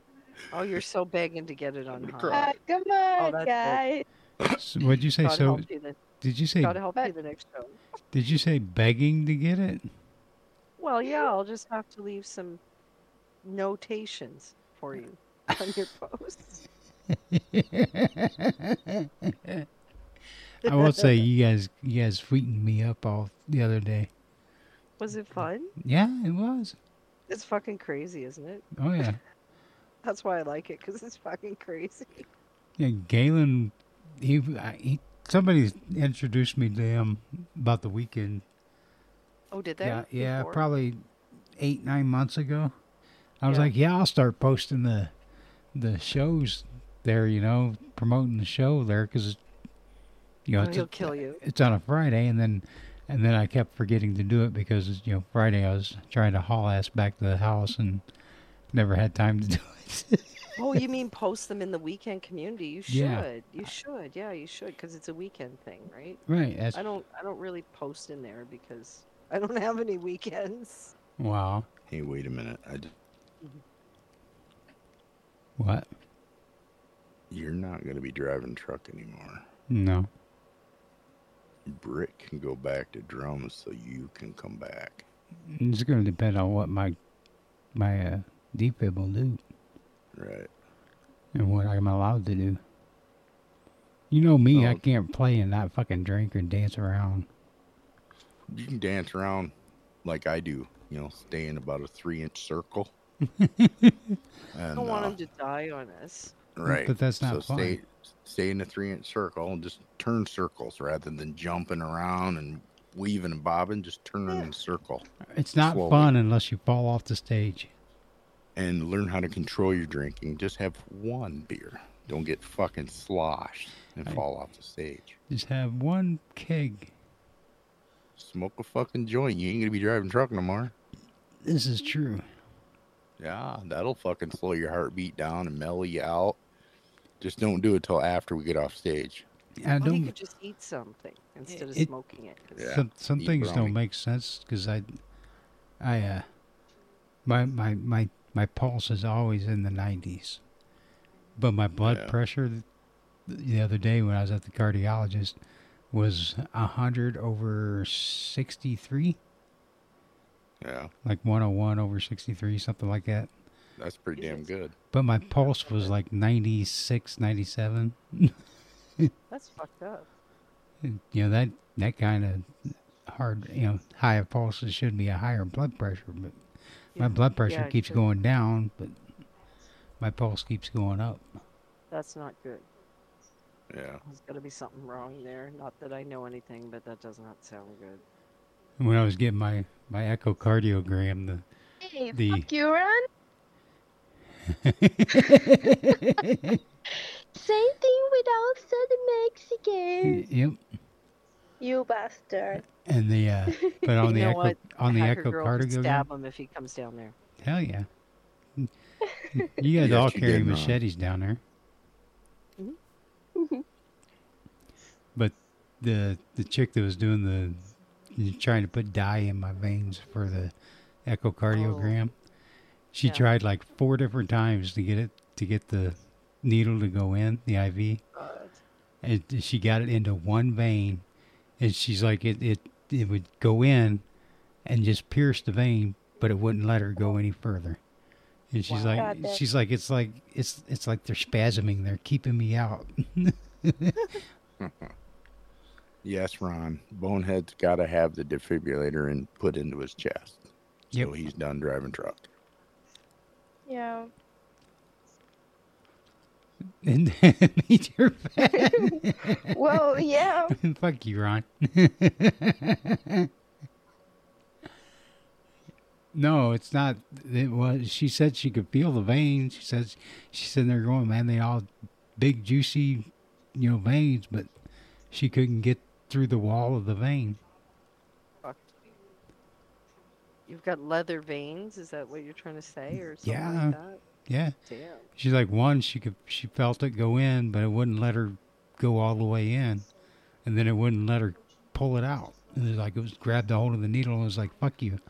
Speaker 2: Oh, you're so begging to get it on
Speaker 5: Uh,
Speaker 2: high.
Speaker 5: come on,
Speaker 2: that's it.
Speaker 5: guys.
Speaker 3: So what'd you say?
Speaker 2: God
Speaker 3: So
Speaker 2: help you then.
Speaker 3: did you say
Speaker 2: God help you the next show.
Speaker 3: did you say begging to get it? [laughs]
Speaker 2: Well, yeah, I'll just have to leave some notations for you [laughs] on your posts.
Speaker 3: I will say you guys you guys freaking me up all the other day.
Speaker 2: [laughs] Was it fun?
Speaker 3: Yeah, it was.
Speaker 2: It's fucking crazy, isn't it?
Speaker 3: Oh yeah.
Speaker 2: That's why I like it because it's fucking crazy.
Speaker 3: Yeah, Galen, he, I- he somebody introduced me to him about the weekend.
Speaker 2: Oh, did they?
Speaker 3: Yeah, yeah,
Speaker 2: Before?
Speaker 3: probably eight nine months ago. I was
Speaker 2: Yeah.
Speaker 3: like, yeah, I'll start posting the the shows there, you know, promoting the show there because you know
Speaker 2: Oh,
Speaker 3: it's,
Speaker 2: he'll kill you.
Speaker 3: it's on a Friday, and then and then I kept forgetting to do it because you know Friday I was trying to haul ass back to the house and never had time to [laughs] do it.
Speaker 2: [laughs] Oh, you mean post them in the weekend community? You should.
Speaker 3: Yeah.
Speaker 2: You should. Yeah, you should because it's a weekend thing, right?
Speaker 3: Right, that's-
Speaker 2: I don't. I don't really post in there because I don't have any weekends.
Speaker 3: wow,
Speaker 1: [laughs] Hey, wait a minute. I d-
Speaker 3: what?
Speaker 1: you're not going to be driving truck anymore.
Speaker 3: No.
Speaker 1: Brick can go back to drums so you can come back.
Speaker 3: It's going to depend on what my my uh, defib will do
Speaker 1: Right.
Speaker 3: and what I'm allowed to do. You know me,
Speaker 1: Oh.
Speaker 3: I can't play and not fucking drink or dance around.
Speaker 1: You can dance around like I do, you know, stay in about a three inch
Speaker 3: [laughs]
Speaker 1: circle.
Speaker 2: I
Speaker 1: And,
Speaker 2: don't want
Speaker 1: uh,
Speaker 2: him to die on us.
Speaker 1: Right.
Speaker 3: But that's not
Speaker 1: so
Speaker 3: fun.
Speaker 1: Stay, stay in a three inch circle and just turn circles rather than jumping around and weaving and bobbing. Just turn in a circle.
Speaker 3: It's not
Speaker 1: Slowly.
Speaker 3: fun unless you fall off the stage.
Speaker 1: And learn how to control your drinking. Just have one beer. Don't get fucking sloshed and fall off the stage.
Speaker 3: Just have one keg.
Speaker 1: Smoke a fucking joint. You ain't going to be driving truck no more.
Speaker 3: This is true.
Speaker 1: Yeah, that'll fucking slow your heartbeat down and mellow you out. Just don't do it till after we get off stage.
Speaker 3: I
Speaker 2: Well, he
Speaker 3: don't.
Speaker 2: could just eat something instead of
Speaker 3: It-
Speaker 2: smoking it. 'cause-
Speaker 1: Yeah.
Speaker 3: Some some
Speaker 1: eat
Speaker 3: things
Speaker 1: brownie.
Speaker 3: don't make sense because I, I uh, my my my my pulse is always in the nineties, but my blood pressure th- the other day when I was at the cardiologist was hundred over sixty three,
Speaker 1: Yeah,
Speaker 3: like one hundred one over sixty three, something like that.
Speaker 1: that's pretty damn good.
Speaker 3: But my pulse was like 96, 97.
Speaker 2: That's fucked up.
Speaker 3: you know that that kind of hard, you know, high of pulses should be a higher blood pressure, but my blood pressure
Speaker 2: yeah, it
Speaker 3: keeps
Speaker 2: should.
Speaker 3: going down, but my pulse keeps going up.
Speaker 2: That's not good.
Speaker 1: Yeah.
Speaker 2: There's got to be something wrong there. Not that I know anything, but that does not sound good.
Speaker 3: And when I was getting my my echocardiogram, the
Speaker 5: Hey,
Speaker 3: The-
Speaker 5: fuck you, Ron.
Speaker 2: [laughs]
Speaker 5: Same thing with also the
Speaker 3: [laughs]
Speaker 5: Mexicans.
Speaker 3: yep,
Speaker 5: You bastard.
Speaker 3: and the uh, but on
Speaker 2: You
Speaker 3: the
Speaker 2: know
Speaker 3: echo
Speaker 2: what?
Speaker 3: on the
Speaker 2: Hacker girl could
Speaker 3: echocardiogram,
Speaker 2: stab him if he comes down there.
Speaker 3: hell
Speaker 1: [laughs]
Speaker 3: yeah, you guys
Speaker 1: Yes,
Speaker 3: all
Speaker 1: you
Speaker 3: carry
Speaker 1: did, Ron.
Speaker 3: machetes down there.
Speaker 1: Mm-hmm. [laughs]
Speaker 5: Mhm.
Speaker 3: But the the chick that was doing the trying to put dye in my veins for the echocardiogram,
Speaker 1: Oh.
Speaker 3: she
Speaker 2: Yeah.
Speaker 3: tried like four different times to get it to get the needle to go in the IV, and she got it into one vein, and she's like it it it would go in, and just pierce the vein, but it wouldn't let her go any further. And she's
Speaker 5: Wow.
Speaker 3: like,
Speaker 5: God, that-
Speaker 3: she's like, it's like, it's, it's like they're spasming, they're keeping me out. [laughs]
Speaker 1: Yes, Ron. Bonehead's got to have the defibrillator and put into his chest. So he's done driving truck.
Speaker 5: Yeah.
Speaker 3: and [laughs] Major Fan.
Speaker 5: Well, yeah.
Speaker 3: Fuck you, Ron. [laughs] no, it's not. It was. She said she could feel the veins. She says she's sitting there going, "Man, they all big, juicy, you know, veins." But she couldn't get through the wall of the vein.
Speaker 2: Fuck. You've got leather veins. Is that what you're trying to say, or something
Speaker 3: Yeah.
Speaker 2: like that?
Speaker 3: Yeah.
Speaker 2: Damn.
Speaker 3: She's like one, she could she felt it go in, but it wouldn't let her go all the way in, and then it wouldn't let her pull it out. And it was like it was grabbed a hold of the needle and was like, "Fuck you,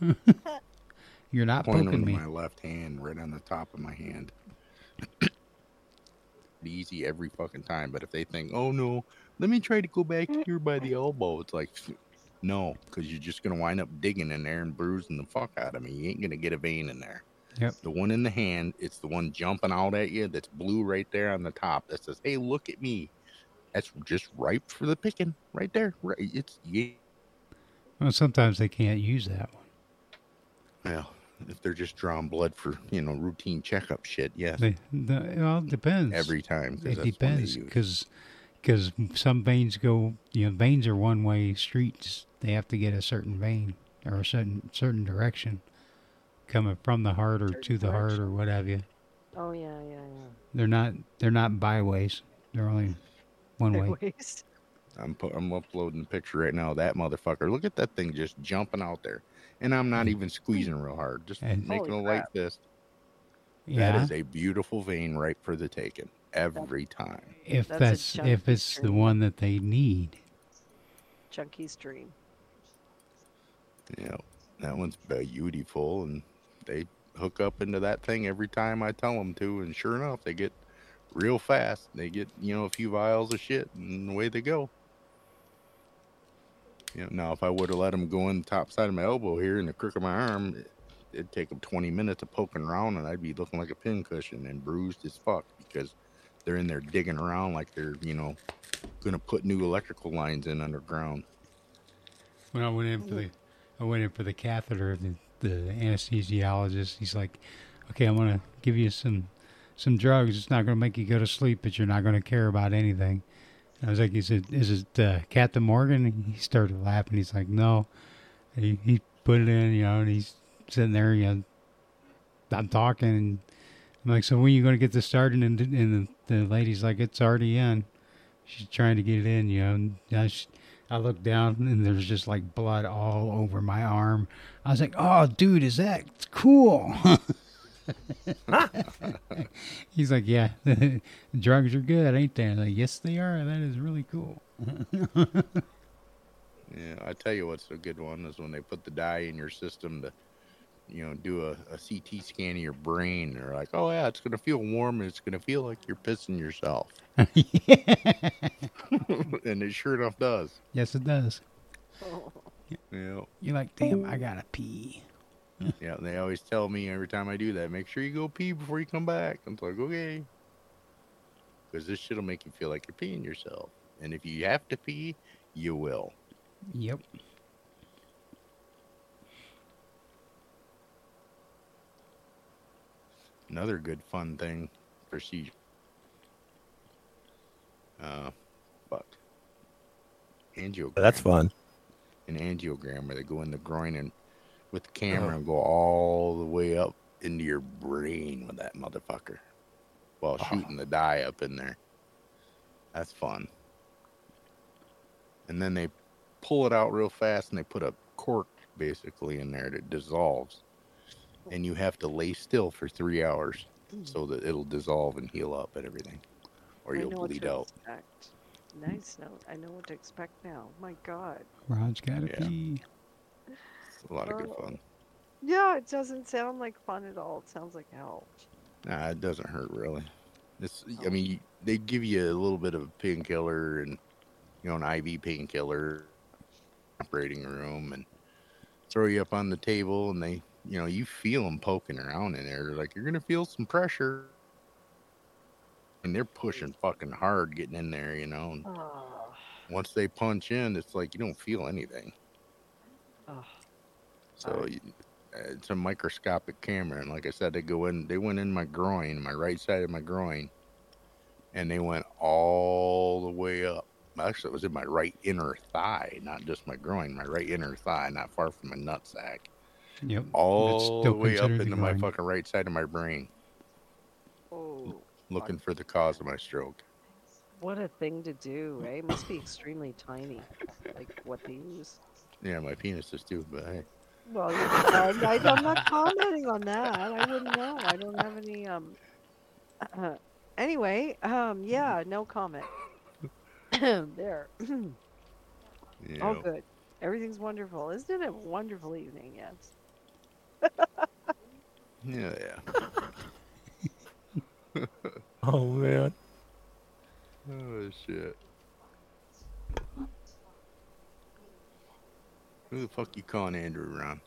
Speaker 3: [laughs] you're not
Speaker 1: Point
Speaker 3: poking
Speaker 1: with
Speaker 3: me."
Speaker 1: my left hand, right on the top of my hand. [coughs] Be Easy every fucking time. But if they think, oh no, let me try to go back here by the elbow, it's like, no, because you're just gonna wind up digging in there and bruising the fuck out of me. You ain't gonna get a vein in there.
Speaker 3: Yep.
Speaker 1: The one in the hand, it's the one jumping out at you that's blue right there on the top that says, "Hey, look at me." That's just ripe for the picking, right there. Right, it's yeah.
Speaker 3: Well, sometimes they can't use that one.
Speaker 1: Well, if they're just drawing blood for you know routine checkup shit, yes.
Speaker 3: They, the, it all depends.
Speaker 1: Every time, 'cause that's
Speaker 3: it
Speaker 1: when they use
Speaker 3: depends
Speaker 1: it.
Speaker 3: because some veins go, you know, veins are one way streets. They have to get a certain vein or a certain certain direction coming from the heart or to the heart or what have you.
Speaker 2: Oh yeah, yeah, yeah.
Speaker 3: They're not. They're not byways. They're only one way.
Speaker 2: Waist.
Speaker 1: I'm pu- I'm uploading a picture right now. of That motherfucker. Look at that thing just jumping out there, and I'm not even squeezing real hard. Just
Speaker 3: And-
Speaker 1: making
Speaker 2: Holy
Speaker 1: a light
Speaker 2: crap.
Speaker 1: fist.
Speaker 3: Yeah.
Speaker 1: That is a beautiful vein right for the taking every time.
Speaker 3: If
Speaker 2: That's a
Speaker 3: that's,
Speaker 2: junk
Speaker 3: if it's the
Speaker 2: dream.
Speaker 3: one that they need.
Speaker 2: [laughs] Chunky's dream. [laughs]
Speaker 1: Yeah, that one's beautiful, and they hook up into that thing every time I tell them to, and sure enough, they get real fast. They get you know a few vials of shit, and away they go. You know, now if I would have let them go in the top side of my elbow here in the crook of my arm, it, it'd take them 20 minutes of poking around, and I'd be looking like a pincushion and bruised as fuck because they're in there digging around like they're you know gonna put new electrical lines in underground.
Speaker 3: When I went in for the, I went in for the catheter. The, the anesthesiologist, he's like, "Okay, I'm gonna give you some, some drugs. It's not gonna make you go to sleep, but you're not gonna care about anything." And I was like, "Is it, is it uh, Captain Morgan?" And he started laughing. He's like, "No." And he, he put it in, you know, and he's sitting there, you know, I'm talking, and I'm like, "So when you gonna get this started?" And, and the, the lady's like, "It's already in." She's trying to get it in, you know. And I, sh- I look down and there's just like blood all over my arm. I was like, "Oh, dude, is that cool?" [laughs] He's like, "Yeah, [laughs] drugs are good, ain't they?" I'm like, "Yes, they are. That is really cool." [laughs]
Speaker 1: Yeah, I tell you what's a good one is when they put the dye in your system to, you know, do a, a CT scan of your brain. They're like, oh yeah, it's gonna feel warm and it's gonna feel like you're pissing yourself, and it sure enough does.
Speaker 3: yes, it does.
Speaker 1: Yeah,
Speaker 3: You're like, "Damn, I gotta pee."
Speaker 1: yeah. They always tell me every time I do that, make sure you go pee before you come back. I'm like, okay. because this shit'll make you feel like you're peeing yourself. And if you have to pee, you will.
Speaker 3: Yep.
Speaker 1: Another good fun thing for seizure. Uh, fuck. Angiogram.
Speaker 13: That's fun.
Speaker 1: An angiogram where they go in the groin and with the camera and go all the way up into your brain with that motherfucker while shooting the dye up in there. That's fun. And then they pull it out real fast and they put a cork basically in there that dissolves. And you have to lay still for three hours so that it'll dissolve and heal up and everything. Or
Speaker 2: I
Speaker 1: you'll
Speaker 2: know what
Speaker 1: bleed
Speaker 2: to
Speaker 1: out.
Speaker 2: Expect. Nice note. I know what to expect now. My God.
Speaker 3: Ron's got to pee.
Speaker 1: A lot of good
Speaker 2: Oh.
Speaker 1: fun.
Speaker 2: Yeah, it doesn't sound like fun at all. It sounds like hell.
Speaker 1: Nah, it doesn't hurt really. It's, I
Speaker 2: Oh.
Speaker 1: mean, you- they give you a little bit of a painkiller and you know an IV painkiller, operating room, and throw you up on the table, and they, you know, you feel them poking around in there. Like you're gonna feel some pressure, and they're pushing fucking hard getting in there, you know. And
Speaker 2: Oh,
Speaker 1: once they punch in, it's like you don't feel anything.
Speaker 2: oh.
Speaker 1: So you, it's a microscopic camera, and like I said, they go in. They went in my groin, my right side of my groin, and they went all the way up. Actually, it was in my right inner thigh, not just my groin. My right inner thigh, not far from my nutsack,
Speaker 3: Yep.
Speaker 1: all the way up
Speaker 3: considered the
Speaker 1: into my
Speaker 3: groin.
Speaker 1: fucking right side of my brain,
Speaker 2: Oh,
Speaker 1: looking for the cause of my stroke.
Speaker 2: what a thing to do, eh? It must be extremely tiny, like what they use.
Speaker 1: Yeah, my penis is too, but hey.
Speaker 2: Well, you know, I, I'm not commenting on that. I wouldn't know. I don't have any. Um. [clears throat] anyway, um, yeah, no comment. [clears throat] there.
Speaker 1: you
Speaker 3: Oh,
Speaker 2: All
Speaker 1: know.
Speaker 2: good. Everything's wonderful. Isn't it a wonderful evening? Yes.
Speaker 1: Yeah, yeah.
Speaker 13: Oh man.
Speaker 1: Oh shit. Who the fuck you calling Andrew Ron?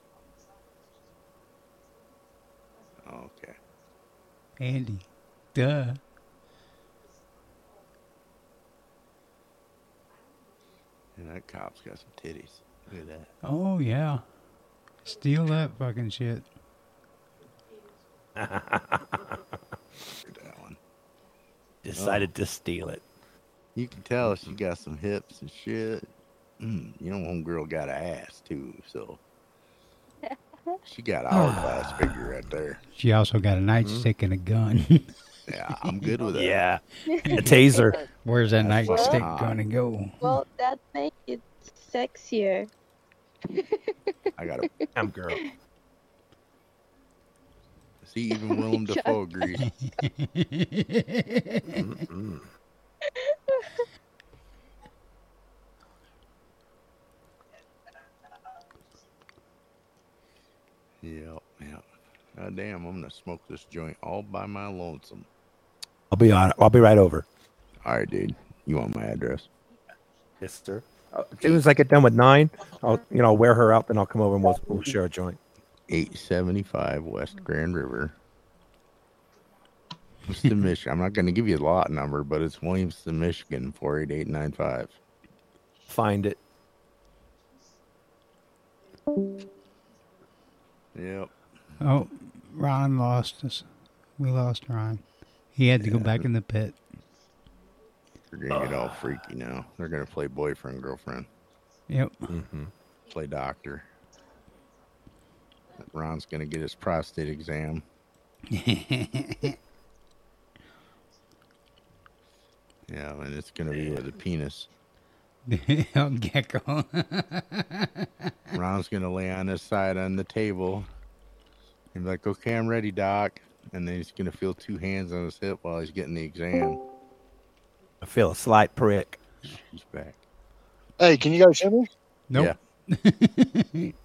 Speaker 1: Oh, Okay.
Speaker 3: Andy. Duh.
Speaker 1: And that cop's got some titties. Look at that.
Speaker 3: Oh, yeah. Steal that fucking shit.
Speaker 13: [laughs] Decided to steal [laughs] it.
Speaker 1: You can tell she got some hips and shit. Mm, you know, homegirl got an ass too, so she got an hourglass figure right there.
Speaker 3: She also got a
Speaker 1: Mm-hmm.
Speaker 3: nightstick and a gun. [laughs]
Speaker 1: Yeah, I'm good with that.
Speaker 13: Yeah. A [laughs] taser.
Speaker 3: Where's that
Speaker 13: That's
Speaker 3: nightstick
Speaker 13: fine.
Speaker 3: gonna go?
Speaker 5: Well, that makes it sexier.
Speaker 1: I got a
Speaker 13: damn girl.
Speaker 1: See, even Willem
Speaker 5: God.
Speaker 1: Dafoe agrees.
Speaker 13: Mm-mm.
Speaker 1: Yep, yep. God damn, I'm gonna smoke this joint all by my lonesome.
Speaker 13: I'll be on. I'll be right over.
Speaker 1: All right, dude. You want my address?
Speaker 13: Yes, sir. As soon as I get done with nine, I'll you know wear her out, then I'll come over and we'll, we'll share a joint.
Speaker 1: 875 West Grand River. [laughs] Williamston, Michigan. I'm not gonna give you a lot number, but it's Williamston, Michigan, 48895.
Speaker 13: Find it.
Speaker 1: Yep.
Speaker 3: [laughs] Oh, Ron lost us. We lost Ron. He had to go back in the pit.
Speaker 1: They're gonna get all freaky now. They're gonna play boyfriend, girlfriend,
Speaker 3: Yep. [laughs]
Speaker 13: Mm-hmm.
Speaker 1: play doctor. Ron's gonna get his prostate exam. Yeah, and it's gonna be with a penis.
Speaker 3: Oh, gecko.
Speaker 1: Ron's gonna lay on his side on the table. He's like, "Okay, I'm ready, Doc." And then he's gonna feel two hands on his hip while he's getting the exam.
Speaker 13: I feel a slight prick.
Speaker 1: He's back.
Speaker 8: Hey, can you guys hear me?
Speaker 1: Nope.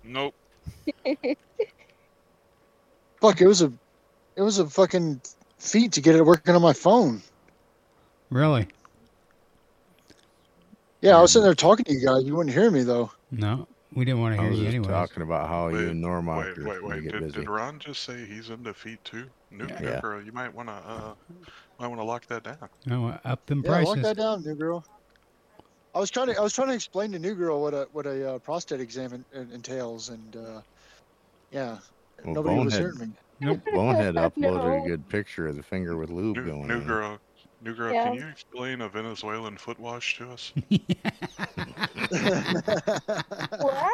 Speaker 6: Nope.
Speaker 8: [laughs] Fuck, it was a, it was a fucking feat to get it working on my phone.
Speaker 3: [laughs] really?
Speaker 8: Yeah, I was sitting there talking to you guys. You wouldn't hear me though.
Speaker 3: No, we didn't want to
Speaker 1: I
Speaker 3: hear
Speaker 1: was
Speaker 3: you
Speaker 1: just
Speaker 3: anyway.
Speaker 1: talking about how you and Norm
Speaker 4: Wait,
Speaker 1: Octor
Speaker 4: wait,
Speaker 1: when you
Speaker 4: wait.
Speaker 1: get
Speaker 4: Did,
Speaker 1: busy.
Speaker 4: did Ron just say he's in defeat too? Nuke
Speaker 1: Yeah.
Speaker 4: Necro, you might want to uh, I want to lock that down.
Speaker 3: No, up them
Speaker 10: yeah,
Speaker 3: prices.
Speaker 10: lock that down, new girl. I was trying to I was trying to explain to new girl what a what a uh, prostate exam en- en- entails, and uh, yeah,
Speaker 1: Well,
Speaker 10: nobody was
Speaker 1: Bonehead-
Speaker 10: hearing me.
Speaker 5: [laughs]
Speaker 10: [laughs]
Speaker 1: Bonehead uploaded
Speaker 10: No.
Speaker 1: a good picture of the finger with lube going
Speaker 4: New
Speaker 1: in.
Speaker 4: girl, new girl, can
Speaker 10: Yeah.
Speaker 4: you explain a Venezuelan foot wash to us?
Speaker 5: what?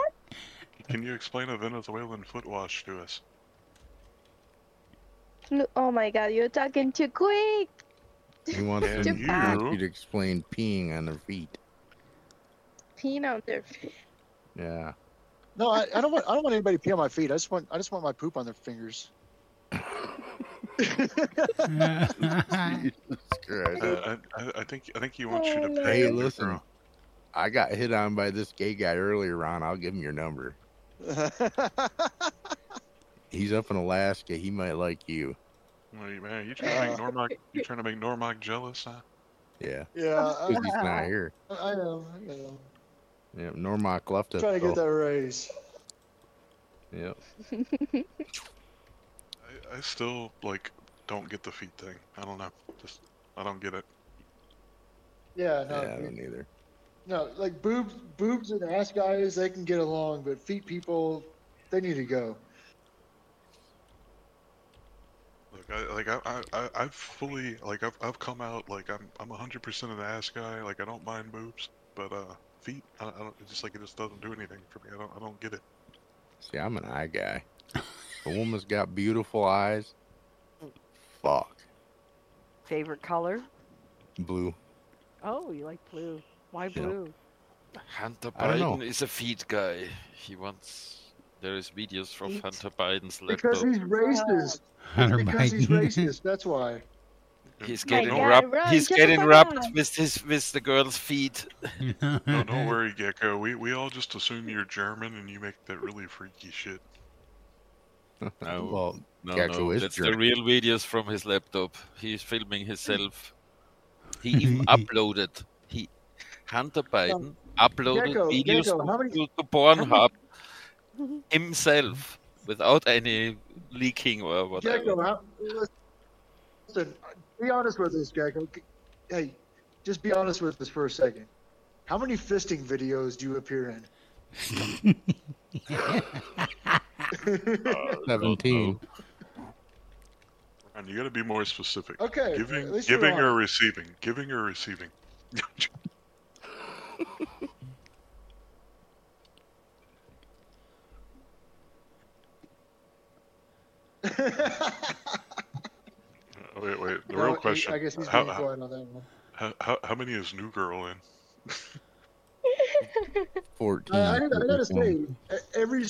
Speaker 4: Can you explain a Venezuelan foot wash to
Speaker 1: [laughs]
Speaker 4: us?
Speaker 5: Look, oh my god, you're talking too quick.
Speaker 1: He wants,
Speaker 5: Yeah,
Speaker 1: to,
Speaker 5: you.
Speaker 1: he wants you to explain peeing on their feet.
Speaker 5: Peeing on their feet.
Speaker 1: Yeah.
Speaker 10: No, I, I don't want I don't want anybody to pee on my feet. I just want I just want my poop on
Speaker 1: [laughs]
Speaker 10: their fingers.
Speaker 3: [laughs]
Speaker 8: [laughs]
Speaker 4: Uh, I, I, I think I think he wants you to pay
Speaker 1: Hey,
Speaker 4: him, new
Speaker 1: listen.
Speaker 4: girl.
Speaker 1: I got hit on by this gay guy earlier, Ron. I'll give him your
Speaker 10: [laughs]
Speaker 1: number. He's up in Alaska. He might like you.
Speaker 4: Wait, man, you trying to make Normock? You trying to make Normock jealous? Huh?
Speaker 1: Yeah. [laughs]
Speaker 10: Yeah, uh,
Speaker 1: Because he's not here.
Speaker 10: I know, I know.
Speaker 1: Yeah, Normock left us.
Speaker 10: trying to get
Speaker 1: though.
Speaker 10: that raise.
Speaker 1: Yep.
Speaker 4: I, I still like don't get the feet thing. I don't know. Just I don't get it.
Speaker 10: Yeah, no,
Speaker 1: Yeah, I don't either.
Speaker 10: no, like boobs, boobs and ass guys, they can get along, but feet people, they need to go.
Speaker 4: Like I like I I- I I've fully like I've I've come out like I'm I'm 100% an ass guy. Like I don't mind boobs, but uh feet I, I don't it's just like it just doesn't do anything for me. I don't I don't get it.
Speaker 1: See, I'm an eye guy.
Speaker 10: [laughs]
Speaker 1: A woman's got beautiful eyes. Fuck.
Speaker 2: Favorite color?
Speaker 1: Blue.
Speaker 2: Oh, you like blue. Why
Speaker 1: Yeah.
Speaker 2: blue?
Speaker 11: Hunter
Speaker 1: I don't know.
Speaker 11: Biden is a feed guy. He wants. There is videos from
Speaker 10: Feet?
Speaker 11: Hunter Biden's
Speaker 10: Because
Speaker 11: laptop.
Speaker 10: he's racist.
Speaker 3: Hunter
Speaker 10: because he's
Speaker 3: Biden.
Speaker 10: racist. That's why.
Speaker 11: He's
Speaker 10: Oh My
Speaker 11: getting
Speaker 10: God,
Speaker 11: rubbed.
Speaker 10: Ron,
Speaker 11: he's
Speaker 10: shut
Speaker 11: getting
Speaker 10: up.
Speaker 11: rubbed with his with the girl's feet.
Speaker 4: No, Oh,
Speaker 11: [laughs]
Speaker 4: don't worry, Gecko. We we all just assume you're German and you make that really freaky shit.
Speaker 11: No,
Speaker 1: Well,
Speaker 11: no,
Speaker 1: Gecko
Speaker 11: no.
Speaker 1: is
Speaker 11: That's the
Speaker 1: German.
Speaker 11: real videos from his laptop. He's filming himself.
Speaker 1: [laughs]
Speaker 11: He even uploaded. He Hunter Biden uploaded
Speaker 10: Gecko,
Speaker 11: videos
Speaker 10: Gecko, how many-
Speaker 11: to, to
Speaker 10: [laughs]
Speaker 11: Pornhub himself without any leaking or whatever.
Speaker 10: Gecko, how, listen, be honest with us, Gecko. Hey, just be honest with us for a second. How many fisting videos do you appear in?
Speaker 1: Seventeen.
Speaker 4: And you got to be more specific.
Speaker 10: Okay,
Speaker 4: Giving
Speaker 10: at least you
Speaker 4: giving
Speaker 10: are.
Speaker 4: or receiving? Giving or
Speaker 10: [laughs]
Speaker 4: receiving? Uh, Wait, wait. The
Speaker 10: No,
Speaker 4: real
Speaker 10: he-
Speaker 4: question.
Speaker 10: I guess he's
Speaker 4: how,
Speaker 10: being
Speaker 4: how-
Speaker 10: quiet on that one.
Speaker 4: How, how, how many is New Girl in?
Speaker 1: Fourteen.
Speaker 10: Uh, I, gotta- I gotta say, e- every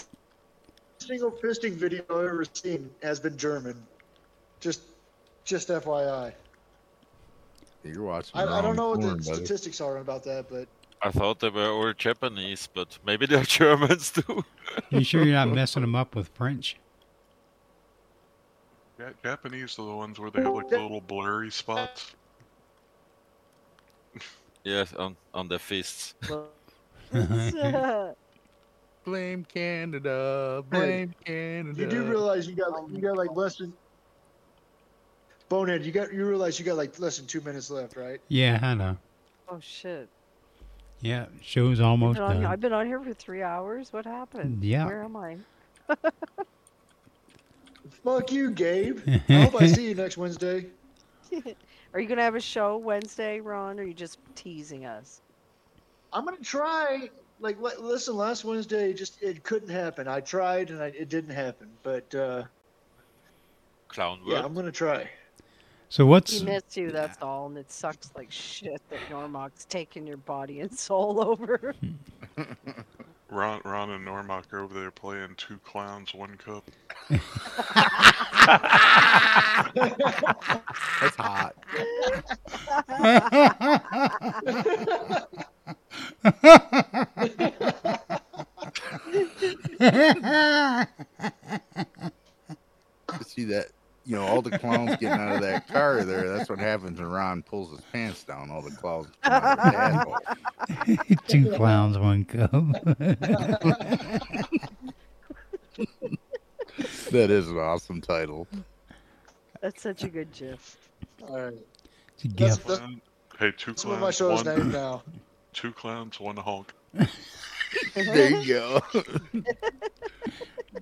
Speaker 10: single fisting video I've ever seen has been German. Just, just FYI.
Speaker 1: You're watching.
Speaker 10: I, I don't know what the
Speaker 1: statistics.
Speaker 10: statistics are about that, but
Speaker 11: I thought they were all Japanese, but maybe they're [laughs] Germans too.
Speaker 3: you sure you're not messing them up with French?
Speaker 4: Ja- Japanese are the ones where they have like the little blurry spots.
Speaker 11: Yes, on on their fists.
Speaker 2: [laughs]
Speaker 1: blame Canada. Blame
Speaker 10: Hey,
Speaker 1: Canada.
Speaker 10: you do realize you got like, you got like less than bonehead. You got you realize you got like less than two minutes left, right?
Speaker 3: Yeah, I know.
Speaker 2: Oh shit!
Speaker 3: Yeah, show's
Speaker 2: I've
Speaker 3: almost
Speaker 2: been, on,
Speaker 3: done.
Speaker 2: I've been on here for three hours. What happened?
Speaker 3: Yeah. [laughs]
Speaker 2: Where am I? [laughs]
Speaker 10: Fuck you, Gabe. I hope
Speaker 13: [laughs]
Speaker 10: I see you next Wednesday.
Speaker 2: Are you gonna have a show Wednesday, Ron? Or are you just teasing us?
Speaker 10: I'm gonna try. Like, li- listen, last Wednesday just it couldn't happen. I tried and I, it didn't happen, but uh,
Speaker 11: Clown
Speaker 10: yeah,
Speaker 11: world.
Speaker 10: I'm gonna try.
Speaker 3: So what's
Speaker 2: He missed you, that's all, and it sucks like shit that Normock's taking your body and [laughs] soul over.
Speaker 4: Ron, Ron and Normock are over there playing two clowns, one cup.
Speaker 1: That's hot. See that? You know, all the clowns getting out of that car there. That's what happens when Ron pulls his pants down. All the clowns come out of his asshole.
Speaker 3: [laughs] two clowns, one [laughs] cup?
Speaker 1: That is an awesome title.
Speaker 2: That's such a good gif. [laughs]
Speaker 10: All right.
Speaker 3: It's a [laughs] gift.
Speaker 4: Hey, two
Speaker 10: That's what my
Speaker 4: clowns,
Speaker 10: show's
Speaker 4: one
Speaker 10: named now.
Speaker 4: two clowns, one honk.
Speaker 1: there you go.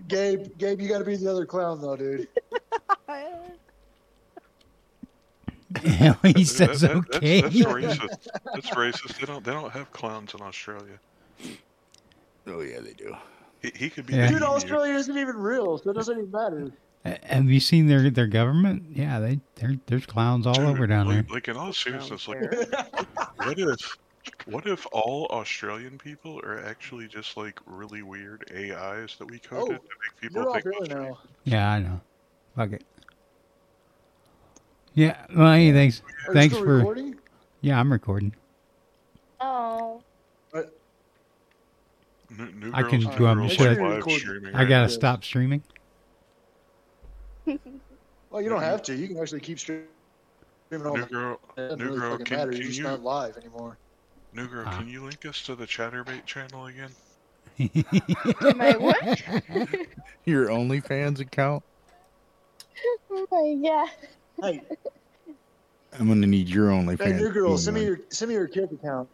Speaker 10: Gabe, Gabe, you got to be the other clown though, dude.
Speaker 3: [laughs] he says
Speaker 4: That- that-
Speaker 3: okay. [laughs]
Speaker 4: That's, that's racist. That's racist. They don't they don't have clowns in Australia.
Speaker 1: Oh yeah, they do.
Speaker 4: He, he could be.
Speaker 3: Yeah.
Speaker 10: Dude, Australia isn't even real, so it doesn't even matter.
Speaker 3: A- Have you seen their their government? Yeah, they they're, there's clowns all over down there.
Speaker 4: Like, like in all seriousness, like
Speaker 10: [laughs]
Speaker 4: what if what if all Australian people are actually just like really weird AIs that we coded to make people
Speaker 10: Oh, You're all
Speaker 4: think
Speaker 10: real now.
Speaker 3: Yeah, I know. Fuck it. Yeah. Well, hey, thanks.
Speaker 10: Are you
Speaker 3: thanks
Speaker 10: still
Speaker 3: for.
Speaker 10: recording?
Speaker 3: Yeah, I'm recording.
Speaker 5: Oh. [laughs]
Speaker 4: new, new
Speaker 3: I can.
Speaker 4: girls, new
Speaker 3: Do I'm
Speaker 4: girls,
Speaker 3: should
Speaker 4: like,
Speaker 3: I-
Speaker 4: live streaming
Speaker 3: I
Speaker 4: right
Speaker 3: gotta
Speaker 4: now.
Speaker 3: stop streaming. [laughs]
Speaker 10: Well, you don't have to. You can actually keep streaming all
Speaker 4: New girl,
Speaker 10: It doesn't
Speaker 4: new
Speaker 10: really
Speaker 4: girl,
Speaker 10: fucking
Speaker 4: can-
Speaker 10: matter.
Speaker 4: can
Speaker 10: You're just
Speaker 4: you-
Speaker 10: not live anymore.
Speaker 4: New girl,
Speaker 3: Ah.
Speaker 4: can you link us to the ChatterBait channel again?
Speaker 5: My what?
Speaker 1: Your OnlyFans account.
Speaker 5: oh my god.
Speaker 10: Hey,
Speaker 1: I'm gonna need your
Speaker 10: hey,
Speaker 1: OnlyFans.
Speaker 10: new girl,
Speaker 1: Moon
Speaker 10: send me
Speaker 1: one.
Speaker 10: your send me your kid account.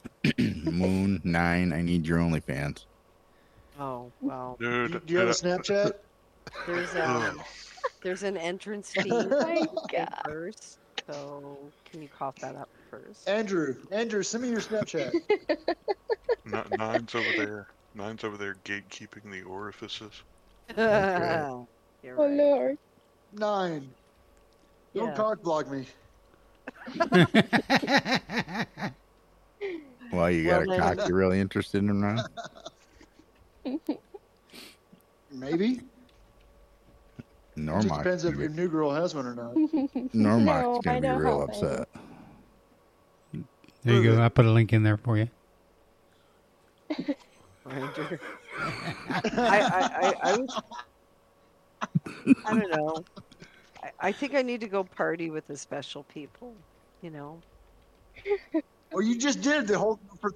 Speaker 1: [clears throat] Moon nine. I need your OnlyFans.
Speaker 2: Oh wow.
Speaker 4: Dude, uh,
Speaker 10: Do you have a Snapchat?
Speaker 2: There's a there's an [laughs] entrance fee.
Speaker 10: My
Speaker 2: Oh God. First, so can you cough that up first? [laughs]
Speaker 10: Andrew, Andrew, send me your Snapchat.
Speaker 4: N- Nine's over there. Nine's over there gatekeeping the orifices.
Speaker 10: oh
Speaker 5: lord.
Speaker 10: Nine. Don't
Speaker 2: Yeah.
Speaker 10: cock block me.
Speaker 1: Well, you got
Speaker 10: Well,
Speaker 1: a
Speaker 10: then-
Speaker 1: cock you're really interested in, Ron?
Speaker 10: [laughs] Maybe. Just
Speaker 1: Normox.
Speaker 10: depends if, if new girl has one or not.
Speaker 1: Normac's gonna be real upset.
Speaker 3: There you go. I put a link in there for you.
Speaker 2: Andrew. I, I, I, I was. I don't know. I, I think I need to go party with the special people. You know.
Speaker 10: Well, you just did the whole for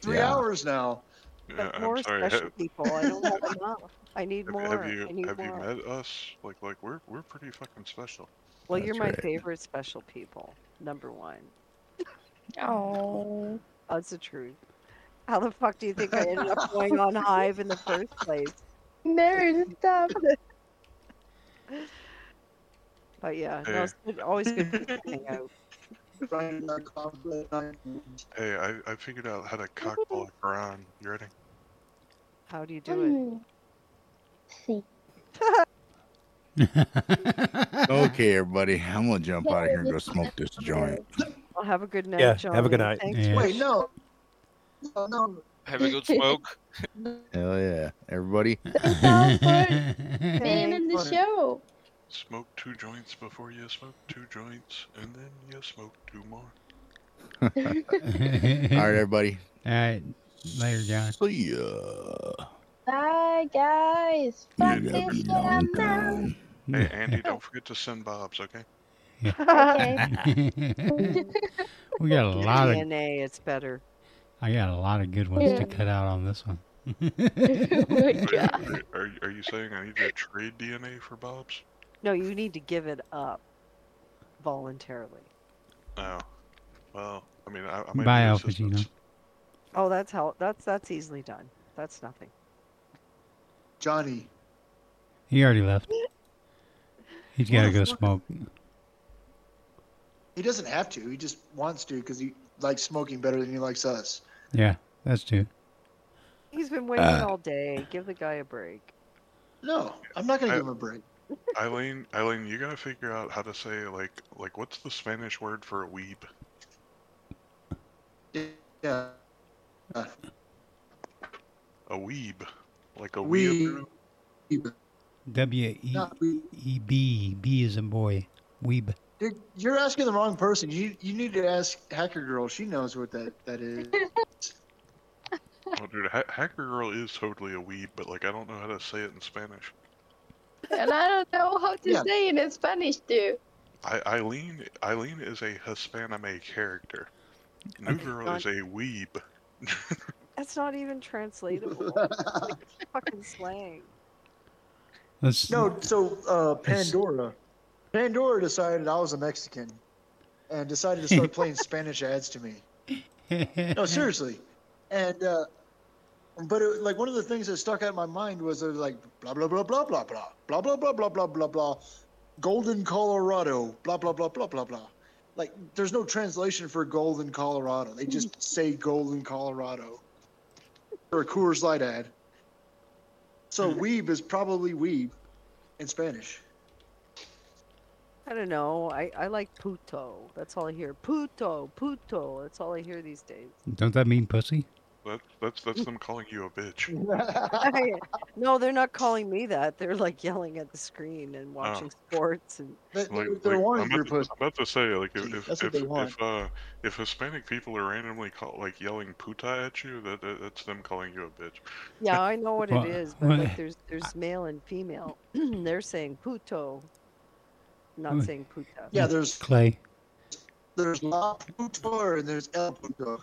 Speaker 10: three
Speaker 4: Yeah.
Speaker 10: hours now.
Speaker 4: Yeah,
Speaker 2: more
Speaker 4: I'm sorry. [laughs] ha-
Speaker 2: special people. I don't have enough. I need
Speaker 4: have,
Speaker 2: more.
Speaker 4: have you
Speaker 2: I need
Speaker 4: have
Speaker 2: more.
Speaker 4: you met us? Like like we're we're pretty fucking special.
Speaker 2: Well, you're my favorite special people. Number one.
Speaker 5: Oh.
Speaker 2: That's the truth. How the fuck do you think I ended
Speaker 4: [laughs]
Speaker 2: up going on Hive in the first place?
Speaker 5: Never stop.
Speaker 2: But yeah, no,
Speaker 4: Fair.
Speaker 2: it's good- always good to hang out.
Speaker 4: Hey, I, I figured out how to cock
Speaker 2: Mm-hmm.
Speaker 4: block Ron. You ready?
Speaker 2: How do
Speaker 1: [laughs]
Speaker 2: you do
Speaker 1: [laughs] Okay, everybody. I'm gonna jump out of here and go smoke this joint.
Speaker 2: it? Well, have a good night,
Speaker 1: Yeah,
Speaker 2: John.
Speaker 1: have a good night.
Speaker 2: [laughs]
Speaker 1: Yeah.
Speaker 10: Wait, no. No, no.
Speaker 11: Have a good
Speaker 10: [laughs]
Speaker 11: smoke.
Speaker 1: Hell yeah, everybody.
Speaker 5: Being in the
Speaker 4: Funny.
Speaker 5: show.
Speaker 4: Smoke two joints before you smoke two joints, and then you smoke two more.
Speaker 1: All right, everybody.
Speaker 3: All right. Later, John.
Speaker 1: See ya.
Speaker 5: Bye, guys. Fuck this shit, I'm
Speaker 1: [laughs]
Speaker 5: out.
Speaker 3: [laughs]
Speaker 4: Hey, Andy, don't forget to send Bob's, okay?
Speaker 5: Okay.
Speaker 3: we got a lot of.
Speaker 2: DNA, it's better.
Speaker 3: I got a lot of good ones
Speaker 2: Yeah.
Speaker 3: to cut out on this one.
Speaker 4: Are, are, are you saying I need to trade DNA for Bob's?
Speaker 2: No, you need to give it up voluntarily.
Speaker 4: No. Well, I mean, I, I might
Speaker 3: Bye,
Speaker 4: be
Speaker 3: Al
Speaker 4: assist-
Speaker 3: Pacino.
Speaker 2: Oh, that's how. That's that's easily done. That's nothing.
Speaker 10: Johnny.
Speaker 3: [laughs] He already left. He's got to go smoke.
Speaker 10: He doesn't have to. He just wants to because he likes smoking better than he likes us.
Speaker 3: Yeah, that's true.
Speaker 2: He's been waiting
Speaker 3: Uh.
Speaker 2: all day. Give the guy a break.
Speaker 10: No, I'm not going
Speaker 4: I-
Speaker 10: to give him a break.
Speaker 4: Eileen, Eileen, you gotta figure out how to say like, like what's the Spanish word for a weeb?
Speaker 10: Yeah. Uh,
Speaker 4: A weeb, like a
Speaker 10: We.
Speaker 4: weeb.
Speaker 3: W E
Speaker 10: Not we-
Speaker 3: E B B is in boy. Weeb.
Speaker 10: Dude, you're asking the wrong person. You you need to ask Hacker Girl. She knows what that, that is.
Speaker 4: [laughs] Oh, dude, ha- Hacker Girl is totally a weeb, but like I don't know how to say it in Spanish.
Speaker 5: And I don't know how to say it in Spanish, too.
Speaker 4: I- Eileen, Eileen is a Hispanime character. New Girl
Speaker 2: Don-
Speaker 4: is a weeb.
Speaker 2: That's not even translatable. It's like fucking slang.
Speaker 3: Let's [laughs]
Speaker 10: No, so uh, Pandora. Pandora decided I was a Mexican.
Speaker 8: and decided to start playing Spanish ads to me.
Speaker 3: [laughs]
Speaker 8: No, seriously. And uh, but it, like one of the things that stuck out in my mind was it was like blah blah blah blah blah blah blah blah blah blah blah blah blah, Golden Colorado blah blah blah blah blah blah. Like there's no translation for Golden Colorado. They just say Golden Colorado. Or a Coors Light ad. So weeb is probably weeb in Spanish.
Speaker 2: I don't know. I, I like puto. That's all I hear. Puto, puto. That's all I hear these days.
Speaker 3: Don't that mean pussy?
Speaker 4: That, that's that's them calling you a bitch.
Speaker 2: no, they're not calling me that. They're like yelling at the screen and watching sports and
Speaker 8: But
Speaker 4: Like,
Speaker 8: they're
Speaker 4: like,
Speaker 8: wanting
Speaker 4: I'm,
Speaker 8: your
Speaker 4: about to,
Speaker 8: pussy.
Speaker 4: I'm about to say, like, if if
Speaker 8: That's what
Speaker 4: if,
Speaker 8: they want.
Speaker 4: if, uh, if Hispanic people are randomly call, like yelling "puta" at you, that, that that's them calling you a bitch.
Speaker 2: Yeah, I know what
Speaker 4: Well,
Speaker 2: it is, but
Speaker 4: well,
Speaker 2: like there's there's male and female. [clears throat] they're saying puto, not
Speaker 3: Well,
Speaker 2: saying puta.
Speaker 8: Yeah, there's
Speaker 3: Clay.
Speaker 8: there's La Puto and there's El Puto.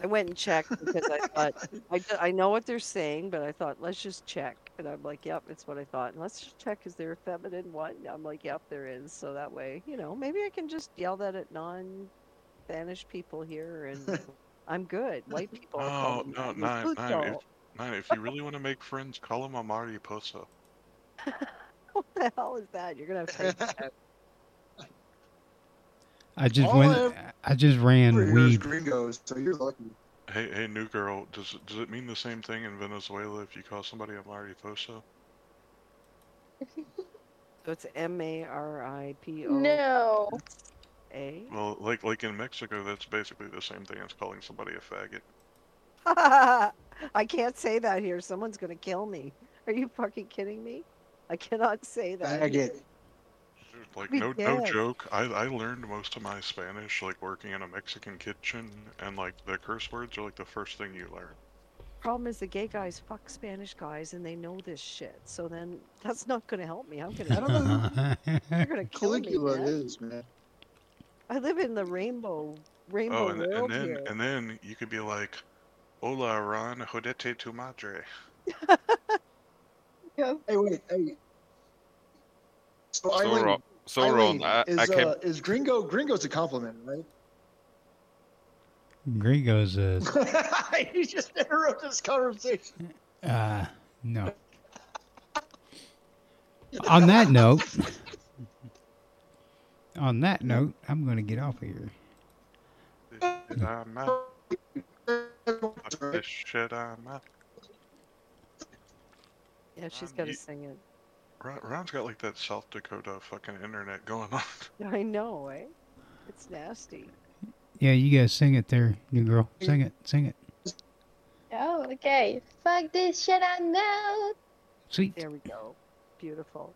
Speaker 2: I went and checked because I thought I, d- I know what they're saying, but I thought let's just check. And I'm like, yep, it's what I thought. And let's just check is there a feminine one? I'm like, yep, there is. So that way, you know, maybe I can just yell that at non-Spanish people here, and I'm good. White people. are
Speaker 4: Oh
Speaker 2: calling
Speaker 4: no,
Speaker 2: me [laughs]
Speaker 4: nine, nine, if,
Speaker 2: puto.
Speaker 4: nine. If you really want to make friends, call them a mariposa.
Speaker 2: What the hell is that? You're gonna have to. Type that out.
Speaker 3: I just
Speaker 4: All
Speaker 3: went.
Speaker 4: I
Speaker 3: I, just ran
Speaker 4: Here's
Speaker 3: weeb.
Speaker 8: gringos, so you're lucky.
Speaker 4: Hey, hey, new girl. Does it- does it mean the same thing in Venezuela if you call somebody a mariposa?
Speaker 2: So it's M A R I P O.
Speaker 5: No.
Speaker 2: A.
Speaker 4: Well, like like in Mexico, that's basically the same thing as calling somebody a faggot.
Speaker 2: [laughs] I can't say that here. Someone's gonna kill me. Are you fucking kidding me? I cannot [laughs] say that.
Speaker 8: Faggot.
Speaker 4: Like
Speaker 2: We
Speaker 4: no no
Speaker 2: did.
Speaker 4: joke. I I learned most of my Spanish like working in a Mexican kitchen, and like the curse words are like the first thing you learn.
Speaker 2: Problem is, the gay guys fuck Spanish guys, and they know this shit. So then, that's not gonna help me. I'm gonna.
Speaker 8: I don't know who
Speaker 3: [laughs]
Speaker 2: You're gonna kill
Speaker 8: Caligula
Speaker 2: me. Man.
Speaker 8: is, man.
Speaker 2: I live in the rainbow, rainbow
Speaker 4: Oh, and,
Speaker 2: world
Speaker 4: and then
Speaker 2: here.
Speaker 4: and then you could be like, "Hola, Ron, jodete tu madre."
Speaker 8: Hey, wait, hey. So,
Speaker 6: So
Speaker 8: Eileen,
Speaker 6: wrong- so wrong.
Speaker 8: Eileen,
Speaker 6: I- I
Speaker 8: is,
Speaker 6: came-
Speaker 8: uh, is gringo gringo's a compliment, right?
Speaker 3: Gringo's a.
Speaker 8: [laughs] you just interrupt this conversation.
Speaker 3: Uh,
Speaker 8: [laughs]
Speaker 3: no. on that note, [laughs] on that note, I'm going to get off of here.
Speaker 4: Shit I'm out. Fuck this shit I'm out.
Speaker 2: yeah, she's
Speaker 4: Um,
Speaker 2: gotta
Speaker 4: you-
Speaker 2: sing it. [laughs]
Speaker 4: Ron, Ron's got like that South Dakota fucking internet going on. [laughs]
Speaker 2: I know, eh? It's nasty.
Speaker 3: Yeah, you guys sing it there, new girl. Sing it, sing it.
Speaker 5: Oh, okay. Fuck this shit, I'm out.
Speaker 3: Sweet.
Speaker 2: There we go. Beautiful.